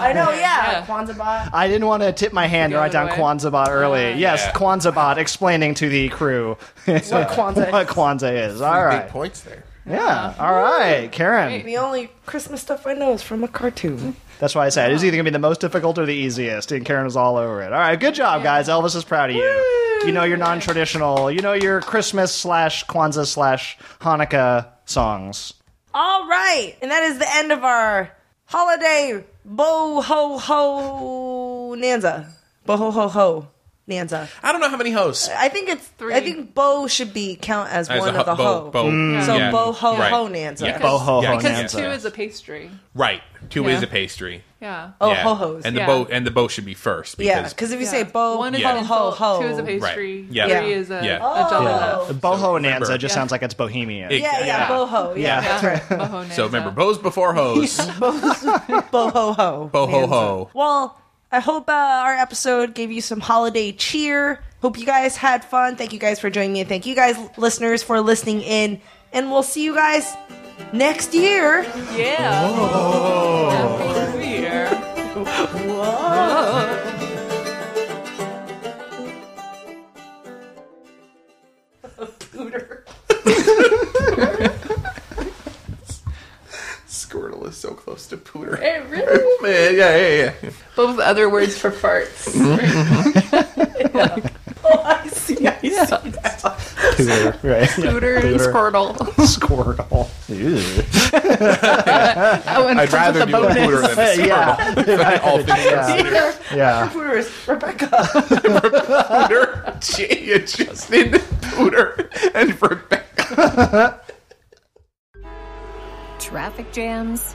[SPEAKER 2] I know, yeah. Kwanzaa Bot.
[SPEAKER 3] I didn't want to tip my hand and
[SPEAKER 4] The
[SPEAKER 3] write down
[SPEAKER 4] other way.
[SPEAKER 3] Kwanzaa early. yes,
[SPEAKER 5] Yeah.
[SPEAKER 3] Kwanzaa explaining to the crew
[SPEAKER 2] What Kwanzaa
[SPEAKER 3] what
[SPEAKER 2] is.
[SPEAKER 3] Kwanzaa is. All
[SPEAKER 5] Big
[SPEAKER 3] right.
[SPEAKER 5] points there.
[SPEAKER 3] Yeah. All right, Karen.
[SPEAKER 2] The only Christmas stuff I know is from a cartoon.
[SPEAKER 3] That's why I said it was either going to be the most difficult or the easiest, and Karen was all over it. All right, good job, guys. Elvis is proud of you. You know your non-traditional. You know your Christmas slash Kwanzaa slash Hanukkah songs.
[SPEAKER 2] All right. And that is the end of our holiday bo ho ho nanza. Bo ho ho ho nanza.
[SPEAKER 5] I don't know how many hosts.
[SPEAKER 2] I think it's three. I think bo should be count as,
[SPEAKER 5] As
[SPEAKER 2] one
[SPEAKER 5] a
[SPEAKER 2] of the
[SPEAKER 5] ho-
[SPEAKER 2] ho.
[SPEAKER 5] bo- bo-
[SPEAKER 2] So
[SPEAKER 5] yeah.
[SPEAKER 2] bo ho
[SPEAKER 5] Right.
[SPEAKER 2] ho nanza.
[SPEAKER 5] Yeah.
[SPEAKER 3] Bo ho ho
[SPEAKER 5] Yeah,
[SPEAKER 4] Hmm. Because
[SPEAKER 3] Nanza.
[SPEAKER 5] yeah.
[SPEAKER 4] two is a pastry.
[SPEAKER 5] Right. Two
[SPEAKER 4] Yeah.
[SPEAKER 5] is a pastry.
[SPEAKER 4] Yeah.
[SPEAKER 2] Oh
[SPEAKER 5] yeah.
[SPEAKER 2] ho hos.
[SPEAKER 5] And the
[SPEAKER 4] Yeah.
[SPEAKER 5] bow and the bow should be first.
[SPEAKER 2] Yeah,
[SPEAKER 5] Because,
[SPEAKER 2] because if you
[SPEAKER 4] Yeah.
[SPEAKER 2] say bo
[SPEAKER 4] One is
[SPEAKER 5] Yeah.
[SPEAKER 4] an
[SPEAKER 2] ho ho
[SPEAKER 4] insult,
[SPEAKER 2] ho.
[SPEAKER 4] two is a pastry,
[SPEAKER 5] Right. Yeah.
[SPEAKER 4] three is a,
[SPEAKER 5] Yeah.
[SPEAKER 4] a jelly
[SPEAKER 2] Oh.
[SPEAKER 4] loaf.
[SPEAKER 3] Uh, Boho
[SPEAKER 5] remember-
[SPEAKER 3] Nanza just sounds like it's Bohemian.
[SPEAKER 5] It-
[SPEAKER 2] Yeah, yeah,
[SPEAKER 5] Yeah.
[SPEAKER 2] bo ho. Yeah.
[SPEAKER 3] yeah.
[SPEAKER 4] Boho
[SPEAKER 5] so
[SPEAKER 4] Nanza.
[SPEAKER 5] remember, bows before hoes.
[SPEAKER 2] Bo ho ho.
[SPEAKER 5] Bo ho ho.
[SPEAKER 2] Well, I hope uh, our episode gave you some holiday cheer. Hope you guys had fun. Thank you guys for joining me. And thank you guys, listeners, for listening in. And we'll see you guys next year.
[SPEAKER 4] Yeah. Happy New Year.
[SPEAKER 5] Squirtle is so close to pooter.
[SPEAKER 4] It really
[SPEAKER 5] Oh, man, yeah, yeah, yeah.
[SPEAKER 4] both other words for farts.
[SPEAKER 2] Oh,
[SPEAKER 3] Pooter, right. Yeah.
[SPEAKER 4] Pooter and squirtle.
[SPEAKER 3] Squirtle. Ew.
[SPEAKER 4] That one
[SPEAKER 5] I'd
[SPEAKER 4] comes
[SPEAKER 5] rather
[SPEAKER 4] with a
[SPEAKER 5] do a
[SPEAKER 4] bonus.
[SPEAKER 5] pooter than a
[SPEAKER 3] yeah.
[SPEAKER 5] squirtle. All things considered.
[SPEAKER 3] Yeah.
[SPEAKER 5] Pooter, Jay, and Justin, Pooter, and Rebecca.
[SPEAKER 7] Traffic jams,